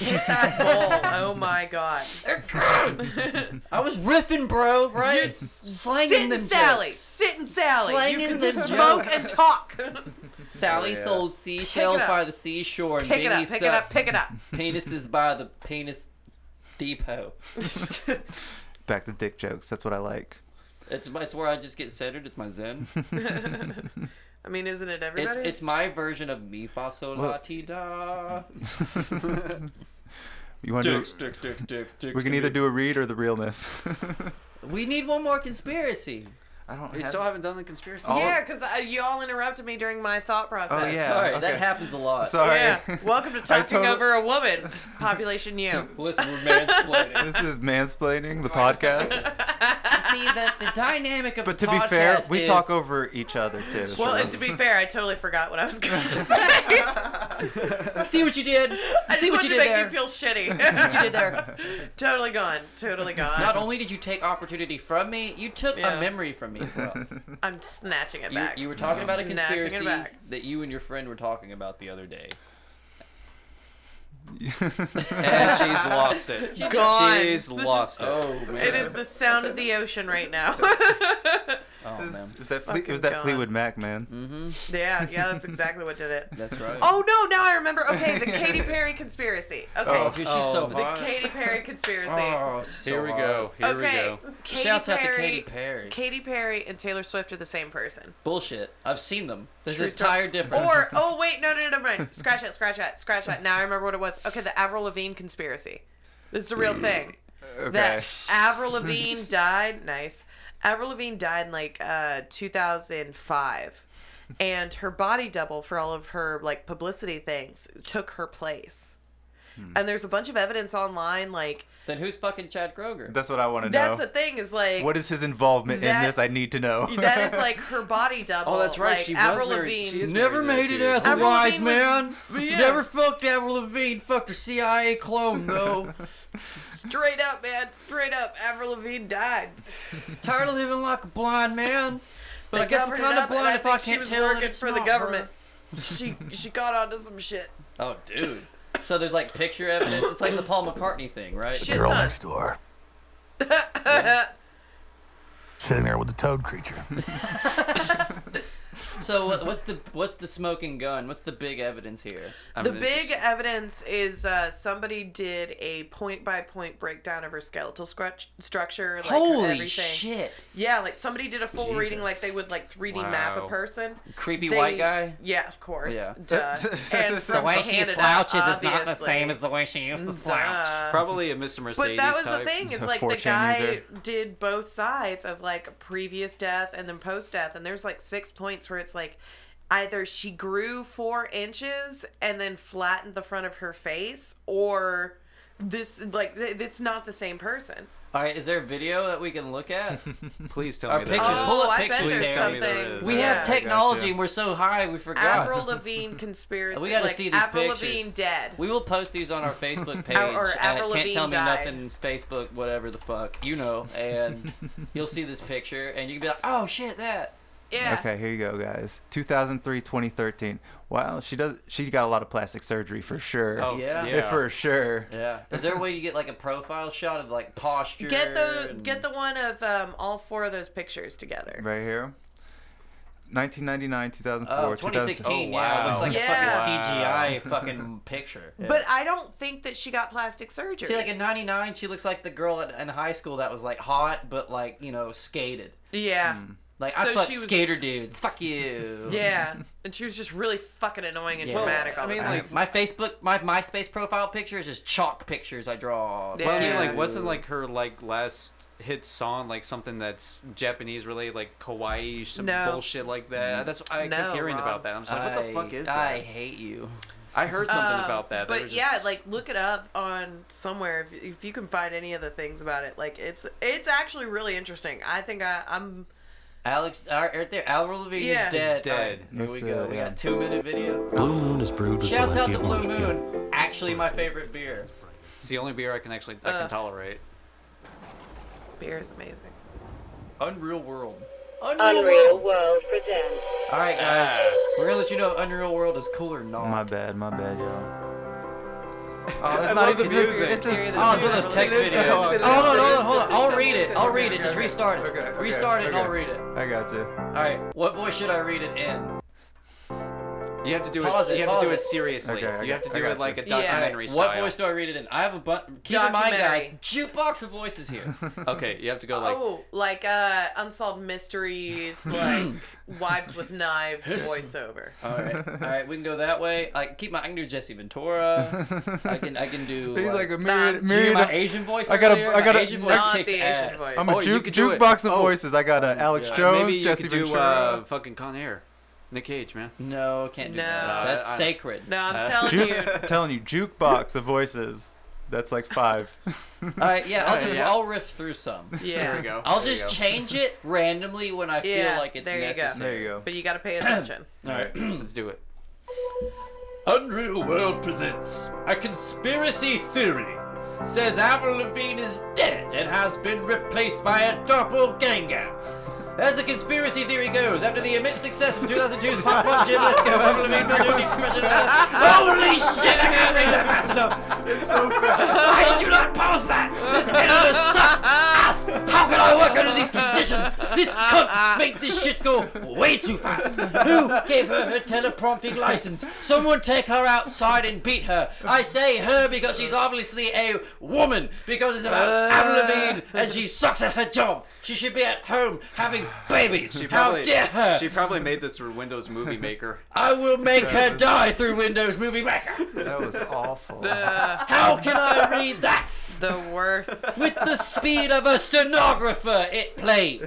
[SPEAKER 4] Hit that bowl. Oh my god.
[SPEAKER 2] I was riffing, bro. Right? slanging
[SPEAKER 4] Sit
[SPEAKER 2] them
[SPEAKER 4] and Sally.
[SPEAKER 2] jokes.
[SPEAKER 4] Sit and Sally. you
[SPEAKER 2] Slanging
[SPEAKER 4] can
[SPEAKER 2] them
[SPEAKER 4] smoke
[SPEAKER 2] jokes.
[SPEAKER 4] and talk.
[SPEAKER 2] Sally
[SPEAKER 1] Oh, Yeah.
[SPEAKER 2] sold seashells
[SPEAKER 4] Pick it up.
[SPEAKER 2] by the seashore, and
[SPEAKER 4] Pick it up.
[SPEAKER 2] Bingy
[SPEAKER 4] Pick it up.
[SPEAKER 2] sucked
[SPEAKER 4] Pick it up.
[SPEAKER 2] penises by the penis depot.
[SPEAKER 3] Back to dick jokes. That's what I like.
[SPEAKER 2] It's it's where I just get centered. It's my zen.
[SPEAKER 4] I mean, isn't it
[SPEAKER 2] It's
[SPEAKER 4] everybody's?
[SPEAKER 2] it's my version of mi fa sol la ti da.
[SPEAKER 3] You want to?
[SPEAKER 2] Dicks, dicks, dicks, dicks, dicks.
[SPEAKER 3] We can
[SPEAKER 2] dicks.
[SPEAKER 3] either do a read or the realness.
[SPEAKER 2] We need one more conspiracy.
[SPEAKER 3] I don't.
[SPEAKER 1] We still haven't Oh, done the conspiracy.
[SPEAKER 3] All-
[SPEAKER 4] Yeah, because uh, you all interrupted me during my thought process.
[SPEAKER 3] Oh, yeah.
[SPEAKER 2] Sorry,
[SPEAKER 3] okay.
[SPEAKER 2] that happens a lot.
[SPEAKER 3] Sorry.
[SPEAKER 4] Yeah. Welcome to talking
[SPEAKER 3] total-
[SPEAKER 4] over a woman. Population you.
[SPEAKER 2] Listen, we're mansplaining.
[SPEAKER 3] This is mansplaining the podcast.
[SPEAKER 2] See, the, the dynamic of
[SPEAKER 3] But
[SPEAKER 2] the
[SPEAKER 3] to be fair,
[SPEAKER 2] podcast
[SPEAKER 3] we
[SPEAKER 2] is-
[SPEAKER 3] talk over each other too. so-
[SPEAKER 4] Well, and to be fair, I totally forgot what I was going to say.
[SPEAKER 2] See what you did.
[SPEAKER 4] I
[SPEAKER 2] See
[SPEAKER 4] just
[SPEAKER 2] what you
[SPEAKER 4] wanted to
[SPEAKER 2] did
[SPEAKER 4] make
[SPEAKER 2] there.
[SPEAKER 4] you feel
[SPEAKER 2] See what you
[SPEAKER 4] shitty.
[SPEAKER 2] did there.
[SPEAKER 4] totally gone. Totally gone.
[SPEAKER 2] Not only did you take opportunity from me, you took
[SPEAKER 4] Yeah.
[SPEAKER 2] a memory from me as well.
[SPEAKER 4] I'm snatching it
[SPEAKER 2] You,
[SPEAKER 4] back.
[SPEAKER 2] you were talking about a
[SPEAKER 4] Snatching it
[SPEAKER 2] conspiracy
[SPEAKER 4] back.
[SPEAKER 2] that you and your friend were talking about the other day.
[SPEAKER 1] and she's lost it.
[SPEAKER 4] Gone.
[SPEAKER 1] She's lost it.
[SPEAKER 2] Oh man.
[SPEAKER 4] It is the sound of the ocean right now.
[SPEAKER 2] Oh man.
[SPEAKER 3] It was that, Fle- it was
[SPEAKER 4] Fucking
[SPEAKER 3] that
[SPEAKER 4] God.
[SPEAKER 3] Fleetwood Mac, man.
[SPEAKER 4] yeah, yeah, that's exactly what did it.
[SPEAKER 2] That's right.
[SPEAKER 4] Oh no, now I remember. Okay, the Katy Perry conspiracy. Okay,
[SPEAKER 3] Oh,
[SPEAKER 2] dude, she's
[SPEAKER 1] Oh,
[SPEAKER 2] so
[SPEAKER 1] the
[SPEAKER 4] the
[SPEAKER 2] hot.
[SPEAKER 4] Katy Perry conspiracy.
[SPEAKER 2] Oh, she's so
[SPEAKER 1] Here we
[SPEAKER 2] hot.
[SPEAKER 1] go. Here
[SPEAKER 4] okay,
[SPEAKER 1] we go.
[SPEAKER 4] Katy
[SPEAKER 2] Shouts out
[SPEAKER 4] Perry.
[SPEAKER 2] to Katy Perry.
[SPEAKER 4] Katy Perry and Taylor Swift are the same person.
[SPEAKER 2] Bullshit. I've seen them. There's
[SPEAKER 4] True
[SPEAKER 2] an
[SPEAKER 4] story.
[SPEAKER 2] entire difference.
[SPEAKER 4] Or oh wait, no, no, no, no, no. scratch that, scratch that, scratch that. Now I remember what it was. Okay, the Avril Lavigne conspiracy. This is the real thing.
[SPEAKER 3] Okay.
[SPEAKER 4] That Avril Lavigne died. Nice. Avril Lavigne died in like uh, 2005, and her body double for all of her like publicity things took her place.
[SPEAKER 3] Hmm.
[SPEAKER 4] And there's a bunch of evidence online. Like
[SPEAKER 2] then who's fucking Chad Kroger?
[SPEAKER 3] That's what I want to know.
[SPEAKER 4] that's the thing is like
[SPEAKER 3] what is his involvement
[SPEAKER 4] That-
[SPEAKER 3] in this? I need to know.
[SPEAKER 4] that is like her body double.
[SPEAKER 1] Oh, that's right.
[SPEAKER 4] Like,
[SPEAKER 1] she was
[SPEAKER 4] Avril
[SPEAKER 1] married.
[SPEAKER 4] Lavigne.
[SPEAKER 1] She is
[SPEAKER 2] Never
[SPEAKER 1] married
[SPEAKER 2] made
[SPEAKER 1] to
[SPEAKER 2] it
[SPEAKER 1] that
[SPEAKER 2] as
[SPEAKER 1] dude.
[SPEAKER 2] a
[SPEAKER 4] Avril
[SPEAKER 2] wise
[SPEAKER 4] Lavigne
[SPEAKER 2] man.
[SPEAKER 4] was- yeah.
[SPEAKER 2] Never fucked Avril Lavigne. Fucked her CIA clone though.
[SPEAKER 4] Straight up, man. Straight up, Avril Lavigne died.
[SPEAKER 2] Tired of living like a blind man. But
[SPEAKER 4] They
[SPEAKER 2] I guess I'm
[SPEAKER 4] covered it
[SPEAKER 2] kind of
[SPEAKER 4] up, and
[SPEAKER 2] blind if
[SPEAKER 4] think
[SPEAKER 2] I can't
[SPEAKER 4] she was
[SPEAKER 2] tell that
[SPEAKER 4] working
[SPEAKER 2] it's
[SPEAKER 4] for the
[SPEAKER 2] not
[SPEAKER 4] government.
[SPEAKER 2] her.
[SPEAKER 4] she she got onto some shit.
[SPEAKER 2] Oh, dude. So there's like picture evidence. It's like the Paul McCartney thing, right?
[SPEAKER 4] Shit ton.
[SPEAKER 5] door, sitting there with the toad creature.
[SPEAKER 2] So what- what's the what's the smoking gun? What's the big evidence here?
[SPEAKER 1] I
[SPEAKER 4] The
[SPEAKER 1] mean,
[SPEAKER 4] big evidence is uh, somebody did a point by point breakdown of her skeletal scrutch- structure. Like her
[SPEAKER 2] Holy
[SPEAKER 4] everything.
[SPEAKER 2] shit!
[SPEAKER 4] Yeah, like somebody did a full reading,
[SPEAKER 2] Jesus.
[SPEAKER 4] like they would like 3D map a
[SPEAKER 1] Wow.
[SPEAKER 4] person.
[SPEAKER 2] Creepy
[SPEAKER 4] They-
[SPEAKER 2] white guy.
[SPEAKER 4] Yeah, of course.
[SPEAKER 2] Yeah.
[SPEAKER 4] Duh. and
[SPEAKER 3] The
[SPEAKER 4] from Canada, obviously.
[SPEAKER 2] the way she used to
[SPEAKER 4] Duh.
[SPEAKER 1] Probably a Mr.
[SPEAKER 4] But
[SPEAKER 1] Mercedes
[SPEAKER 4] that was
[SPEAKER 1] type.
[SPEAKER 4] the thing is
[SPEAKER 3] A
[SPEAKER 4] like the
[SPEAKER 3] 4chan
[SPEAKER 4] guy
[SPEAKER 3] user.
[SPEAKER 4] did both sides of like previous death and then post death, and there's like six points where it's like either she grew four inches and then flattened the front of her face, or this like th- it's not the same person.
[SPEAKER 2] All right, is there a video that we can look at?
[SPEAKER 1] Please tell
[SPEAKER 2] Our
[SPEAKER 1] me
[SPEAKER 2] pictures-
[SPEAKER 1] that.
[SPEAKER 2] pull
[SPEAKER 4] oh,
[SPEAKER 2] up
[SPEAKER 4] I bet
[SPEAKER 2] pictures,
[SPEAKER 4] there's
[SPEAKER 1] Terry.
[SPEAKER 4] something.
[SPEAKER 2] we
[SPEAKER 4] Yeah.
[SPEAKER 2] have technology
[SPEAKER 3] Gotcha.
[SPEAKER 2] and we're so high we forgot.
[SPEAKER 4] Avril Lavigne conspiracy.
[SPEAKER 2] We gotta
[SPEAKER 4] like,
[SPEAKER 2] see these
[SPEAKER 4] Avril
[SPEAKER 2] pictures.
[SPEAKER 4] Lavigne dead.
[SPEAKER 2] We will post these on our Facebook page
[SPEAKER 4] Or- or
[SPEAKER 2] at
[SPEAKER 4] Avril
[SPEAKER 2] Can't Tell
[SPEAKER 4] Lavigne
[SPEAKER 2] Me
[SPEAKER 4] died.
[SPEAKER 2] Nothing Facebook, whatever the fuck, you know, and you'll see this picture and you can be like, oh shit, that.
[SPEAKER 4] yeah.
[SPEAKER 3] Okay, here you go, guys. 2003, 2013. Wow, she does. She got a lot of plastic surgery for sure. Eh,
[SPEAKER 1] Oh,
[SPEAKER 2] Yeah.
[SPEAKER 1] yeah.
[SPEAKER 3] for sure.
[SPEAKER 2] Yeah. Is there a way you get like a profile shot of like posture?
[SPEAKER 4] Get the
[SPEAKER 2] and-
[SPEAKER 4] get the one of um, all four of those pictures together.
[SPEAKER 3] Right here. 1999, 2004,
[SPEAKER 2] Oh,
[SPEAKER 3] 2000
[SPEAKER 2] 2016.
[SPEAKER 1] Oh,
[SPEAKER 2] Yeah, it
[SPEAKER 1] wow.
[SPEAKER 2] looks like
[SPEAKER 4] Yeah.
[SPEAKER 2] a fucking CGI fucking picture.
[SPEAKER 4] But I don't think that she got plastic surgery.
[SPEAKER 2] See, like in '99, she looks like the girl in, in high school that was like hot, but like you know, skated.
[SPEAKER 4] yeah.
[SPEAKER 2] Like
[SPEAKER 4] So
[SPEAKER 2] I fuck
[SPEAKER 4] she was-
[SPEAKER 2] skater dudes. Fuck you.
[SPEAKER 4] Yeah, and she was just really fucking annoying and
[SPEAKER 2] Yeah.
[SPEAKER 4] dramatic all
[SPEAKER 1] I mean,
[SPEAKER 4] the time.
[SPEAKER 1] like-
[SPEAKER 2] My Facebook, my MySpace profile picture is just chalk pictures I draw.
[SPEAKER 4] Yeah.
[SPEAKER 1] But I mean,
[SPEAKER 4] Yeah.
[SPEAKER 1] like, wasn't like her like last hit song like something that's Japanese related, like kawaii, some
[SPEAKER 4] No.
[SPEAKER 1] bullshit like that? That's I
[SPEAKER 4] No,
[SPEAKER 1] kept hearing
[SPEAKER 4] Rob.
[SPEAKER 1] about that. I'm just like, what the
[SPEAKER 2] Mm-hmm. I-
[SPEAKER 1] fuck is
[SPEAKER 2] I
[SPEAKER 1] that?
[SPEAKER 2] hate you.
[SPEAKER 1] I heard something
[SPEAKER 4] Um,
[SPEAKER 1] about that. that
[SPEAKER 4] But
[SPEAKER 1] was
[SPEAKER 4] yeah,
[SPEAKER 1] just-
[SPEAKER 4] like look it up on somewhere if, if you can find any other things about it. Like it's it's actually really interesting. I think I, I'm
[SPEAKER 2] Alex, all right, right there, Avril Lavigne
[SPEAKER 4] Yeah.
[SPEAKER 2] is dead.
[SPEAKER 1] He's
[SPEAKER 2] All
[SPEAKER 1] dead.
[SPEAKER 2] right, here we
[SPEAKER 3] That's,
[SPEAKER 2] go.
[SPEAKER 3] uh,
[SPEAKER 2] we
[SPEAKER 3] yeah.
[SPEAKER 2] got two minute video.
[SPEAKER 8] Blue Moon is brewed with
[SPEAKER 2] Shouts out
[SPEAKER 8] Valencia
[SPEAKER 2] to Blue
[SPEAKER 8] orange peel.
[SPEAKER 2] Moon. Actually, my favorite beer.
[SPEAKER 1] it's the only beer I can actually I
[SPEAKER 4] Uh.
[SPEAKER 1] can tolerate.
[SPEAKER 4] beer is amazing.
[SPEAKER 2] Unreal World.
[SPEAKER 9] Unreal World presents.
[SPEAKER 2] All right, guys, we're gonna let you know if Unreal World is cool or not.
[SPEAKER 3] oh, My bad, my bad, y'all. Oh,
[SPEAKER 1] I
[SPEAKER 3] there's not
[SPEAKER 1] love
[SPEAKER 3] even
[SPEAKER 1] the
[SPEAKER 3] music.
[SPEAKER 1] music.
[SPEAKER 3] It just,
[SPEAKER 2] Oh, it's one of those text videos. Oh, hold on, hold on, hold on. I'll read it. I'll read it. Just restart it.
[SPEAKER 3] Okay, okay,
[SPEAKER 2] restart it. and I'll
[SPEAKER 3] okay.
[SPEAKER 2] read it.
[SPEAKER 3] I got you.
[SPEAKER 2] All right. What voice should I read it in?
[SPEAKER 1] You have to do
[SPEAKER 2] Pause
[SPEAKER 1] it.
[SPEAKER 2] it,
[SPEAKER 1] You have to do
[SPEAKER 2] pause
[SPEAKER 1] it
[SPEAKER 2] it.
[SPEAKER 1] seriously.
[SPEAKER 3] Okay, I
[SPEAKER 1] you
[SPEAKER 3] got-
[SPEAKER 1] have to
[SPEAKER 3] I
[SPEAKER 1] do
[SPEAKER 3] got
[SPEAKER 1] it like
[SPEAKER 3] you.
[SPEAKER 1] a
[SPEAKER 4] Yeah.
[SPEAKER 1] documentary style.
[SPEAKER 2] What voice do I read it in? I have a bunch. Keep in mind, guys,
[SPEAKER 4] Documentary.
[SPEAKER 2] jukebox of voices here.
[SPEAKER 1] Okay, you have to go like.
[SPEAKER 4] oh, like uh unsolved mysteries, like wives with knives voiceover.
[SPEAKER 2] All right. All right. We can go that way. I can keep my. I can do Jesse Ventura. I can. I can do.
[SPEAKER 3] He's
[SPEAKER 2] uh,
[SPEAKER 3] like a
[SPEAKER 4] Nah,
[SPEAKER 3] myriad,
[SPEAKER 2] do you hear
[SPEAKER 3] myriad
[SPEAKER 2] my
[SPEAKER 3] of,
[SPEAKER 2] Asian voice.
[SPEAKER 3] I gotta-
[SPEAKER 2] earlier?
[SPEAKER 3] I
[SPEAKER 2] My
[SPEAKER 3] gotta-
[SPEAKER 2] Asian voice
[SPEAKER 4] Not
[SPEAKER 2] kicks
[SPEAKER 4] the Asian
[SPEAKER 2] ass.
[SPEAKER 4] voice.
[SPEAKER 3] I'm a
[SPEAKER 1] Oh, you
[SPEAKER 3] juke,
[SPEAKER 1] could do it.
[SPEAKER 3] jukebox of
[SPEAKER 1] Oh.
[SPEAKER 3] voices. I got a Alex
[SPEAKER 2] Yeah.
[SPEAKER 3] Jones,
[SPEAKER 1] Maybe you
[SPEAKER 3] Jesse
[SPEAKER 1] could do
[SPEAKER 3] Ventura.
[SPEAKER 1] uh, fucking Con Air, Nick Cage, man.
[SPEAKER 2] No, can't do
[SPEAKER 4] No.
[SPEAKER 2] that. That's
[SPEAKER 1] I- I-
[SPEAKER 2] sacred.
[SPEAKER 4] No, I'm
[SPEAKER 1] Uh,
[SPEAKER 4] telling you.
[SPEAKER 3] Juke, telling you, jukebox of voices. That's like five.
[SPEAKER 2] All right. Yeah. I'll
[SPEAKER 1] right,
[SPEAKER 2] just.
[SPEAKER 1] yeah.
[SPEAKER 2] I'll riff through some.
[SPEAKER 4] Yeah.
[SPEAKER 1] There we go.
[SPEAKER 2] I'll
[SPEAKER 1] There you
[SPEAKER 2] just
[SPEAKER 1] go.
[SPEAKER 2] change it randomly when I feel
[SPEAKER 4] Yeah,
[SPEAKER 2] like it's
[SPEAKER 4] there you go.
[SPEAKER 2] necessary.
[SPEAKER 3] there you go.
[SPEAKER 4] But you got to pay attention.
[SPEAKER 2] All right.
[SPEAKER 1] Let's do it.
[SPEAKER 2] Unreal World presents a conspiracy theory. Says Avril Lavigne is dead and has been replaced by a doppelganger. As the conspiracy theory goes, after the immense success of 2002's Pop Pop Jim, let's go Avril Lavigne's a new expression of Holy shit! I can't read that fast enough.
[SPEAKER 3] It's so fast.
[SPEAKER 2] Why did you not pause that? This editor sucks ass. How can I work under these conditions? This cunt made this shit go way too fast. Who gave her her teleprompting license? Someone take her outside and beat her. I say her because she's obviously a woman because it's about
[SPEAKER 1] Uh.
[SPEAKER 2] Avril Lavigne and she sucks at her job. She should be at home having babies.
[SPEAKER 1] She
[SPEAKER 2] How
[SPEAKER 1] probably,
[SPEAKER 2] dare her?
[SPEAKER 1] She probably made this through Windows Movie Maker.
[SPEAKER 2] I will make her die through Windows Movie Maker.
[SPEAKER 3] That was awful.
[SPEAKER 2] How can I read that?
[SPEAKER 4] The worst.
[SPEAKER 2] with the speed of a stenographer it played.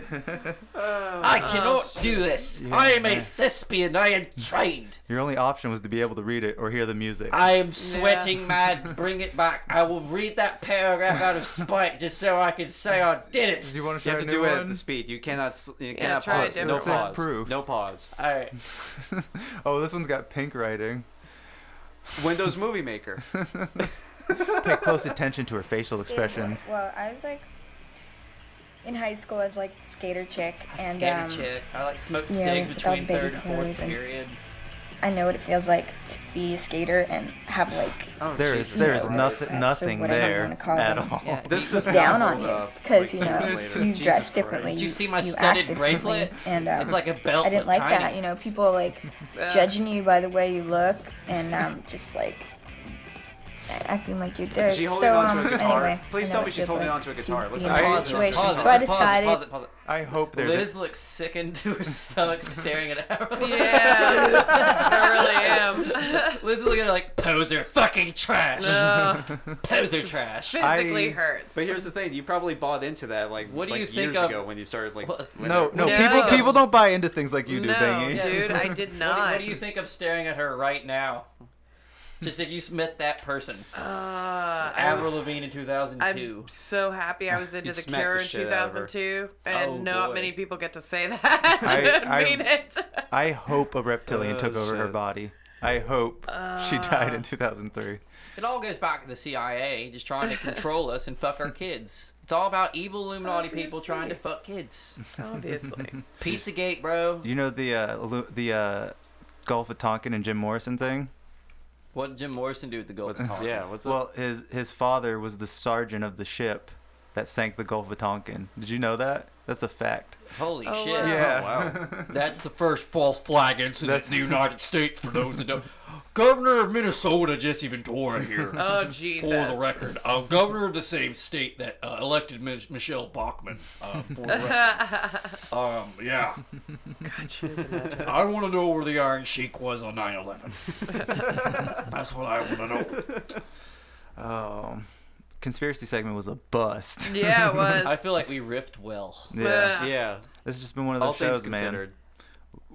[SPEAKER 2] I cannot do this. I am a thespian. I am trained.
[SPEAKER 3] Your only option was to be able to read it or hear the music.
[SPEAKER 2] I am sweating mad. Bring it back. I will read that paragraph out of spite just so I can say I did it.
[SPEAKER 3] do you want to
[SPEAKER 1] You
[SPEAKER 3] try
[SPEAKER 1] have to
[SPEAKER 3] a
[SPEAKER 1] do
[SPEAKER 3] new
[SPEAKER 1] it at
[SPEAKER 3] one?
[SPEAKER 1] the speed. You cannot. sl- You cannot
[SPEAKER 4] try a
[SPEAKER 1] pause. No
[SPEAKER 4] different
[SPEAKER 3] one.
[SPEAKER 1] pause.
[SPEAKER 3] Proof.
[SPEAKER 1] No pause.
[SPEAKER 2] All right.
[SPEAKER 3] oh, this one's got pink writing.
[SPEAKER 1] Windows Movie Maker.
[SPEAKER 3] Pay close attention to her facial expressions.
[SPEAKER 10] Well, I was like in high school I was like the skater chick and
[SPEAKER 2] Gator
[SPEAKER 10] um,
[SPEAKER 2] chick. I like smoke
[SPEAKER 10] yeah,
[SPEAKER 2] cigs
[SPEAKER 10] with all
[SPEAKER 2] between
[SPEAKER 10] the baby
[SPEAKER 2] third and fourth
[SPEAKER 10] clothes and-
[SPEAKER 2] period.
[SPEAKER 10] I know what it feels like to be a skater and have like
[SPEAKER 1] Oh,
[SPEAKER 3] There is
[SPEAKER 1] Jesus
[SPEAKER 3] there is
[SPEAKER 1] Christ.
[SPEAKER 10] Christ,
[SPEAKER 3] nothing
[SPEAKER 10] or
[SPEAKER 3] nothing
[SPEAKER 10] whatever you
[SPEAKER 3] there
[SPEAKER 10] wanna call
[SPEAKER 3] at
[SPEAKER 10] them.
[SPEAKER 3] all.
[SPEAKER 2] Yeah.
[SPEAKER 1] This does
[SPEAKER 10] down
[SPEAKER 1] not
[SPEAKER 10] on
[SPEAKER 1] hold
[SPEAKER 10] you,
[SPEAKER 1] up,
[SPEAKER 10] 'cause, you
[SPEAKER 1] like,
[SPEAKER 10] know,
[SPEAKER 1] years later.
[SPEAKER 10] you
[SPEAKER 1] Jesus
[SPEAKER 10] dress
[SPEAKER 1] Christ.
[SPEAKER 10] differently.
[SPEAKER 2] Did you see my
[SPEAKER 10] you act
[SPEAKER 2] studded
[SPEAKER 10] differently,
[SPEAKER 2] bracelet?
[SPEAKER 10] and, um,
[SPEAKER 2] it's like a belt.
[SPEAKER 10] I didn't
[SPEAKER 2] but
[SPEAKER 10] like
[SPEAKER 2] tiny.
[SPEAKER 10] that. You know, people like judging you by the way you look and um, just like acting like you're dirt.
[SPEAKER 1] Is she holding
[SPEAKER 10] so
[SPEAKER 1] onto
[SPEAKER 10] um,
[SPEAKER 1] a guitar?
[SPEAKER 10] anyway,
[SPEAKER 1] Please
[SPEAKER 10] I know
[SPEAKER 1] tell
[SPEAKER 10] it
[SPEAKER 1] me she's
[SPEAKER 10] feels
[SPEAKER 1] holding
[SPEAKER 10] like
[SPEAKER 1] onto a
[SPEAKER 10] to
[SPEAKER 1] guitar. It
[SPEAKER 10] be
[SPEAKER 1] looks
[SPEAKER 10] in
[SPEAKER 1] like
[SPEAKER 10] that
[SPEAKER 1] she's
[SPEAKER 2] Pause it,
[SPEAKER 1] holding onto
[SPEAKER 2] pause it,
[SPEAKER 1] a
[SPEAKER 10] situation. so I
[SPEAKER 2] pause it,
[SPEAKER 10] decided.
[SPEAKER 2] Pause it, pause it.
[SPEAKER 3] I hope there's
[SPEAKER 2] Liz
[SPEAKER 3] a,
[SPEAKER 2] looks sickened to her stomach, staring at Harold.
[SPEAKER 4] Yeah, I really am.
[SPEAKER 2] Liz is looking at her like poser, fucking trash,
[SPEAKER 4] Uh,
[SPEAKER 2] poser trash.
[SPEAKER 4] physically
[SPEAKER 3] I-
[SPEAKER 4] hurts.
[SPEAKER 1] But here's the thing: you probably bought into that like
[SPEAKER 2] What do
[SPEAKER 1] like
[SPEAKER 2] you think
[SPEAKER 1] years
[SPEAKER 2] of-
[SPEAKER 1] ago when you started like
[SPEAKER 2] What-
[SPEAKER 1] when-
[SPEAKER 3] no, no,
[SPEAKER 4] No.
[SPEAKER 3] people people don't buy into things like you do,
[SPEAKER 4] no,
[SPEAKER 3] Bingy.
[SPEAKER 4] dude, I did
[SPEAKER 2] What do,
[SPEAKER 4] not.
[SPEAKER 2] what do you think of staring at her right now? Just if you met that person,
[SPEAKER 4] Uh, I'm-
[SPEAKER 2] Avril Lavigne in 2002.
[SPEAKER 4] I'm so happy I was into
[SPEAKER 1] You'd
[SPEAKER 4] the
[SPEAKER 1] smack
[SPEAKER 4] Cure
[SPEAKER 1] the
[SPEAKER 4] in
[SPEAKER 1] shit out of her.
[SPEAKER 4] 2002, and
[SPEAKER 2] Oh,
[SPEAKER 4] not
[SPEAKER 2] boy.
[SPEAKER 4] many people get to say that.
[SPEAKER 3] I-
[SPEAKER 4] I don't
[SPEAKER 3] I-
[SPEAKER 4] mean it.
[SPEAKER 3] I hope a reptilian
[SPEAKER 1] Oh,
[SPEAKER 3] took over her
[SPEAKER 1] shit.
[SPEAKER 3] body. I hope she
[SPEAKER 2] Uh.
[SPEAKER 3] died in 2003.
[SPEAKER 2] It all goes back to the CIA just trying to control us and fuck our kids. It's all about evil Illuminati people
[SPEAKER 4] Obviously.
[SPEAKER 2] trying to fuck kids.
[SPEAKER 4] Obviously,
[SPEAKER 2] Pizzagate, bro.
[SPEAKER 3] You know the uh, Lu- the uh, Gulf of Tonkin and Jim Morrison thing.
[SPEAKER 2] What did Jim Morrison do with the gold?
[SPEAKER 1] yeah, what's up?
[SPEAKER 3] Well, his his father was the sergeant of the ship that sank the Gulf of Tonkin. Did you know that? That's a fact.
[SPEAKER 2] Holy
[SPEAKER 4] Oh,
[SPEAKER 2] shit.
[SPEAKER 4] wow.
[SPEAKER 1] oh, wow.
[SPEAKER 2] That's the first false flag incident in the United States, for those that don't. Governor of Minnesota, Jesse Ventura here.
[SPEAKER 4] oh Jesus.
[SPEAKER 2] for the record, uh, governor of the same state that uh, elected Mich- Michelle Bachmann. Uh, for the record. um, yeah. I want to know where the Iron Sheik was on 9 11. That's what I want to know.
[SPEAKER 3] Oh, conspiracy segment was a bust.
[SPEAKER 4] Yeah, it was.
[SPEAKER 2] I feel like we riffed well.
[SPEAKER 3] yeah.
[SPEAKER 4] Ugh.
[SPEAKER 1] Yeah,
[SPEAKER 3] It's just been one of
[SPEAKER 1] all
[SPEAKER 3] those
[SPEAKER 1] things
[SPEAKER 3] shows, man.
[SPEAKER 1] considered.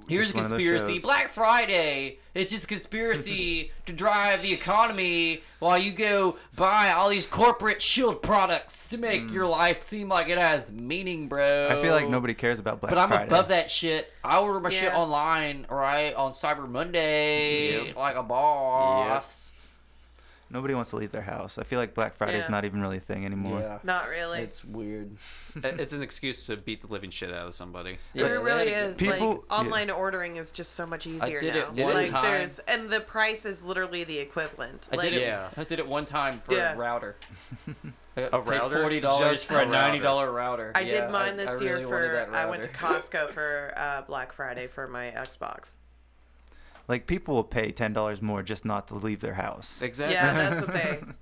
[SPEAKER 2] Here's
[SPEAKER 3] Just
[SPEAKER 2] a
[SPEAKER 3] one of those
[SPEAKER 2] conspiracy.
[SPEAKER 3] shows.
[SPEAKER 2] Black Friday. It's just a conspiracy to drive the economy while you go buy all these corporate shield products to make your life seem like it has meaning, bro.
[SPEAKER 3] Mm. I feel
[SPEAKER 1] Oh.
[SPEAKER 3] like nobody cares about Black
[SPEAKER 2] But I'm
[SPEAKER 3] Friday.
[SPEAKER 2] above that shit. I order my shit
[SPEAKER 4] Yeah.
[SPEAKER 2] online, right? On Cyber Monday, like a boss.
[SPEAKER 3] Nobody wants to leave their house. I feel like Black Friday's
[SPEAKER 4] Yeah.
[SPEAKER 3] not even really a thing anymore.
[SPEAKER 2] Yeah.
[SPEAKER 4] Not really.
[SPEAKER 2] It's weird.
[SPEAKER 1] It- it's an excuse to beat the living shit out of somebody.
[SPEAKER 2] Yeah,
[SPEAKER 4] there really
[SPEAKER 2] that-
[SPEAKER 4] is. like
[SPEAKER 3] People- yeah.
[SPEAKER 4] online ordering is just so much easier
[SPEAKER 2] did it
[SPEAKER 4] now.
[SPEAKER 2] one
[SPEAKER 4] like
[SPEAKER 2] time.
[SPEAKER 4] there's and the price is literally the equivalent.
[SPEAKER 2] I
[SPEAKER 4] like,
[SPEAKER 2] did it.
[SPEAKER 1] Yeah.
[SPEAKER 2] I did it one time for
[SPEAKER 4] Yeah.
[SPEAKER 2] a router.
[SPEAKER 1] A router?
[SPEAKER 2] Forty dollars
[SPEAKER 1] Just
[SPEAKER 2] for a
[SPEAKER 1] a router.
[SPEAKER 2] ninety dollar router.
[SPEAKER 4] I
[SPEAKER 2] Yeah,
[SPEAKER 4] did mine
[SPEAKER 2] I
[SPEAKER 4] this year
[SPEAKER 2] really wanted
[SPEAKER 4] for
[SPEAKER 2] that
[SPEAKER 4] I went to
[SPEAKER 2] router.
[SPEAKER 4] Costco for uh, Black Friday for my Xbox.
[SPEAKER 3] Like people will pay ten dollars more just not to leave their house.
[SPEAKER 1] Exactly.
[SPEAKER 4] Yeah, that's the thing.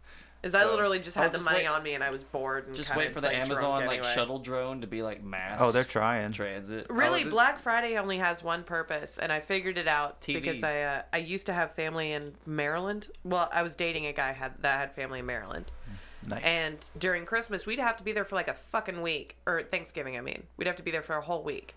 [SPEAKER 4] Is I literally just
[SPEAKER 2] I'll
[SPEAKER 4] had the
[SPEAKER 2] just
[SPEAKER 4] money
[SPEAKER 2] wait-
[SPEAKER 4] on me and I was bored. And
[SPEAKER 2] Just
[SPEAKER 4] kind
[SPEAKER 2] wait
[SPEAKER 4] of,
[SPEAKER 2] for the
[SPEAKER 4] like, drunk
[SPEAKER 2] Amazon like
[SPEAKER 4] anyway.
[SPEAKER 2] shuttle drone to be like mass.
[SPEAKER 3] Oh, they're trying.
[SPEAKER 2] transit.
[SPEAKER 4] Really,
[SPEAKER 1] Oh, this-
[SPEAKER 4] Black Friday only has one purpose, and I figured it out
[SPEAKER 2] TV.
[SPEAKER 4] because I uh, I used to have family in Maryland. Well, I was dating a guy had that had family in Maryland,
[SPEAKER 3] Nice.
[SPEAKER 4] and during Christmas we'd have to be there for like a fucking week, or Thanksgiving, I mean, we'd have to be there for a whole week.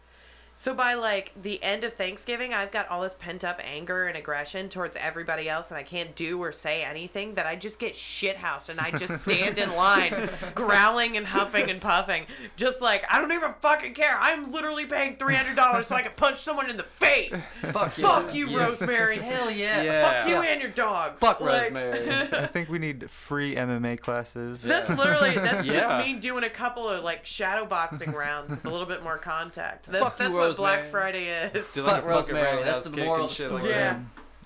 [SPEAKER 4] So by like the end of Thanksgiving, I've got all this pent up anger and aggression towards everybody else, and I can't do or say anything. That I just get shithoused and I just stand in line, growling and huffing and puffing, just like I don't even fucking care. I'm literally paying three hundred dollars so I can punch someone in the face.
[SPEAKER 2] Fuck yeah.
[SPEAKER 4] Fuck you, Rosemary.
[SPEAKER 2] Hell yeah.
[SPEAKER 1] Yeah.
[SPEAKER 4] Fuck you and your dogs.
[SPEAKER 2] Fuck
[SPEAKER 4] Like,
[SPEAKER 2] Rosemary.
[SPEAKER 3] I think we need free MMA classes.
[SPEAKER 4] That's literally that's
[SPEAKER 1] Yeah.
[SPEAKER 4] just me doing a couple of like shadow boxing rounds with a little bit more contact. That's
[SPEAKER 2] Fuck you,
[SPEAKER 4] that's
[SPEAKER 2] Rosemary.
[SPEAKER 4] what Black Friday is.
[SPEAKER 1] Do
[SPEAKER 2] Fuck
[SPEAKER 1] like a fucking
[SPEAKER 2] Rosemary,
[SPEAKER 1] roundhouse
[SPEAKER 2] that's the
[SPEAKER 1] kick and
[SPEAKER 2] moral of the
[SPEAKER 1] shit like
[SPEAKER 2] story.
[SPEAKER 1] that.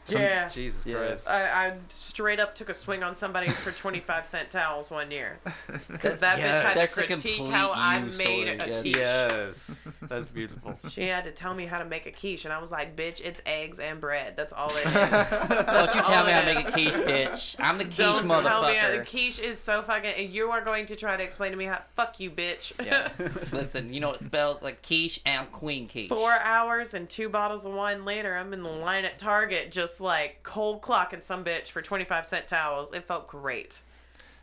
[SPEAKER 4] Yeah. yeah.
[SPEAKER 1] Jesus
[SPEAKER 2] Yeah.
[SPEAKER 1] Christ.
[SPEAKER 4] I, I straight up took a swing on somebody for 25 cent towels one year. Because that
[SPEAKER 1] Yes.
[SPEAKER 4] bitch had
[SPEAKER 2] That's a
[SPEAKER 4] to critique
[SPEAKER 2] complete
[SPEAKER 4] how I
[SPEAKER 2] you
[SPEAKER 4] made a
[SPEAKER 2] story, yes.
[SPEAKER 4] quiche.
[SPEAKER 1] Yes, that's beautiful.
[SPEAKER 4] She had to tell me how to make a quiche, and I was like, bitch, it's eggs and bread. That's all it is.
[SPEAKER 2] Don't you tell me I make a
[SPEAKER 4] Honest.
[SPEAKER 2] quiche, bitch. I'm the quiche
[SPEAKER 4] Don't tell me how-
[SPEAKER 2] motherfucker.
[SPEAKER 4] quiche is so fucking. And you are going to try to explain to me how. Fuck you, bitch.
[SPEAKER 2] Yeah. Listen, you know it spells like quiche and I'm queen quiche.
[SPEAKER 4] Four hours and two bottles of wine later, I'm in the line at Target, just like cold clocking some bitch for 25 cent towels. It felt great.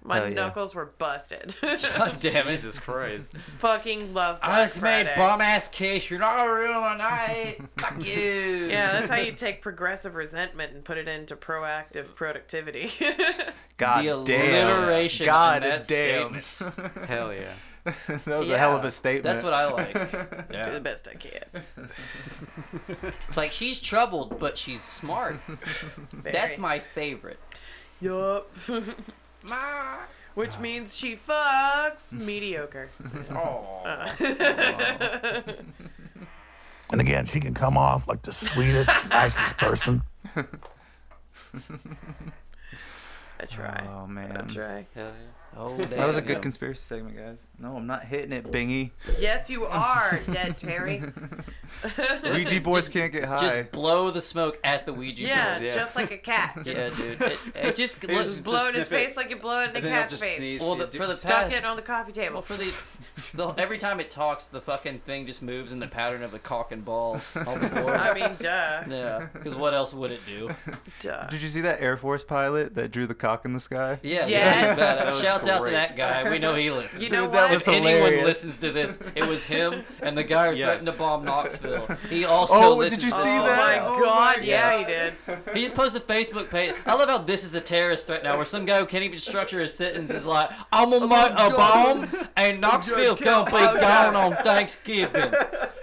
[SPEAKER 4] My
[SPEAKER 3] Hell yeah.
[SPEAKER 4] knuckles were busted.
[SPEAKER 2] God damn it.
[SPEAKER 1] Jesus Christ.
[SPEAKER 4] Fucking love Black
[SPEAKER 2] I just made
[SPEAKER 4] Friday.
[SPEAKER 2] bum ass quiche. You're not gonna ruin my night. Fuck you.
[SPEAKER 4] Yeah, that's how you take progressive resentment and put it into proactive productivity.
[SPEAKER 3] God
[SPEAKER 2] The
[SPEAKER 3] damn.
[SPEAKER 2] alliteration in
[SPEAKER 3] God
[SPEAKER 2] that
[SPEAKER 3] damn.
[SPEAKER 1] Hell yeah.
[SPEAKER 3] that was a hell of
[SPEAKER 2] Yeah.
[SPEAKER 3] a statement.
[SPEAKER 2] That's what I like.
[SPEAKER 4] Do the
[SPEAKER 2] Yeah.
[SPEAKER 4] best I can.
[SPEAKER 2] It's like she's troubled, but she's smart. That's
[SPEAKER 4] Very.
[SPEAKER 2] my favorite.
[SPEAKER 4] Yup. Which means she fucks mediocre. Uh,
[SPEAKER 5] And again, she can come off like the sweetest, nicest person.
[SPEAKER 4] I try.
[SPEAKER 3] Oh man.
[SPEAKER 4] I try.
[SPEAKER 2] Hell yeah. Oh,
[SPEAKER 3] That was a
[SPEAKER 2] damn.
[SPEAKER 3] good conspiracy segment, guys. No, I'm not hitting it, Bingy.
[SPEAKER 4] Yes, you are dead, Terry.
[SPEAKER 3] Ouija boards can't get high.
[SPEAKER 2] Just blow the smoke at the Ouija
[SPEAKER 4] yeah,
[SPEAKER 2] board.
[SPEAKER 1] Yeah.
[SPEAKER 4] just like a cat. Just
[SPEAKER 2] Yeah, dude. It, it just
[SPEAKER 1] It was
[SPEAKER 2] looks
[SPEAKER 1] just-
[SPEAKER 4] blow in his
[SPEAKER 1] sniff it.
[SPEAKER 4] face like you blow it in a
[SPEAKER 1] And then I'll
[SPEAKER 4] cat's
[SPEAKER 1] just
[SPEAKER 4] face.
[SPEAKER 1] sneeze.
[SPEAKER 2] Well, the, for the
[SPEAKER 4] Stuck
[SPEAKER 2] past,
[SPEAKER 4] it on the coffee table.
[SPEAKER 2] well, for the, the every time it talks, the fucking thing just moves in the pattern of the cock and balls on the board.
[SPEAKER 4] I mean, duh.
[SPEAKER 2] yeah, because what else would it do?
[SPEAKER 4] Duh.
[SPEAKER 3] Did you see that Air Force pilot that drew the cock in the sky?
[SPEAKER 2] Yeah, that
[SPEAKER 4] Yes.
[SPEAKER 2] was badass.
[SPEAKER 1] was
[SPEAKER 2] shouts out to
[SPEAKER 1] great.
[SPEAKER 2] that guy. We know he listens.
[SPEAKER 4] You know
[SPEAKER 3] Dude, that
[SPEAKER 4] what?
[SPEAKER 3] was
[SPEAKER 2] if anyone
[SPEAKER 3] hilarious.
[SPEAKER 2] listens to this, it was him and the guy who
[SPEAKER 1] Yes.
[SPEAKER 2] threatened to bomb Knoxville. He also
[SPEAKER 3] Oh,
[SPEAKER 2] listens
[SPEAKER 3] did you
[SPEAKER 2] to
[SPEAKER 3] see
[SPEAKER 2] this
[SPEAKER 4] oh
[SPEAKER 3] that?
[SPEAKER 4] my
[SPEAKER 3] Oh
[SPEAKER 4] god,
[SPEAKER 3] my
[SPEAKER 4] yeah, he
[SPEAKER 3] God.
[SPEAKER 4] did.
[SPEAKER 2] He just posted a Facebook page. I love how this is a terrorist threat now, where some guy who can't even structure his sentence is like, "I'm gonna make a bomb and Knoxville gonna be gone on Thanksgiving,"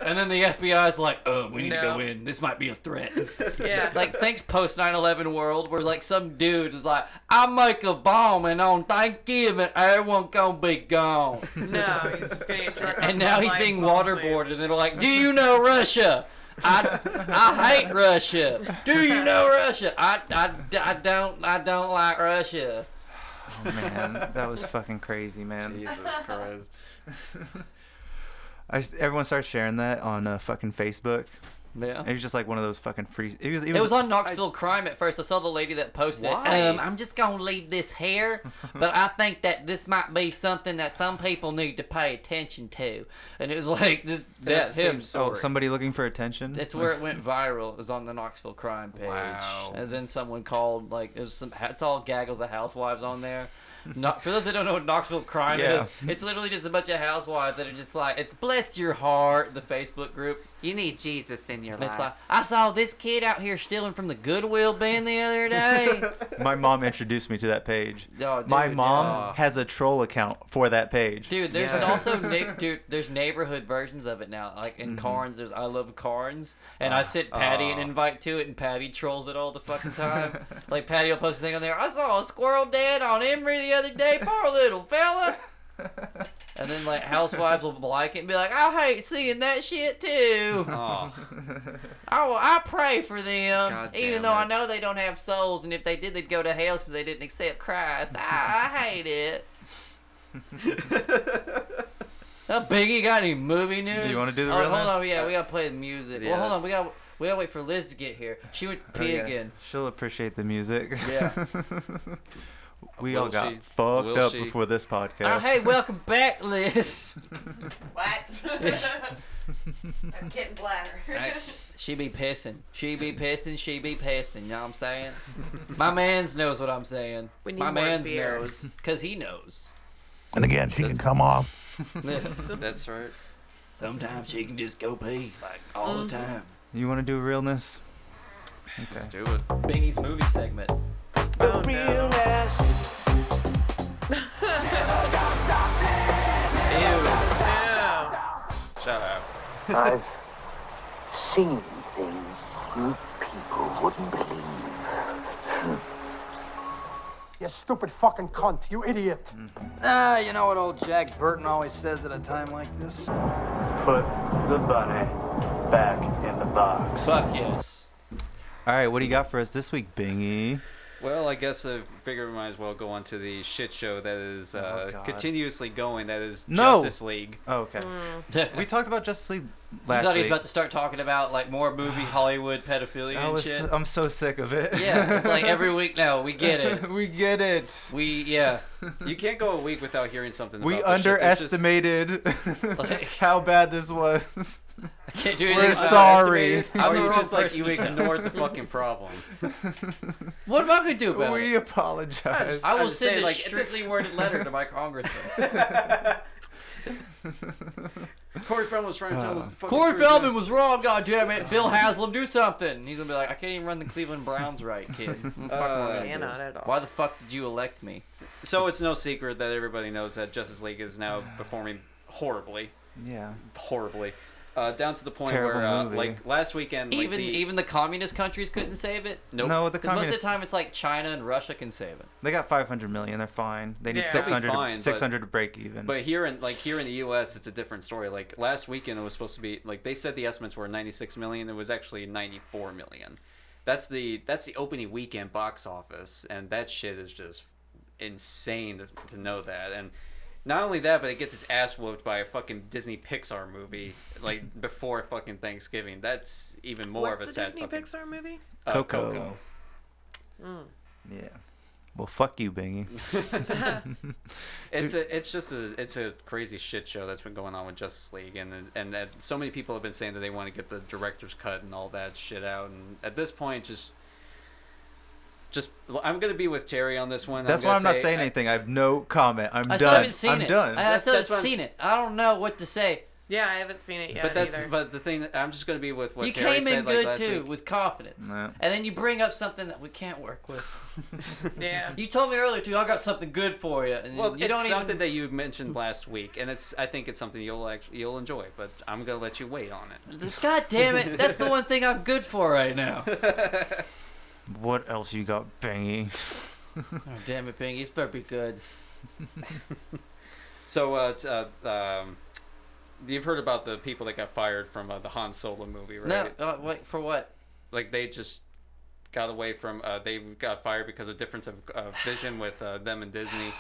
[SPEAKER 2] and then the FBI's like, "Oh, we need to
[SPEAKER 4] No.
[SPEAKER 2] go in. This might be a threat."
[SPEAKER 4] Yeah.
[SPEAKER 2] like, thanks post 9/11 world, where like some dude is like, "I make a bomb and on Thanksgiving everyone gonna be gone,"
[SPEAKER 4] no, he's just gonna get drunk. on
[SPEAKER 2] and now
[SPEAKER 4] Bud
[SPEAKER 2] he's
[SPEAKER 4] Light
[SPEAKER 2] being
[SPEAKER 4] and fall asleep.
[SPEAKER 2] waterboarded, and they're like, "Do you know Russia?" I, I hate Russia. Do you know Russia? I, I, I don't I don't like Russia.
[SPEAKER 3] Oh man, that was fucking crazy, man.
[SPEAKER 1] Jesus Christ.
[SPEAKER 3] I s everyone started sharing that on uh, fucking Facebook.
[SPEAKER 2] Yeah.
[SPEAKER 3] It was just like one of those fucking free. It was. It
[SPEAKER 2] It
[SPEAKER 3] was, Oh,
[SPEAKER 2] was on Knoxville Crime at first. I saw the lady that posted.
[SPEAKER 1] Why?
[SPEAKER 2] Um, I'm just gonna leave this here, but I think that this might be something that some people need to pay attention to. And it was like this. That
[SPEAKER 1] That's the
[SPEAKER 2] him.
[SPEAKER 1] same story.
[SPEAKER 3] oh, somebody looking for attention.
[SPEAKER 2] It's where it went viral. It was on the Knoxville crime page,
[SPEAKER 1] Wow.
[SPEAKER 2] and then someone called like it was some. It's all gaggles of housewives on there. Not, for those that don't know what Knoxville crime
[SPEAKER 3] Yeah.
[SPEAKER 2] is, it's literally just a bunch of housewives that are just like, "It's bless your heart." The Facebook group. You need Jesus in your life. like, I saw this kid out here stealing from the Goodwill bin the other day.
[SPEAKER 3] My mom introduced me to that page.
[SPEAKER 2] Oh, dude,
[SPEAKER 3] My
[SPEAKER 2] yeah.
[SPEAKER 3] mom has a troll account for that page.
[SPEAKER 2] Dude, there's
[SPEAKER 1] Yeah.
[SPEAKER 2] also na- dude, there's neighborhood versions of it now. Like in Carnes, there's I love Carnes, and I sent Patty an
[SPEAKER 1] Ah.
[SPEAKER 2] invite to it, and Patty trolls it all the fucking time. like Patty will post a thing on there. I saw a squirrel dead on Emory the other day, poor little fella. and then like housewives will like it and be like, "Oh, I hate seeing that shit too.
[SPEAKER 1] Oh,
[SPEAKER 2] I will, I pray for them,
[SPEAKER 1] God damn
[SPEAKER 2] even though I
[SPEAKER 1] it.
[SPEAKER 2] know they don't have souls, and if they did, they'd go to hell because they didn't accept Christ. I, I hate it. Uh, Biggie got any movie news?
[SPEAKER 3] you wanna do the
[SPEAKER 2] oh,
[SPEAKER 3] real
[SPEAKER 2] Hold
[SPEAKER 3] news?
[SPEAKER 2] on, yeah, we gotta play the music. Well, hold on,
[SPEAKER 1] Yes.
[SPEAKER 2] we gotta we gotta wait for Liz to get here. She would
[SPEAKER 3] Oh,
[SPEAKER 2] pee
[SPEAKER 3] yeah.
[SPEAKER 2] again.
[SPEAKER 3] She'll appreciate the music.
[SPEAKER 2] Yeah.
[SPEAKER 3] we
[SPEAKER 1] Will
[SPEAKER 3] all got
[SPEAKER 1] she?
[SPEAKER 3] fucked
[SPEAKER 1] Will
[SPEAKER 3] up
[SPEAKER 1] she?
[SPEAKER 3] before this podcast.
[SPEAKER 2] Oh, hey, welcome back, Liz.
[SPEAKER 4] What? I'm getting bladder.
[SPEAKER 2] She be pissing. She be pissing. She be pissing. You know what I'm saying? My man's knows what I'm saying.
[SPEAKER 4] We need
[SPEAKER 2] My
[SPEAKER 4] more
[SPEAKER 2] man's
[SPEAKER 4] beer.
[SPEAKER 2] knows because he knows.
[SPEAKER 5] And again, she can come off
[SPEAKER 2] This.
[SPEAKER 1] that's right.
[SPEAKER 2] Sometimes she can just go pee, like all the time.
[SPEAKER 3] You want to do realness? Okay.
[SPEAKER 1] Let's do it.
[SPEAKER 2] Bingy's movie segment.
[SPEAKER 4] Oh, no.
[SPEAKER 2] Ew.
[SPEAKER 4] No.
[SPEAKER 1] Shout out.
[SPEAKER 7] I've seen things you people wouldn't believe.
[SPEAKER 8] You stupid fucking cunt, you idiot.
[SPEAKER 11] Ah, you know what old Jack Burton always says at a time like this?
[SPEAKER 5] Put the bunny back in the box.
[SPEAKER 2] Fuck yes.
[SPEAKER 3] All right, what do you got for us this week, Bingy?
[SPEAKER 1] Well, I guess I figure we might as well go on to the shit show that is uh,
[SPEAKER 3] Oh, God.
[SPEAKER 1] continuously going. That is
[SPEAKER 3] No!
[SPEAKER 1] Justice League.
[SPEAKER 3] Oh, okay. We
[SPEAKER 2] we
[SPEAKER 3] talked about Justice League
[SPEAKER 2] Hmm. thought
[SPEAKER 3] last
[SPEAKER 2] he was
[SPEAKER 3] week.
[SPEAKER 2] about to start talking about like more movie Hollywood pedophilia
[SPEAKER 3] I
[SPEAKER 2] and
[SPEAKER 3] was,
[SPEAKER 2] shit.
[SPEAKER 3] I'm so sick of it.
[SPEAKER 2] yeah, it's like every week now. We get it.
[SPEAKER 3] we get it.
[SPEAKER 2] We yeah.
[SPEAKER 1] You can't go a week without hearing something.
[SPEAKER 3] We
[SPEAKER 1] about this shit. There's just-
[SPEAKER 3] underestimated
[SPEAKER 2] Like-
[SPEAKER 3] how bad this was.
[SPEAKER 2] I can't do anything.
[SPEAKER 3] We're
[SPEAKER 2] about it.
[SPEAKER 3] sorry.
[SPEAKER 1] Or
[SPEAKER 2] I'm the
[SPEAKER 1] you
[SPEAKER 2] wrong
[SPEAKER 1] just like
[SPEAKER 2] person
[SPEAKER 1] you
[SPEAKER 2] to tell.
[SPEAKER 1] ignored the fucking problem.
[SPEAKER 2] What am I gonna do about
[SPEAKER 3] we
[SPEAKER 2] it?
[SPEAKER 3] apologize.
[SPEAKER 2] I
[SPEAKER 1] I'm
[SPEAKER 2] will
[SPEAKER 1] just
[SPEAKER 2] send
[SPEAKER 1] saying,
[SPEAKER 2] a
[SPEAKER 1] like,
[SPEAKER 2] strictly worded letter to my congressman.
[SPEAKER 1] Corey Feldman was trying to tell us. the fucking
[SPEAKER 2] Corey
[SPEAKER 1] truth,
[SPEAKER 2] Feldman
[SPEAKER 1] man.
[SPEAKER 2] was wrong. God damn it. Bill Haslam, do something. And he's gonna be like, I can't even run the Cleveland Browns right, kid.
[SPEAKER 1] Uh,
[SPEAKER 4] Cannot at all.
[SPEAKER 2] Why the fuck did you elect me?
[SPEAKER 1] So it's no secret that everybody knows that Justice League is now performing horribly,
[SPEAKER 3] yeah.
[SPEAKER 1] horribly, uh, down to the point
[SPEAKER 3] Terrible
[SPEAKER 1] where, uh,
[SPEAKER 3] movie.
[SPEAKER 1] like last weekend, like,
[SPEAKER 2] even
[SPEAKER 1] the,
[SPEAKER 2] even the communist countries couldn't save it.
[SPEAKER 1] nope.
[SPEAKER 3] No, the
[SPEAKER 2] 'Cause most of
[SPEAKER 3] communists.
[SPEAKER 2] the time it's like China and Russia can save it.
[SPEAKER 3] They got 500 million. They're fine. They need
[SPEAKER 4] Yeah.
[SPEAKER 3] 600,
[SPEAKER 1] They'll be fine, but-
[SPEAKER 3] 600 to break even.
[SPEAKER 1] But here in like here in the U.S., it's a different story. Like last weekend, it was supposed to be like they said the estimates were 96 million. It was actually 94 million. that's the that's the opening weekend box office, and that shit is just insane to, to know that. And not only that, but it gets its ass whooped by a fucking Disney Pixar movie like before fucking Thanksgiving. That's even more
[SPEAKER 4] What's
[SPEAKER 1] of a
[SPEAKER 4] the
[SPEAKER 1] sad
[SPEAKER 4] Disney
[SPEAKER 1] fucking-
[SPEAKER 4] Pixar movie?
[SPEAKER 1] Uh,
[SPEAKER 3] Coco.
[SPEAKER 2] Hmm.
[SPEAKER 4] Mm.
[SPEAKER 3] Yeah. Well, fuck you, Bingy.
[SPEAKER 1] It's a, it's just a, it's a crazy shit show that's been going on with Justice League, and and that so many people have been saying that they want to get the director's cut and all that shit out, and at this point, just, just I'm gonna be with Terry on this one.
[SPEAKER 3] That's why
[SPEAKER 1] gonna
[SPEAKER 3] I'm not
[SPEAKER 1] say-
[SPEAKER 3] saying anything. I have no comment. I'm
[SPEAKER 2] I
[SPEAKER 3] done.
[SPEAKER 2] still haven't seen
[SPEAKER 3] I'm
[SPEAKER 2] it.
[SPEAKER 3] done.
[SPEAKER 2] I, I still haven't
[SPEAKER 1] That's- that's what I'm
[SPEAKER 2] seen it. I don't know what to say.
[SPEAKER 4] Yeah, I haven't seen it yet
[SPEAKER 1] But that's
[SPEAKER 4] either.
[SPEAKER 1] but the thing that I'm just gonna be with what
[SPEAKER 2] you
[SPEAKER 1] Terry
[SPEAKER 2] came
[SPEAKER 1] said,
[SPEAKER 2] in
[SPEAKER 1] like,
[SPEAKER 2] good
[SPEAKER 1] last
[SPEAKER 2] too,
[SPEAKER 1] week.
[SPEAKER 2] with confidence,
[SPEAKER 3] Yeah.
[SPEAKER 2] and then you bring up something that we can't work with.
[SPEAKER 4] yeah.
[SPEAKER 2] You told me earlier too. I got something good for you, and
[SPEAKER 1] Well,
[SPEAKER 2] you
[SPEAKER 1] it's
[SPEAKER 2] don't
[SPEAKER 1] something
[SPEAKER 2] even.
[SPEAKER 1] that you mentioned last week, and it's I think it's something you'll actually you'll enjoy, but I'm gonna let you wait on it.
[SPEAKER 2] God damn it! That's the one thing I'm good for right now.
[SPEAKER 3] What else you got, Bingy?
[SPEAKER 2] Oh, damn it, Bingy. It's better be good.
[SPEAKER 1] So, uh, t- uh, um, you've heard about the people that got fired from uh, the Han Solo movie, right?
[SPEAKER 2] No, uh, wait for what?
[SPEAKER 1] Like they just got away from. Uh, they got fired because of difference of uh, vision with uh, them and Disney.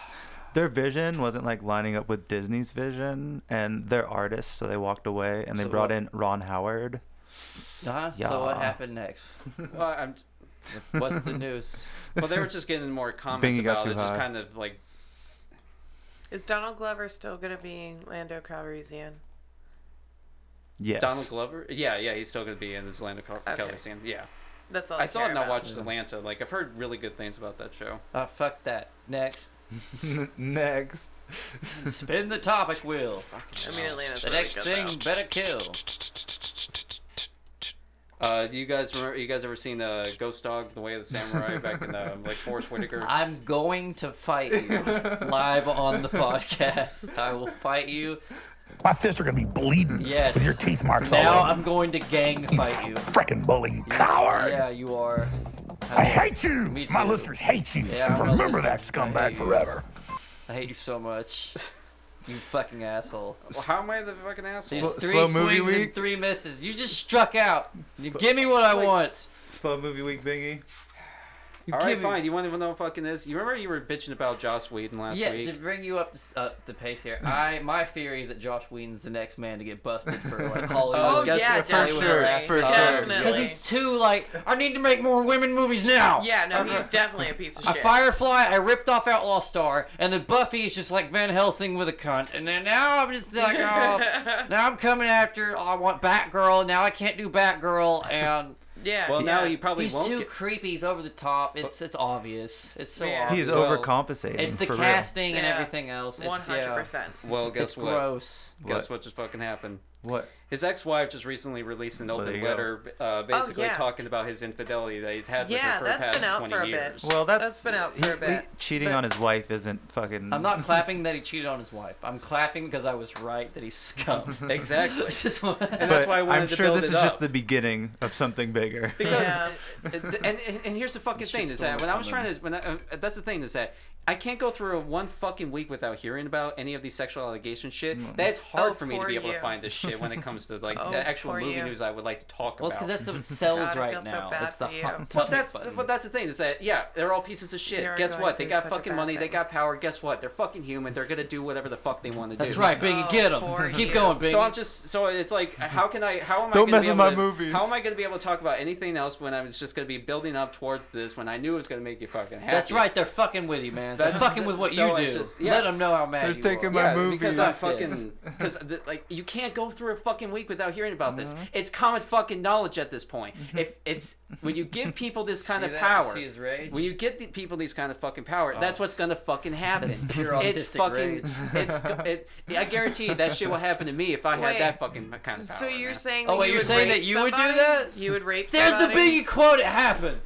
[SPEAKER 3] Their vision wasn't like lining up with Disney's vision and their artists, so they walked away and they
[SPEAKER 2] So
[SPEAKER 3] brought
[SPEAKER 2] what-
[SPEAKER 3] in Ron Howard.
[SPEAKER 2] Huh? Uh-huh, So what
[SPEAKER 3] Yeah.
[SPEAKER 2] happened next?
[SPEAKER 1] Well, I'm.
[SPEAKER 2] What's the news?
[SPEAKER 1] Well, they were just getting more comments
[SPEAKER 3] Bingy got
[SPEAKER 1] about
[SPEAKER 3] too
[SPEAKER 1] it, just
[SPEAKER 3] high.
[SPEAKER 1] kind of like
[SPEAKER 4] Is Donald Glover still gonna be Lando Calrissian?
[SPEAKER 3] Yes.
[SPEAKER 1] Donald Glover. Yeah, yeah, he's still gonna be in this Lando Cal-
[SPEAKER 4] Okay.
[SPEAKER 1] Calrissian. Yeah,
[SPEAKER 4] That's all. I,
[SPEAKER 1] I saw it and
[SPEAKER 4] care
[SPEAKER 1] I
[SPEAKER 4] about.
[SPEAKER 1] watched Atlanta. Like I've heard really good things about that show.
[SPEAKER 2] Oh, fuck that. Next.
[SPEAKER 3] Next.
[SPEAKER 2] Spin the topic wheel.
[SPEAKER 4] I mean, Atlanta's
[SPEAKER 2] The
[SPEAKER 4] really
[SPEAKER 2] next
[SPEAKER 4] good,
[SPEAKER 2] thing
[SPEAKER 4] though.
[SPEAKER 2] better kill.
[SPEAKER 1] Uh, do you guys remember? You guys ever seen uh, Ghost Dog: The Way of the Samurai back in uh, like Forrest Whitaker?
[SPEAKER 2] I'm going to fight you live on the podcast. I will fight you.
[SPEAKER 5] My fists are gonna be bleeding
[SPEAKER 2] Yes.
[SPEAKER 5] with your teeth marks
[SPEAKER 2] Now
[SPEAKER 5] all over.
[SPEAKER 2] I'm going to gang fight you.
[SPEAKER 5] Frickin' bully, you coward!
[SPEAKER 2] Yeah, you are.
[SPEAKER 5] I hate you!
[SPEAKER 2] Me
[SPEAKER 5] My
[SPEAKER 2] too.
[SPEAKER 5] listeners hate you!
[SPEAKER 2] Yeah,
[SPEAKER 5] and
[SPEAKER 2] I know
[SPEAKER 5] remember that
[SPEAKER 2] listeners, I hate
[SPEAKER 5] scumbag
[SPEAKER 2] you.
[SPEAKER 5] forever.
[SPEAKER 2] I hate you so much. You fucking asshole.
[SPEAKER 1] Well, how am I the fucking asshole?
[SPEAKER 2] There's
[SPEAKER 3] Slow-
[SPEAKER 2] three
[SPEAKER 3] slow movie
[SPEAKER 2] swings and
[SPEAKER 3] week?
[SPEAKER 2] three misses. You just struck out. You give me what I want.
[SPEAKER 3] Slow movie week, Bingy.
[SPEAKER 1] All right,
[SPEAKER 2] give me-
[SPEAKER 1] fine. You want to know what fucking is? You remember you were bitching about Joss Whedon last
[SPEAKER 2] Yeah,
[SPEAKER 1] week?
[SPEAKER 2] to bring you up to, s- up the pace here, I my theory is that Josh Whedon's the next man to get busted for like Hollywood.
[SPEAKER 1] Oh,
[SPEAKER 4] Oh
[SPEAKER 1] guess
[SPEAKER 4] yeah,
[SPEAKER 1] what? For
[SPEAKER 4] definitely.
[SPEAKER 3] sure, for sure.
[SPEAKER 4] definitely.
[SPEAKER 2] Because he's too like, I need to make more women movies now.
[SPEAKER 4] Yeah, no, he's definitely a piece of
[SPEAKER 2] I
[SPEAKER 4] shit.
[SPEAKER 2] Firefly, I ripped off Outlaw Star, and then Buffy is just like Van Helsing with a cunt, and then now I'm just like, oh, now I'm coming after. Oh, I want Batgirl. Now I can't do Batgirl, and
[SPEAKER 4] yeah.
[SPEAKER 1] well, now
[SPEAKER 4] yeah.
[SPEAKER 1] you probably
[SPEAKER 2] he's
[SPEAKER 1] won't.
[SPEAKER 2] too
[SPEAKER 1] get-
[SPEAKER 2] creepy. He's over the top. It's it's obvious. It's so
[SPEAKER 4] Yeah.
[SPEAKER 3] He's
[SPEAKER 2] obvious.
[SPEAKER 1] Well,
[SPEAKER 3] overcompensating.
[SPEAKER 2] It's the
[SPEAKER 3] for
[SPEAKER 2] casting and
[SPEAKER 4] Yeah.
[SPEAKER 2] everything else. It's,
[SPEAKER 4] One hundred
[SPEAKER 2] yeah.
[SPEAKER 4] percent.
[SPEAKER 1] Well, guess
[SPEAKER 2] It's
[SPEAKER 1] what?
[SPEAKER 2] gross.
[SPEAKER 1] Guess
[SPEAKER 3] What?
[SPEAKER 1] what just fucking happened?
[SPEAKER 3] Real. What?
[SPEAKER 1] His ex-wife just recently released an
[SPEAKER 3] there
[SPEAKER 1] open
[SPEAKER 3] you go.
[SPEAKER 1] letter, uh, basically
[SPEAKER 4] Oh, yeah.
[SPEAKER 1] talking about his infidelity that he's had
[SPEAKER 4] Yeah,
[SPEAKER 1] with her for the
[SPEAKER 4] that's
[SPEAKER 1] past
[SPEAKER 4] been out
[SPEAKER 1] 20
[SPEAKER 4] for a bit.
[SPEAKER 1] years.
[SPEAKER 3] Well, that's,
[SPEAKER 4] That's been out for a bit,
[SPEAKER 3] cheating
[SPEAKER 4] but-
[SPEAKER 3] on his wife isn't fucking.
[SPEAKER 2] I'm not clapping that he cheated on his wife. I'm clapping because I was right that he's scum.
[SPEAKER 1] Exactly.
[SPEAKER 2] This is what-
[SPEAKER 1] And that's
[SPEAKER 3] but
[SPEAKER 1] why I wanted
[SPEAKER 3] I'm
[SPEAKER 1] to
[SPEAKER 3] sure
[SPEAKER 1] build
[SPEAKER 3] this
[SPEAKER 1] it
[SPEAKER 3] is just
[SPEAKER 1] up.
[SPEAKER 3] the beginning of something bigger.
[SPEAKER 1] because
[SPEAKER 4] Yeah.
[SPEAKER 1] and, and and here's the fucking thing is
[SPEAKER 2] still
[SPEAKER 1] that when I was
[SPEAKER 2] work on
[SPEAKER 1] trying to when I, uh, that's the thing is that I can't go through one fucking week without hearing about any of these sexual allegation shit.
[SPEAKER 3] Mm.
[SPEAKER 1] That's hard
[SPEAKER 4] Oh,
[SPEAKER 1] for me to
[SPEAKER 4] poor
[SPEAKER 1] be able to
[SPEAKER 4] you.
[SPEAKER 1] find this shit when it comes to like
[SPEAKER 4] Oh,
[SPEAKER 1] the actual
[SPEAKER 4] poor
[SPEAKER 1] movie
[SPEAKER 4] you.
[SPEAKER 1] news I would like to talk
[SPEAKER 2] Well, it's
[SPEAKER 1] about.
[SPEAKER 2] because that's what sells
[SPEAKER 4] God, I feel
[SPEAKER 2] right
[SPEAKER 4] so
[SPEAKER 2] now.
[SPEAKER 4] bad
[SPEAKER 2] it's the
[SPEAKER 4] for you.
[SPEAKER 2] hot
[SPEAKER 1] But
[SPEAKER 2] topic
[SPEAKER 1] that's
[SPEAKER 2] button.
[SPEAKER 1] but that's the thing is that yeah they're all pieces of shit.
[SPEAKER 4] They are
[SPEAKER 1] Guess
[SPEAKER 4] going
[SPEAKER 1] what? They
[SPEAKER 4] through
[SPEAKER 1] got
[SPEAKER 4] such a
[SPEAKER 1] fucking
[SPEAKER 4] bad
[SPEAKER 1] money. They
[SPEAKER 4] thing.
[SPEAKER 1] got power. Guess what? They're fucking human. They're gonna do whatever the fuck they want to do.
[SPEAKER 2] That's right, Biggie.
[SPEAKER 4] Oh,
[SPEAKER 2] get
[SPEAKER 4] poor
[SPEAKER 2] him. Keep
[SPEAKER 4] you.
[SPEAKER 2] going, Biggie.
[SPEAKER 1] So I'm just so it's like how can I how am I
[SPEAKER 3] Don't
[SPEAKER 1] gonna
[SPEAKER 3] mess
[SPEAKER 1] be
[SPEAKER 3] with
[SPEAKER 1] able
[SPEAKER 3] my
[SPEAKER 1] to-
[SPEAKER 3] movies.
[SPEAKER 1] How am I gonna be able to talk about anything else when I was just gonna be building up towards this when I knew it was gonna make you fucking happy?
[SPEAKER 2] That's right. They're fucking with you, man.
[SPEAKER 1] That's-
[SPEAKER 2] they're fucking with what
[SPEAKER 1] so
[SPEAKER 2] you
[SPEAKER 1] it's
[SPEAKER 2] do.
[SPEAKER 1] just- yeah.
[SPEAKER 2] Let them know how mad
[SPEAKER 3] They're
[SPEAKER 2] you
[SPEAKER 3] taking
[SPEAKER 2] are.
[SPEAKER 3] my-
[SPEAKER 1] Yeah,
[SPEAKER 3] movie
[SPEAKER 1] because I
[SPEAKER 3] is-
[SPEAKER 1] fucking because like you can't go through a fucking week without hearing about this. It's common fucking knowledge at this point. If it's when you give people this kind
[SPEAKER 2] See
[SPEAKER 1] of
[SPEAKER 2] that? You
[SPEAKER 1] power,
[SPEAKER 2] see his rage?
[SPEAKER 1] when you get the people these kind of fucking power, that's what's gonna fucking happen.
[SPEAKER 2] pure
[SPEAKER 1] it's
[SPEAKER 2] autistic
[SPEAKER 1] fucking
[SPEAKER 2] rage.
[SPEAKER 1] it's go- it, I guarantee you that shit will happen to me if I
[SPEAKER 4] Wait.
[SPEAKER 1] had that fucking kind of power.
[SPEAKER 4] So you're
[SPEAKER 1] man.
[SPEAKER 4] saying?
[SPEAKER 2] Oh,
[SPEAKER 4] that
[SPEAKER 2] wait,
[SPEAKER 4] you
[SPEAKER 2] you're
[SPEAKER 4] would
[SPEAKER 2] saying
[SPEAKER 4] rape
[SPEAKER 2] that you would do
[SPEAKER 4] somebody?
[SPEAKER 2] that?
[SPEAKER 4] You would rape.
[SPEAKER 2] There's the
[SPEAKER 4] somebody?
[SPEAKER 2] Biggie quote. It happened.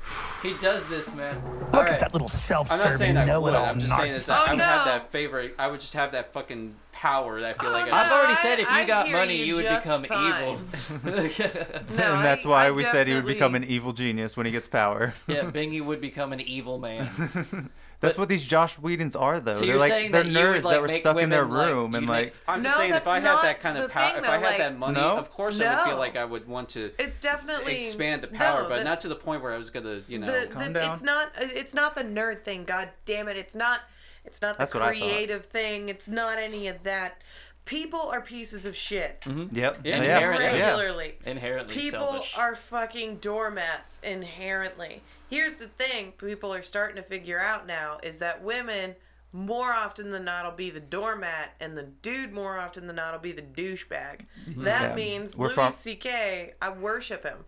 [SPEAKER 2] He does this, man. All
[SPEAKER 5] Look
[SPEAKER 2] right.
[SPEAKER 5] at that little
[SPEAKER 1] I'm not saying
[SPEAKER 5] self-serving
[SPEAKER 1] I would.
[SPEAKER 5] know-it-all
[SPEAKER 1] I'm just saying is
[SPEAKER 5] narcissist.
[SPEAKER 1] that I
[SPEAKER 4] Oh,
[SPEAKER 1] would have
[SPEAKER 4] no. Oh,
[SPEAKER 1] that favorite. I would just have that fucking power that I feel like
[SPEAKER 2] I've
[SPEAKER 1] I,
[SPEAKER 2] already said if you
[SPEAKER 1] I
[SPEAKER 2] got
[SPEAKER 1] hear
[SPEAKER 2] money,
[SPEAKER 1] you
[SPEAKER 2] you, would
[SPEAKER 1] just
[SPEAKER 2] become evil.
[SPEAKER 3] and that's why we said he would become an evil genius when he gets power.
[SPEAKER 2] yeah, Bingy would become an evil man.
[SPEAKER 3] That's what these Josh Whedons are, though.
[SPEAKER 2] So
[SPEAKER 3] they're
[SPEAKER 2] you're
[SPEAKER 3] like
[SPEAKER 2] saying
[SPEAKER 3] they're
[SPEAKER 2] that you
[SPEAKER 3] nerds
[SPEAKER 2] would,
[SPEAKER 3] that
[SPEAKER 2] like,
[SPEAKER 3] were
[SPEAKER 2] make
[SPEAKER 3] stuck in their
[SPEAKER 2] women, like,
[SPEAKER 3] room and
[SPEAKER 2] you'd
[SPEAKER 3] like.
[SPEAKER 2] make-
[SPEAKER 1] I'm
[SPEAKER 4] No,
[SPEAKER 1] just saying if
[SPEAKER 4] that's
[SPEAKER 1] I had
[SPEAKER 4] not
[SPEAKER 1] that kind of
[SPEAKER 4] the
[SPEAKER 1] power,
[SPEAKER 4] thing,
[SPEAKER 1] if
[SPEAKER 4] though,
[SPEAKER 1] I had
[SPEAKER 4] like-
[SPEAKER 1] that money,
[SPEAKER 3] No?
[SPEAKER 1] of course I would feel
[SPEAKER 4] No.
[SPEAKER 1] like I would want to
[SPEAKER 4] It's definitely
[SPEAKER 1] expand the
[SPEAKER 4] no,
[SPEAKER 1] power, but
[SPEAKER 4] the-
[SPEAKER 1] not to the point where I was gonna, you know,
[SPEAKER 4] the, the, it's not it's not the nerd thing god damn it it's not it's not the
[SPEAKER 1] That's what I thought.
[SPEAKER 4] creative thing it's not any of that people are pieces of shit
[SPEAKER 3] Yep.
[SPEAKER 2] Yeah.
[SPEAKER 3] Yeah.
[SPEAKER 2] Inherently.
[SPEAKER 4] Regularly.
[SPEAKER 2] Inherently
[SPEAKER 4] people
[SPEAKER 2] selfish.
[SPEAKER 4] are fucking doormats inherently here's the thing people are starting to figure out now is that women more often than not will be the doormat and the dude more often than not will be the douchebag that
[SPEAKER 2] Mm-hmm.
[SPEAKER 3] Yeah.
[SPEAKER 4] means
[SPEAKER 3] We're
[SPEAKER 4] louis
[SPEAKER 3] from-
[SPEAKER 4] ck i worship him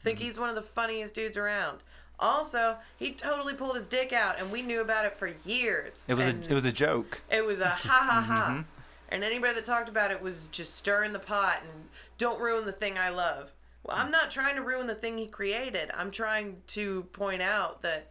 [SPEAKER 4] Think
[SPEAKER 2] Mm-hmm.
[SPEAKER 4] he's one of the funniest dudes around. Also, he totally pulled his dick out, and we knew about it for years.
[SPEAKER 3] It was a
[SPEAKER 4] And
[SPEAKER 3] it was a joke.
[SPEAKER 4] it was a ha ha ha.
[SPEAKER 1] Mm-hmm.
[SPEAKER 3] Mhm.
[SPEAKER 4] And anybody that talked about it was just stirring the pot and don't ruin the thing I love. Well, I'm not trying to ruin the thing he created. I'm trying to point out that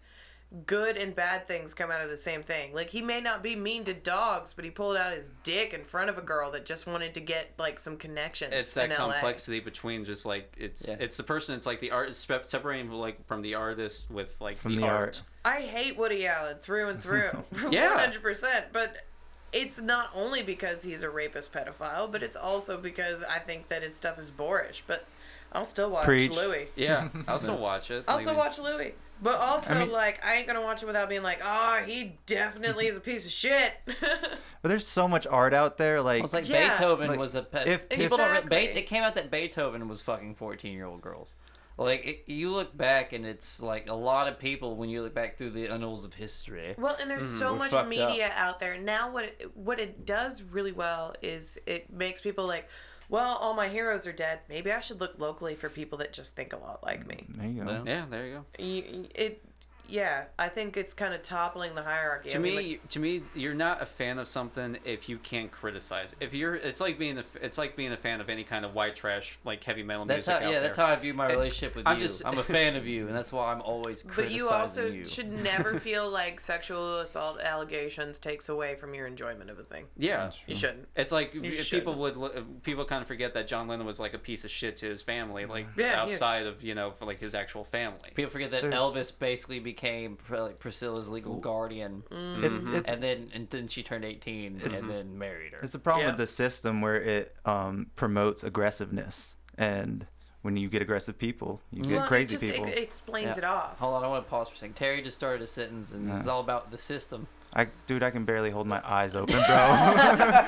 [SPEAKER 4] good and bad things come out of the same thing. Like he may not be mean to dogs, but he pulled out his dick in front of a girl that just wanted to get like some connections.
[SPEAKER 1] it's that
[SPEAKER 4] in LA.
[SPEAKER 1] complexity between just like it's it's the person. It's like the art sep- separating like from the artist with like
[SPEAKER 3] From
[SPEAKER 1] the,
[SPEAKER 3] the
[SPEAKER 1] art.
[SPEAKER 4] I hate Woody Allen through and through.
[SPEAKER 1] Yeah.
[SPEAKER 4] 100%. But it's not only because he's a rapist pedophile, but it's also because I think that his stuff is boorish. But I'll still watch Louis.
[SPEAKER 1] Yeah, I'll still watch it.
[SPEAKER 4] I'll
[SPEAKER 1] Like,
[SPEAKER 4] still watch Louis. But also,
[SPEAKER 3] I mean-
[SPEAKER 4] like, I ain't going to watch it without being like, oh, he definitely is a piece of shit.
[SPEAKER 3] But there's so much art out there. Like
[SPEAKER 2] It's like Beethoven was a pet.
[SPEAKER 3] If,
[SPEAKER 2] people don't re-
[SPEAKER 4] Exactly.
[SPEAKER 2] Be- it came out that Beethoven was fucking fourteen-year-old girls. Like it, you look back, and it's like a lot of people when you look back through the annals of history.
[SPEAKER 4] Well, and there's so
[SPEAKER 2] were
[SPEAKER 4] much
[SPEAKER 2] fucked up.
[SPEAKER 4] media out there now. What it, what it does really well is it makes people like, well, all my heroes are dead. Maybe I should look locally for people that just think a lot like me.
[SPEAKER 3] There you go.
[SPEAKER 1] Yeah, there you go.
[SPEAKER 4] You, it, yeah, I think it's kind of toppling the hierarchy.
[SPEAKER 1] To
[SPEAKER 4] I mean,
[SPEAKER 1] me,
[SPEAKER 4] like,
[SPEAKER 1] to me, you're not a fan of something if you can't criticize. If you're, it's like being a, it's like being a fan of any kind of white trash like heavy metal
[SPEAKER 2] That's how,
[SPEAKER 1] music.
[SPEAKER 2] yeah,
[SPEAKER 1] out there.
[SPEAKER 2] that's how I view my
[SPEAKER 1] And
[SPEAKER 2] relationship with
[SPEAKER 1] I'm
[SPEAKER 2] you.
[SPEAKER 1] just-
[SPEAKER 2] I'm a fan of you, and that's why I'm always
[SPEAKER 4] but
[SPEAKER 2] criticizing
[SPEAKER 4] you also
[SPEAKER 2] you.
[SPEAKER 4] should never feel like sexual assault allegations takes away from your enjoyment of a thing.
[SPEAKER 1] Yeah,
[SPEAKER 4] you shouldn't.
[SPEAKER 1] It's like
[SPEAKER 4] You
[SPEAKER 1] if people would lo- people kind of forget that John Lennon was like a piece of shit to his family,
[SPEAKER 2] Mm-hmm.
[SPEAKER 1] like
[SPEAKER 4] Yeah, yeah.
[SPEAKER 1] outside of you know for like his actual family.
[SPEAKER 2] People forget that
[SPEAKER 1] There's-
[SPEAKER 2] Elvis basically became Pr- like Priscilla's legal guardian,
[SPEAKER 4] Mm.
[SPEAKER 3] It's- it's-
[SPEAKER 2] Mm-hmm. and then and then she turned 18 and then married her.
[SPEAKER 3] It's the problem with the system where it um, promotes aggressiveness, and when you get aggressive people, you get
[SPEAKER 2] Well, it
[SPEAKER 3] crazy
[SPEAKER 2] just e-
[SPEAKER 3] people.
[SPEAKER 4] explains
[SPEAKER 2] Yeah.
[SPEAKER 4] it off.
[SPEAKER 2] Hold on, I want to pause for a second. Terry just started a sentence, and this is
[SPEAKER 1] Uh.
[SPEAKER 3] Yeah.
[SPEAKER 2] all about the system.
[SPEAKER 3] I, dude, I can barely hold my eyes open, bro.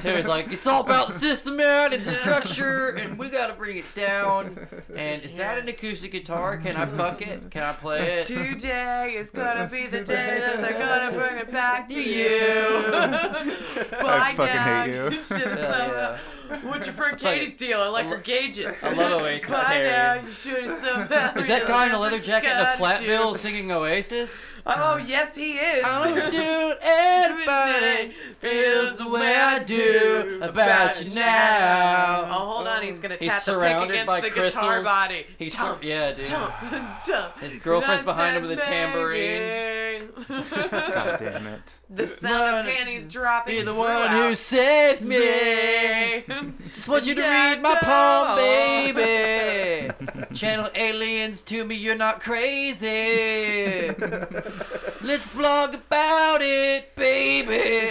[SPEAKER 2] Terry's like, it's all about the system, man, and the structure, and we gotta bring it down. And is that an acoustic guitar? Can I fuck it? Can I play it?
[SPEAKER 4] Today is gonna be the day that they're gonna bring it back to you.
[SPEAKER 2] I
[SPEAKER 4] By
[SPEAKER 2] fucking
[SPEAKER 4] now,
[SPEAKER 2] hate you.
[SPEAKER 4] just- just-
[SPEAKER 2] Yeah,
[SPEAKER 4] What's your friend
[SPEAKER 2] I fucking-
[SPEAKER 4] Katie's deal? I like her gauges.
[SPEAKER 2] I love Oasis,
[SPEAKER 4] By
[SPEAKER 2] Terry.
[SPEAKER 4] now, you should have so bad.
[SPEAKER 2] Is that guy in a leather
[SPEAKER 4] What you
[SPEAKER 2] jacket and a
[SPEAKER 4] gotta
[SPEAKER 2] flat
[SPEAKER 4] do.
[SPEAKER 2] bill singing Oasis?
[SPEAKER 4] Oh yes, he is.
[SPEAKER 2] Oh, dude, everybody feels the way I do about you now.
[SPEAKER 4] Oh, hold on, he's gonna
[SPEAKER 2] He's
[SPEAKER 4] tap the pick
[SPEAKER 2] surrounded
[SPEAKER 4] against
[SPEAKER 2] by
[SPEAKER 4] the guitar
[SPEAKER 2] crystals.
[SPEAKER 4] body.
[SPEAKER 2] He's sur-
[SPEAKER 4] Tump,
[SPEAKER 2] yeah, dude.
[SPEAKER 4] tump, tump.
[SPEAKER 2] His girlfriend's
[SPEAKER 4] That's
[SPEAKER 2] behind him with a
[SPEAKER 4] that
[SPEAKER 2] tambourine.
[SPEAKER 4] banging.
[SPEAKER 3] God damn it.
[SPEAKER 4] The sound of panties dropping.
[SPEAKER 2] You're the one who
[SPEAKER 4] throughout.
[SPEAKER 2] saves me.
[SPEAKER 4] Yeah.
[SPEAKER 2] Just want you to
[SPEAKER 4] Yeah,
[SPEAKER 2] read my
[SPEAKER 4] no.
[SPEAKER 2] poem, baby. Channel aliens to me, you're not crazy. Let's vlog about it, baby.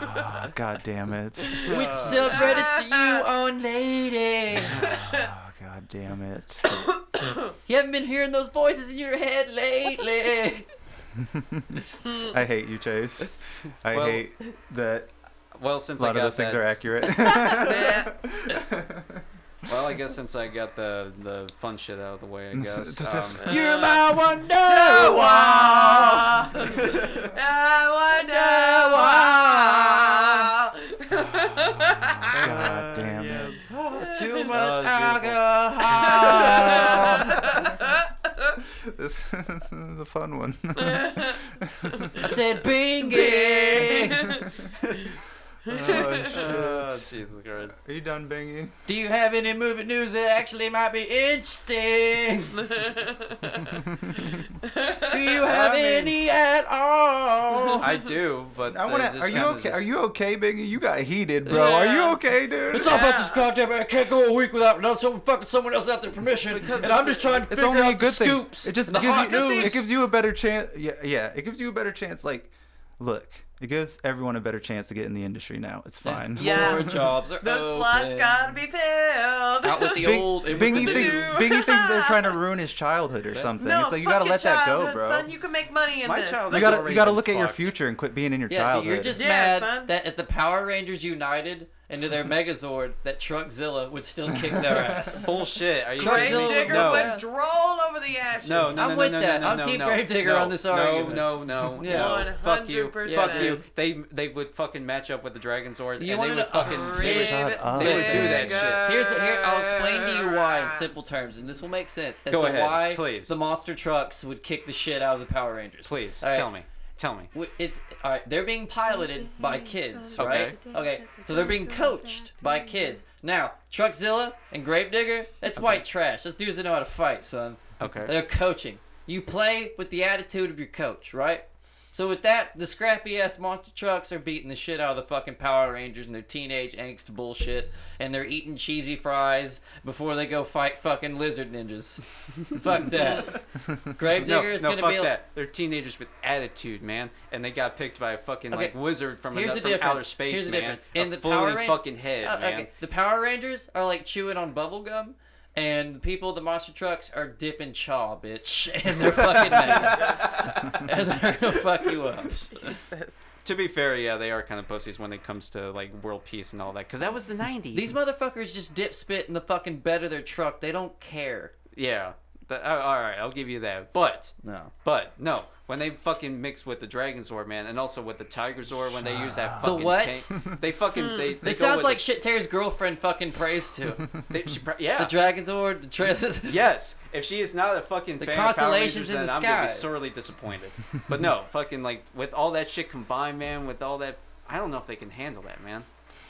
[SPEAKER 3] Ah, God damn it.
[SPEAKER 2] Which subreddits are you on, lady?
[SPEAKER 3] Ah, God damn it.
[SPEAKER 2] You haven't been hearing those voices in your head lately.
[SPEAKER 3] I hate you, Chase. I
[SPEAKER 1] Well-
[SPEAKER 3] hate that.
[SPEAKER 1] Well, since
[SPEAKER 3] a lot
[SPEAKER 1] I
[SPEAKER 3] of
[SPEAKER 1] got
[SPEAKER 3] those things
[SPEAKER 1] that-
[SPEAKER 3] are accurate.
[SPEAKER 1] Well, I guess since I got the the fun shit out of the way, I guess. um,
[SPEAKER 2] You're my
[SPEAKER 4] No
[SPEAKER 2] wonder
[SPEAKER 4] wall.
[SPEAKER 2] wall.
[SPEAKER 4] I
[SPEAKER 3] God damn it.
[SPEAKER 2] Too
[SPEAKER 3] was
[SPEAKER 2] much alcohol.
[SPEAKER 3] This, this is a fun one. Oh,
[SPEAKER 2] I said bingy.
[SPEAKER 3] oh, shit.
[SPEAKER 1] Oh, Jesus Christ.
[SPEAKER 3] Are you done banging?
[SPEAKER 2] Do you have any movie news that actually might be interesting? Do you have
[SPEAKER 3] I mean-
[SPEAKER 2] any at all?
[SPEAKER 1] I do, but
[SPEAKER 3] I
[SPEAKER 1] they
[SPEAKER 3] want to.
[SPEAKER 1] just
[SPEAKER 3] Are you
[SPEAKER 1] kinda
[SPEAKER 3] okay? Are you okay, Biggie? You got heated, bro. Are you okay, dude?
[SPEAKER 2] It's all about this goddamn. I can't go a week without not so fucking someone else out their permission, and I'm just trying to
[SPEAKER 3] It's
[SPEAKER 2] figure
[SPEAKER 3] only
[SPEAKER 2] out
[SPEAKER 3] a good
[SPEAKER 2] the
[SPEAKER 3] thing.
[SPEAKER 2] scoops.
[SPEAKER 3] It just
[SPEAKER 2] the
[SPEAKER 3] gives
[SPEAKER 2] hot
[SPEAKER 3] you.
[SPEAKER 2] news.
[SPEAKER 3] It gives you a better chance. Yeah, yeah. It gives you a better chance. Like, look, it gives everyone a better chance to get in the industry now. It's fine.
[SPEAKER 4] Yeah.
[SPEAKER 2] More jobs are
[SPEAKER 4] Those
[SPEAKER 2] open.
[SPEAKER 4] slots gotta be filled.
[SPEAKER 2] Out with the
[SPEAKER 3] Big-
[SPEAKER 2] old and with
[SPEAKER 3] Bingy,
[SPEAKER 2] the
[SPEAKER 3] think,
[SPEAKER 2] new.
[SPEAKER 3] Bingy thinks they're trying to ruin his childhood or something.
[SPEAKER 4] No,
[SPEAKER 3] it's like you gotta
[SPEAKER 4] fucking
[SPEAKER 3] let that go,
[SPEAKER 4] childhood,
[SPEAKER 3] bro.
[SPEAKER 4] Son, you can make money in
[SPEAKER 1] My
[SPEAKER 4] this.
[SPEAKER 1] childhood-
[SPEAKER 3] you gotta
[SPEAKER 1] already
[SPEAKER 3] you gotta
[SPEAKER 1] been
[SPEAKER 3] look at your
[SPEAKER 1] fucked.
[SPEAKER 3] future and quit being in your
[SPEAKER 2] Yeah,
[SPEAKER 3] childhood.
[SPEAKER 2] dude, you're just
[SPEAKER 4] Yeah,
[SPEAKER 2] mad
[SPEAKER 4] son.
[SPEAKER 2] that if the Power Rangers united into their Megazord, that Truckzilla would still kick their ass.
[SPEAKER 1] Bullshit. Are you
[SPEAKER 2] Grave
[SPEAKER 1] kidding me?
[SPEAKER 4] Digger
[SPEAKER 1] No.
[SPEAKER 4] would droll over the ashes.
[SPEAKER 1] No, no, no,
[SPEAKER 2] I'm
[SPEAKER 1] no,
[SPEAKER 2] with
[SPEAKER 1] no,
[SPEAKER 2] that.
[SPEAKER 1] No,
[SPEAKER 2] I'm
[SPEAKER 1] no,
[SPEAKER 2] Team
[SPEAKER 1] no,
[SPEAKER 2] Gravedigger
[SPEAKER 1] no,
[SPEAKER 2] on this
[SPEAKER 1] no,
[SPEAKER 2] argument.
[SPEAKER 1] No, no,
[SPEAKER 2] Yeah.
[SPEAKER 1] no. Fuck you. Fuck you.
[SPEAKER 4] 100%.
[SPEAKER 1] They they would fucking match up with the Dragon Sword,
[SPEAKER 2] You
[SPEAKER 1] and
[SPEAKER 2] wanna
[SPEAKER 1] they would
[SPEAKER 2] know-
[SPEAKER 1] fucking they would,
[SPEAKER 3] Shut up.
[SPEAKER 1] they would do that shit.
[SPEAKER 2] Here's here. I'll explain to you why in simple terms, and this will make sense as
[SPEAKER 1] Go
[SPEAKER 2] to
[SPEAKER 1] ahead,
[SPEAKER 2] why
[SPEAKER 1] please.
[SPEAKER 2] the monster trucks would kick the shit out of the Power Rangers.
[SPEAKER 1] Please
[SPEAKER 2] All right.
[SPEAKER 1] tell me. Tell me.
[SPEAKER 2] W- It's all right. They're being piloted by kids,
[SPEAKER 1] Okay.
[SPEAKER 2] right? Okay. So they're being coached by kids. Now, Truckzilla and Gravedigger, that's white trash. Those dudes that know how to fight, son.
[SPEAKER 1] Okay.
[SPEAKER 2] They're coaching. You play with the attitude of your coach, right? So with that, the scrappy ass monster trucks are beating the shit out of the fucking Power Rangers and their teenage angst bullshit, and they're eating cheesy fries before they go fight fucking lizard ninjas. fuck that.
[SPEAKER 1] No,
[SPEAKER 2] Gravedigger
[SPEAKER 1] no,
[SPEAKER 2] is
[SPEAKER 1] fuck
[SPEAKER 2] gonna be.
[SPEAKER 1] that. They're teenagers with attitude, man, and they got picked by a fucking like
[SPEAKER 2] Okay.
[SPEAKER 1] wizard from,
[SPEAKER 2] Here's
[SPEAKER 1] another,
[SPEAKER 2] the
[SPEAKER 1] from outer
[SPEAKER 2] difference.
[SPEAKER 1] space,
[SPEAKER 2] Here's the
[SPEAKER 1] man.
[SPEAKER 2] difference.
[SPEAKER 1] A
[SPEAKER 2] In the
[SPEAKER 1] floating
[SPEAKER 2] Power Ran-
[SPEAKER 1] fucking head,
[SPEAKER 2] Oh,
[SPEAKER 1] man.
[SPEAKER 2] The Power Rangers are like chewing on bubble gum, and the people, the monster trucks, are dipping chaw, bitch, and they're fucking nice. and they're gonna fuck you up.
[SPEAKER 4] Jesus.
[SPEAKER 1] To be fair, yeah, they are kind of pussies when it comes to like world peace and all that, because that was the '90s.
[SPEAKER 2] These motherfuckers just dip spit in the fucking bed of their truck. They don't care.
[SPEAKER 1] Yeah. That, all all right, I'll give you that. But
[SPEAKER 2] No.
[SPEAKER 1] But no, when they fucking mix with the Dragon Zord, man, and also with the Tiger Zord, when they use that
[SPEAKER 2] The
[SPEAKER 1] fucking
[SPEAKER 2] what?
[SPEAKER 1] tank, they fucking they. They,
[SPEAKER 2] This
[SPEAKER 1] go
[SPEAKER 2] sounds
[SPEAKER 1] with
[SPEAKER 2] like shit Terry's girlfriend fucking prays to.
[SPEAKER 1] the, they, she, pro- yeah.
[SPEAKER 2] the Dragon's Orb, the trailers.
[SPEAKER 1] yes, if she is not a fucking
[SPEAKER 2] The
[SPEAKER 1] fan of Power
[SPEAKER 2] constellations
[SPEAKER 1] Rangers,
[SPEAKER 2] in
[SPEAKER 1] then
[SPEAKER 2] the
[SPEAKER 1] I'm gonna be
[SPEAKER 2] sky.
[SPEAKER 1] sorely disappointed. But no, fucking like with all that shit combined, man, with all that, I don't know if they can handle that, man.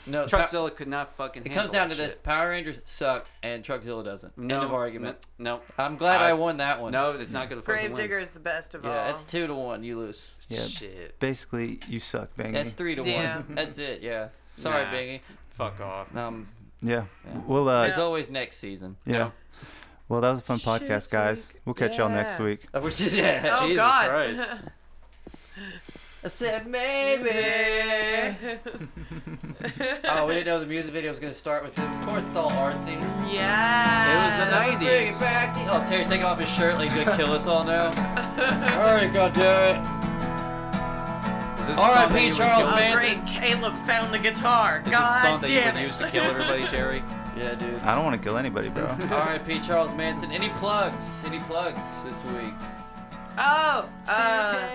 [SPEAKER 2] No, Pa-
[SPEAKER 1] Truckzilla could not fucking.
[SPEAKER 2] it comes down
[SPEAKER 1] handle that
[SPEAKER 2] to this:
[SPEAKER 1] shit.
[SPEAKER 2] Power Rangers suck, and Truckzilla doesn't.
[SPEAKER 1] No
[SPEAKER 2] End of argument.
[SPEAKER 1] No, no.
[SPEAKER 2] I'm glad I,
[SPEAKER 1] I-
[SPEAKER 2] won that one.
[SPEAKER 1] No, it's not gonna fucking win.
[SPEAKER 4] Gravedigger is the best of all.
[SPEAKER 2] Yeah, it's two to one. You lose.
[SPEAKER 3] Yeah.
[SPEAKER 1] Shit.
[SPEAKER 3] Basically, you suck, Bingy.
[SPEAKER 2] That's three to
[SPEAKER 4] Yeah.
[SPEAKER 2] one. That's it. Yeah. Sorry,
[SPEAKER 1] Nah.
[SPEAKER 2] Bingy.
[SPEAKER 1] Fuck off.
[SPEAKER 2] Um,
[SPEAKER 3] yeah. Well, uh,
[SPEAKER 2] there's
[SPEAKER 3] yeah.
[SPEAKER 2] always next season.
[SPEAKER 3] Well, that was a fun
[SPEAKER 4] Shoot,
[SPEAKER 3] podcast, guys.
[SPEAKER 4] Zeke.
[SPEAKER 3] We'll catch y'all next
[SPEAKER 4] Yeah.
[SPEAKER 3] week.
[SPEAKER 2] Uh, Which is yeah.
[SPEAKER 4] Oh
[SPEAKER 1] Jesus
[SPEAKER 4] God.
[SPEAKER 1] Christ.
[SPEAKER 2] I said maybe. oh, we didn't know the music video was gonna start with. Of course, it's all artsy.
[SPEAKER 4] yeah.
[SPEAKER 1] It was the
[SPEAKER 2] Bring it
[SPEAKER 1] 90s.
[SPEAKER 2] back. to- Oh, Terry's taking off his shirt like he's gonna kill us all now. all right, goddamn it.
[SPEAKER 1] Is this
[SPEAKER 2] R.I.P.
[SPEAKER 1] something you would
[SPEAKER 2] Charles
[SPEAKER 1] kill-
[SPEAKER 2] Manson.
[SPEAKER 4] Oh, great. Caleb found the guitar.
[SPEAKER 1] Is this
[SPEAKER 4] God
[SPEAKER 1] something you
[SPEAKER 4] damn
[SPEAKER 1] would
[SPEAKER 4] it.
[SPEAKER 1] use to kill everybody, Terry?
[SPEAKER 2] Yeah, dude.
[SPEAKER 3] I don't want to kill anybody, bro.
[SPEAKER 2] R.I.P. Charles Manson. Any plugs? Any plugs this week?
[SPEAKER 4] Oh, uh,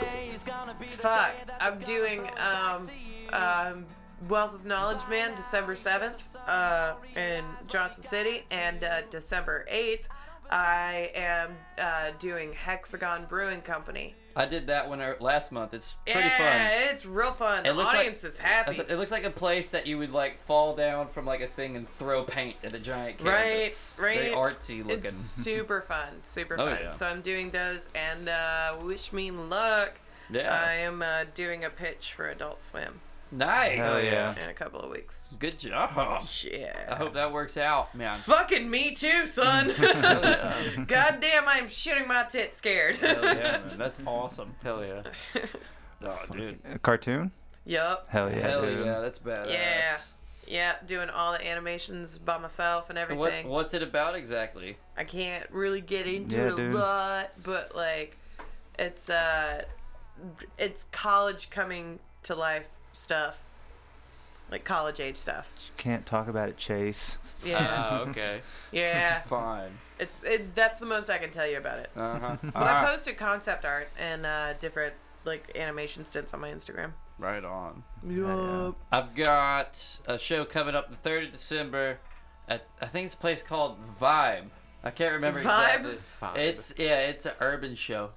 [SPEAKER 4] fuck. I'm doing um, um, Wealth of Knowledge Man December 7th uh, in Johnson City, and uh, December 8th, I am uh, doing Hexagon Brewing Company.
[SPEAKER 2] I did that one er- last month. It's pretty fun.
[SPEAKER 4] yeah, it's real fun.
[SPEAKER 2] It
[SPEAKER 4] the
[SPEAKER 2] looks like-
[SPEAKER 4] audience is happy.
[SPEAKER 2] That's- It looks like a place that you would like fall down from like a thing and throw paint at a giant
[SPEAKER 4] Right,
[SPEAKER 2] canvas.
[SPEAKER 4] right.
[SPEAKER 2] Very artsy looking.
[SPEAKER 4] It's super fun, super
[SPEAKER 2] Oh,
[SPEAKER 4] fun.
[SPEAKER 2] yeah.
[SPEAKER 4] So I'm doing those, and uh, wish me luck.
[SPEAKER 2] Yeah.
[SPEAKER 4] I am uh, doing a pitch for Adult Swim
[SPEAKER 2] Nice.
[SPEAKER 3] Hell yeah.
[SPEAKER 4] in a couple of weeks.
[SPEAKER 2] Good job.
[SPEAKER 4] Yeah.
[SPEAKER 2] I hope that works out, man.
[SPEAKER 4] Fucking me too, son. God damn, I'm shooting my tit scared.
[SPEAKER 2] Hell yeah, man. That's awesome. Hell yeah. Oh, dude.
[SPEAKER 3] A cartoon?
[SPEAKER 4] yep.
[SPEAKER 3] Hell yeah,
[SPEAKER 2] Hell
[SPEAKER 3] dude.
[SPEAKER 2] yeah, that's badass.
[SPEAKER 4] Yeah. Yeah, doing all the animations by myself and
[SPEAKER 2] And What,
[SPEAKER 4] everything.
[SPEAKER 2] what's it about exactly?
[SPEAKER 4] I can't really get into
[SPEAKER 3] Yeah,
[SPEAKER 4] it a
[SPEAKER 3] dude.
[SPEAKER 4] lot, but like, it's uh, it's college coming to life stuff, like college age stuff.
[SPEAKER 3] Can't talk about it, Chase.
[SPEAKER 2] Uh-huh.
[SPEAKER 4] Yeah,
[SPEAKER 1] Oh, okay.
[SPEAKER 4] yeah.
[SPEAKER 2] Fine.
[SPEAKER 4] It's it, that's the most I can tell you about it.
[SPEAKER 2] Uh huh.
[SPEAKER 4] But
[SPEAKER 3] Uh-huh.
[SPEAKER 4] I posted concept art and uh, different like animation stints on my Instagram.
[SPEAKER 2] right on.
[SPEAKER 3] Yeah.
[SPEAKER 2] I've got a show coming up the 3rd of December. At, I think it's a place called Vibe. I can't remember
[SPEAKER 4] Vibe?
[SPEAKER 2] exactly.
[SPEAKER 1] Vibe.
[SPEAKER 2] It's yeah, it's an urban show.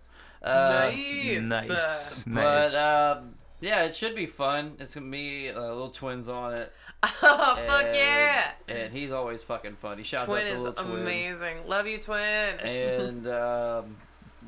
[SPEAKER 2] Uh,
[SPEAKER 4] nice.
[SPEAKER 3] Nice.
[SPEAKER 2] But
[SPEAKER 3] nice.
[SPEAKER 2] um, yeah, it should be fun. It's gonna be uh, little twins on it.
[SPEAKER 4] oh fuck
[SPEAKER 2] and-
[SPEAKER 4] yeah!
[SPEAKER 2] And he's always fucking funny. Shouts
[SPEAKER 4] Twin
[SPEAKER 2] out to
[SPEAKER 4] is
[SPEAKER 2] little twin.
[SPEAKER 4] amazing. Love you, twin.
[SPEAKER 2] And um,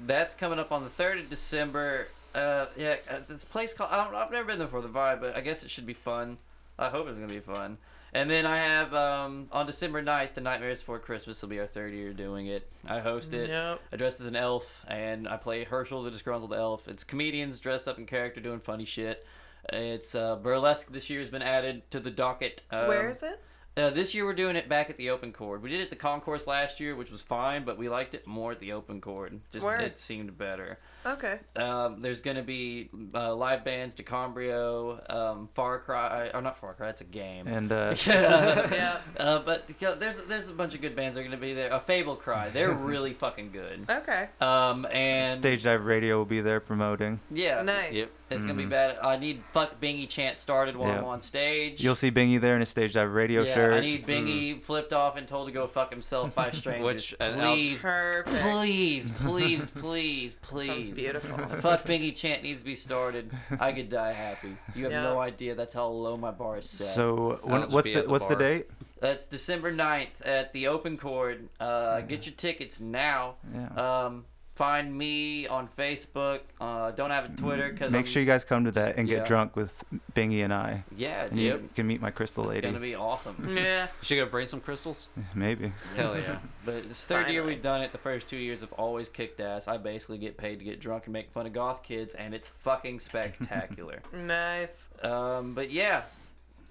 [SPEAKER 2] That's coming up on the third of December. Uh, yeah, uh, this place called I don't, I've never been there for the vibe, but I guess it should be fun. I hope it's gonna be fun. And then I have um, on December 9th, the Nightmares Before Christmas will be our third year doing it. I host it.
[SPEAKER 4] Yep.
[SPEAKER 2] I dress as an elf, and I play Herschel, the disgruntled elf. It's comedians dressed up in character doing funny shit. It's uh, burlesque this year has been added to the docket. Um,
[SPEAKER 4] Where is it?
[SPEAKER 2] Uh, this year we're doing it back at the open chord. We did it at the concourse last year, which was fine, but we liked it more at the open chord. Just
[SPEAKER 4] Word.
[SPEAKER 2] it seemed better.
[SPEAKER 4] Okay.
[SPEAKER 2] Um, there's going to be uh, live bands, Decombrio, um, Far Cry, or not Far Cry, it's a game.
[SPEAKER 3] And, uh,
[SPEAKER 2] yeah. Uh, but you know, there's there's a bunch of good bands that are going to be there. A Fable Cry, they're really fucking good.
[SPEAKER 4] Okay.
[SPEAKER 2] Um, and
[SPEAKER 3] Stage Dive Radio will be there promoting.
[SPEAKER 2] yeah,
[SPEAKER 4] Nice. Yep.
[SPEAKER 2] It's gonna be
[SPEAKER 3] Mhm.
[SPEAKER 2] bad. I need fuck Bingy chant started while
[SPEAKER 3] Yeah.
[SPEAKER 2] I'm on stage.
[SPEAKER 3] You'll see Bingy there in his Stage Dive Radio
[SPEAKER 2] yeah,
[SPEAKER 3] shirt.
[SPEAKER 2] I need Bingy
[SPEAKER 3] Mm.
[SPEAKER 2] flipped off and told to go fuck himself by strangers.
[SPEAKER 1] Which- and I'll-
[SPEAKER 2] please,
[SPEAKER 4] Perfect.
[SPEAKER 2] please, please, please, please.
[SPEAKER 4] Sounds beautiful.
[SPEAKER 2] Fuck Bingy chant needs to be started. I could die happy. You have
[SPEAKER 4] Yeah.
[SPEAKER 2] no idea. That's how low my bar is set.
[SPEAKER 3] So when, what's the, what's the date?
[SPEAKER 2] That's December 9th at the Open Chord. Uh, Get your tickets now.
[SPEAKER 3] Yeah.
[SPEAKER 2] Um, find me on Facebook. Uh, don't have a Twitter because
[SPEAKER 3] Make sure you guys come to that and
[SPEAKER 2] Um,
[SPEAKER 3] get
[SPEAKER 2] Yeah.
[SPEAKER 3] drunk with Bingy and I.
[SPEAKER 2] Yeah,
[SPEAKER 3] and you
[SPEAKER 2] dude.
[SPEAKER 3] can meet my crystal
[SPEAKER 2] It's
[SPEAKER 3] lady.
[SPEAKER 2] gonna be awesome.
[SPEAKER 4] Yeah.
[SPEAKER 1] She gonna bring some crystals?
[SPEAKER 3] Maybe.
[SPEAKER 1] Hell yeah.
[SPEAKER 2] But it's third year we've done it. The first two years have always kicked ass. I basically get paid to get drunk and make fun of goth kids, and it's fucking spectacular.
[SPEAKER 4] Nice.
[SPEAKER 2] um, but yeah,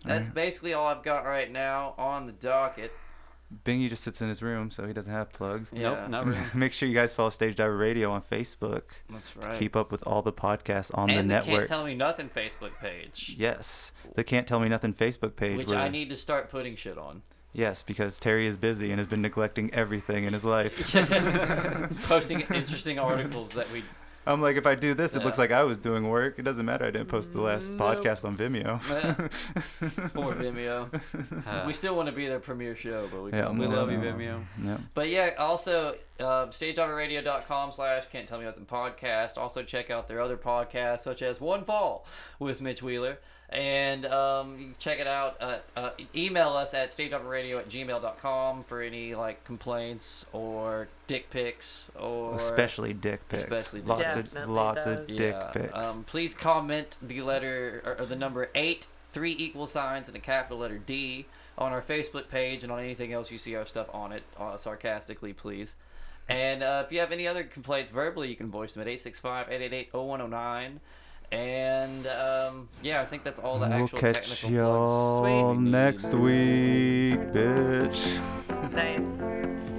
[SPEAKER 2] that's basically all I've got right now on the docket.
[SPEAKER 3] Bingy just sits in his room, so he doesn't have plugs.
[SPEAKER 2] Nope, Yeah. not really.
[SPEAKER 3] Make sure you guys follow Stage Diver Radio on Facebook.
[SPEAKER 2] That's
[SPEAKER 3] to
[SPEAKER 2] right.
[SPEAKER 3] keep up with all the podcasts on
[SPEAKER 2] and
[SPEAKER 3] the
[SPEAKER 2] Can't
[SPEAKER 3] network.
[SPEAKER 2] Tell Me Nothing Facebook page,
[SPEAKER 3] yes, the Can't Tell Me Nothing Facebook page.
[SPEAKER 2] which
[SPEAKER 3] where-
[SPEAKER 2] I need to start putting shit on.
[SPEAKER 3] Yes, because Terry is busy and has been neglecting everything in his life.
[SPEAKER 2] Posting interesting articles that we.
[SPEAKER 3] I'm like, if I do this, it looks
[SPEAKER 2] Yeah.
[SPEAKER 3] like I was doing work. It doesn't matter. I didn't post the last podcast on Vimeo.
[SPEAKER 2] Yeah. eh, Poor Vimeo. we still want to be their premier show, but we,
[SPEAKER 3] Yeah,
[SPEAKER 2] we
[SPEAKER 3] no,
[SPEAKER 2] love you,
[SPEAKER 3] no.
[SPEAKER 2] Vimeo.
[SPEAKER 3] Yeah.
[SPEAKER 2] But yeah, also uh, stageonradio.com slash can't tell me nothing podcast. Also check out their other podcasts such as One Fall with Mitch Wheeler. And um, you can check it out. Uh, uh, email us at stageonradio at gmail.com for any like complaints or dick pics or
[SPEAKER 3] Especially dick pics.
[SPEAKER 2] Especially dick
[SPEAKER 3] Lots
[SPEAKER 2] pics.
[SPEAKER 3] of- Definitely lots of does. dick
[SPEAKER 2] Yeah.
[SPEAKER 3] pics.
[SPEAKER 2] Um, please comment the letter or, or the number eight, three equal signs, and a capital letter D on our Facebook page and on anything else you see our stuff on it, uh, sarcastically, please. And uh, if you have any other complaints verbally, you can voice them at 865 888 0109. And um, yeah, I think that's all the
[SPEAKER 3] We'll
[SPEAKER 2] actual technical
[SPEAKER 3] catch y'all next week, bitch.
[SPEAKER 4] Nice.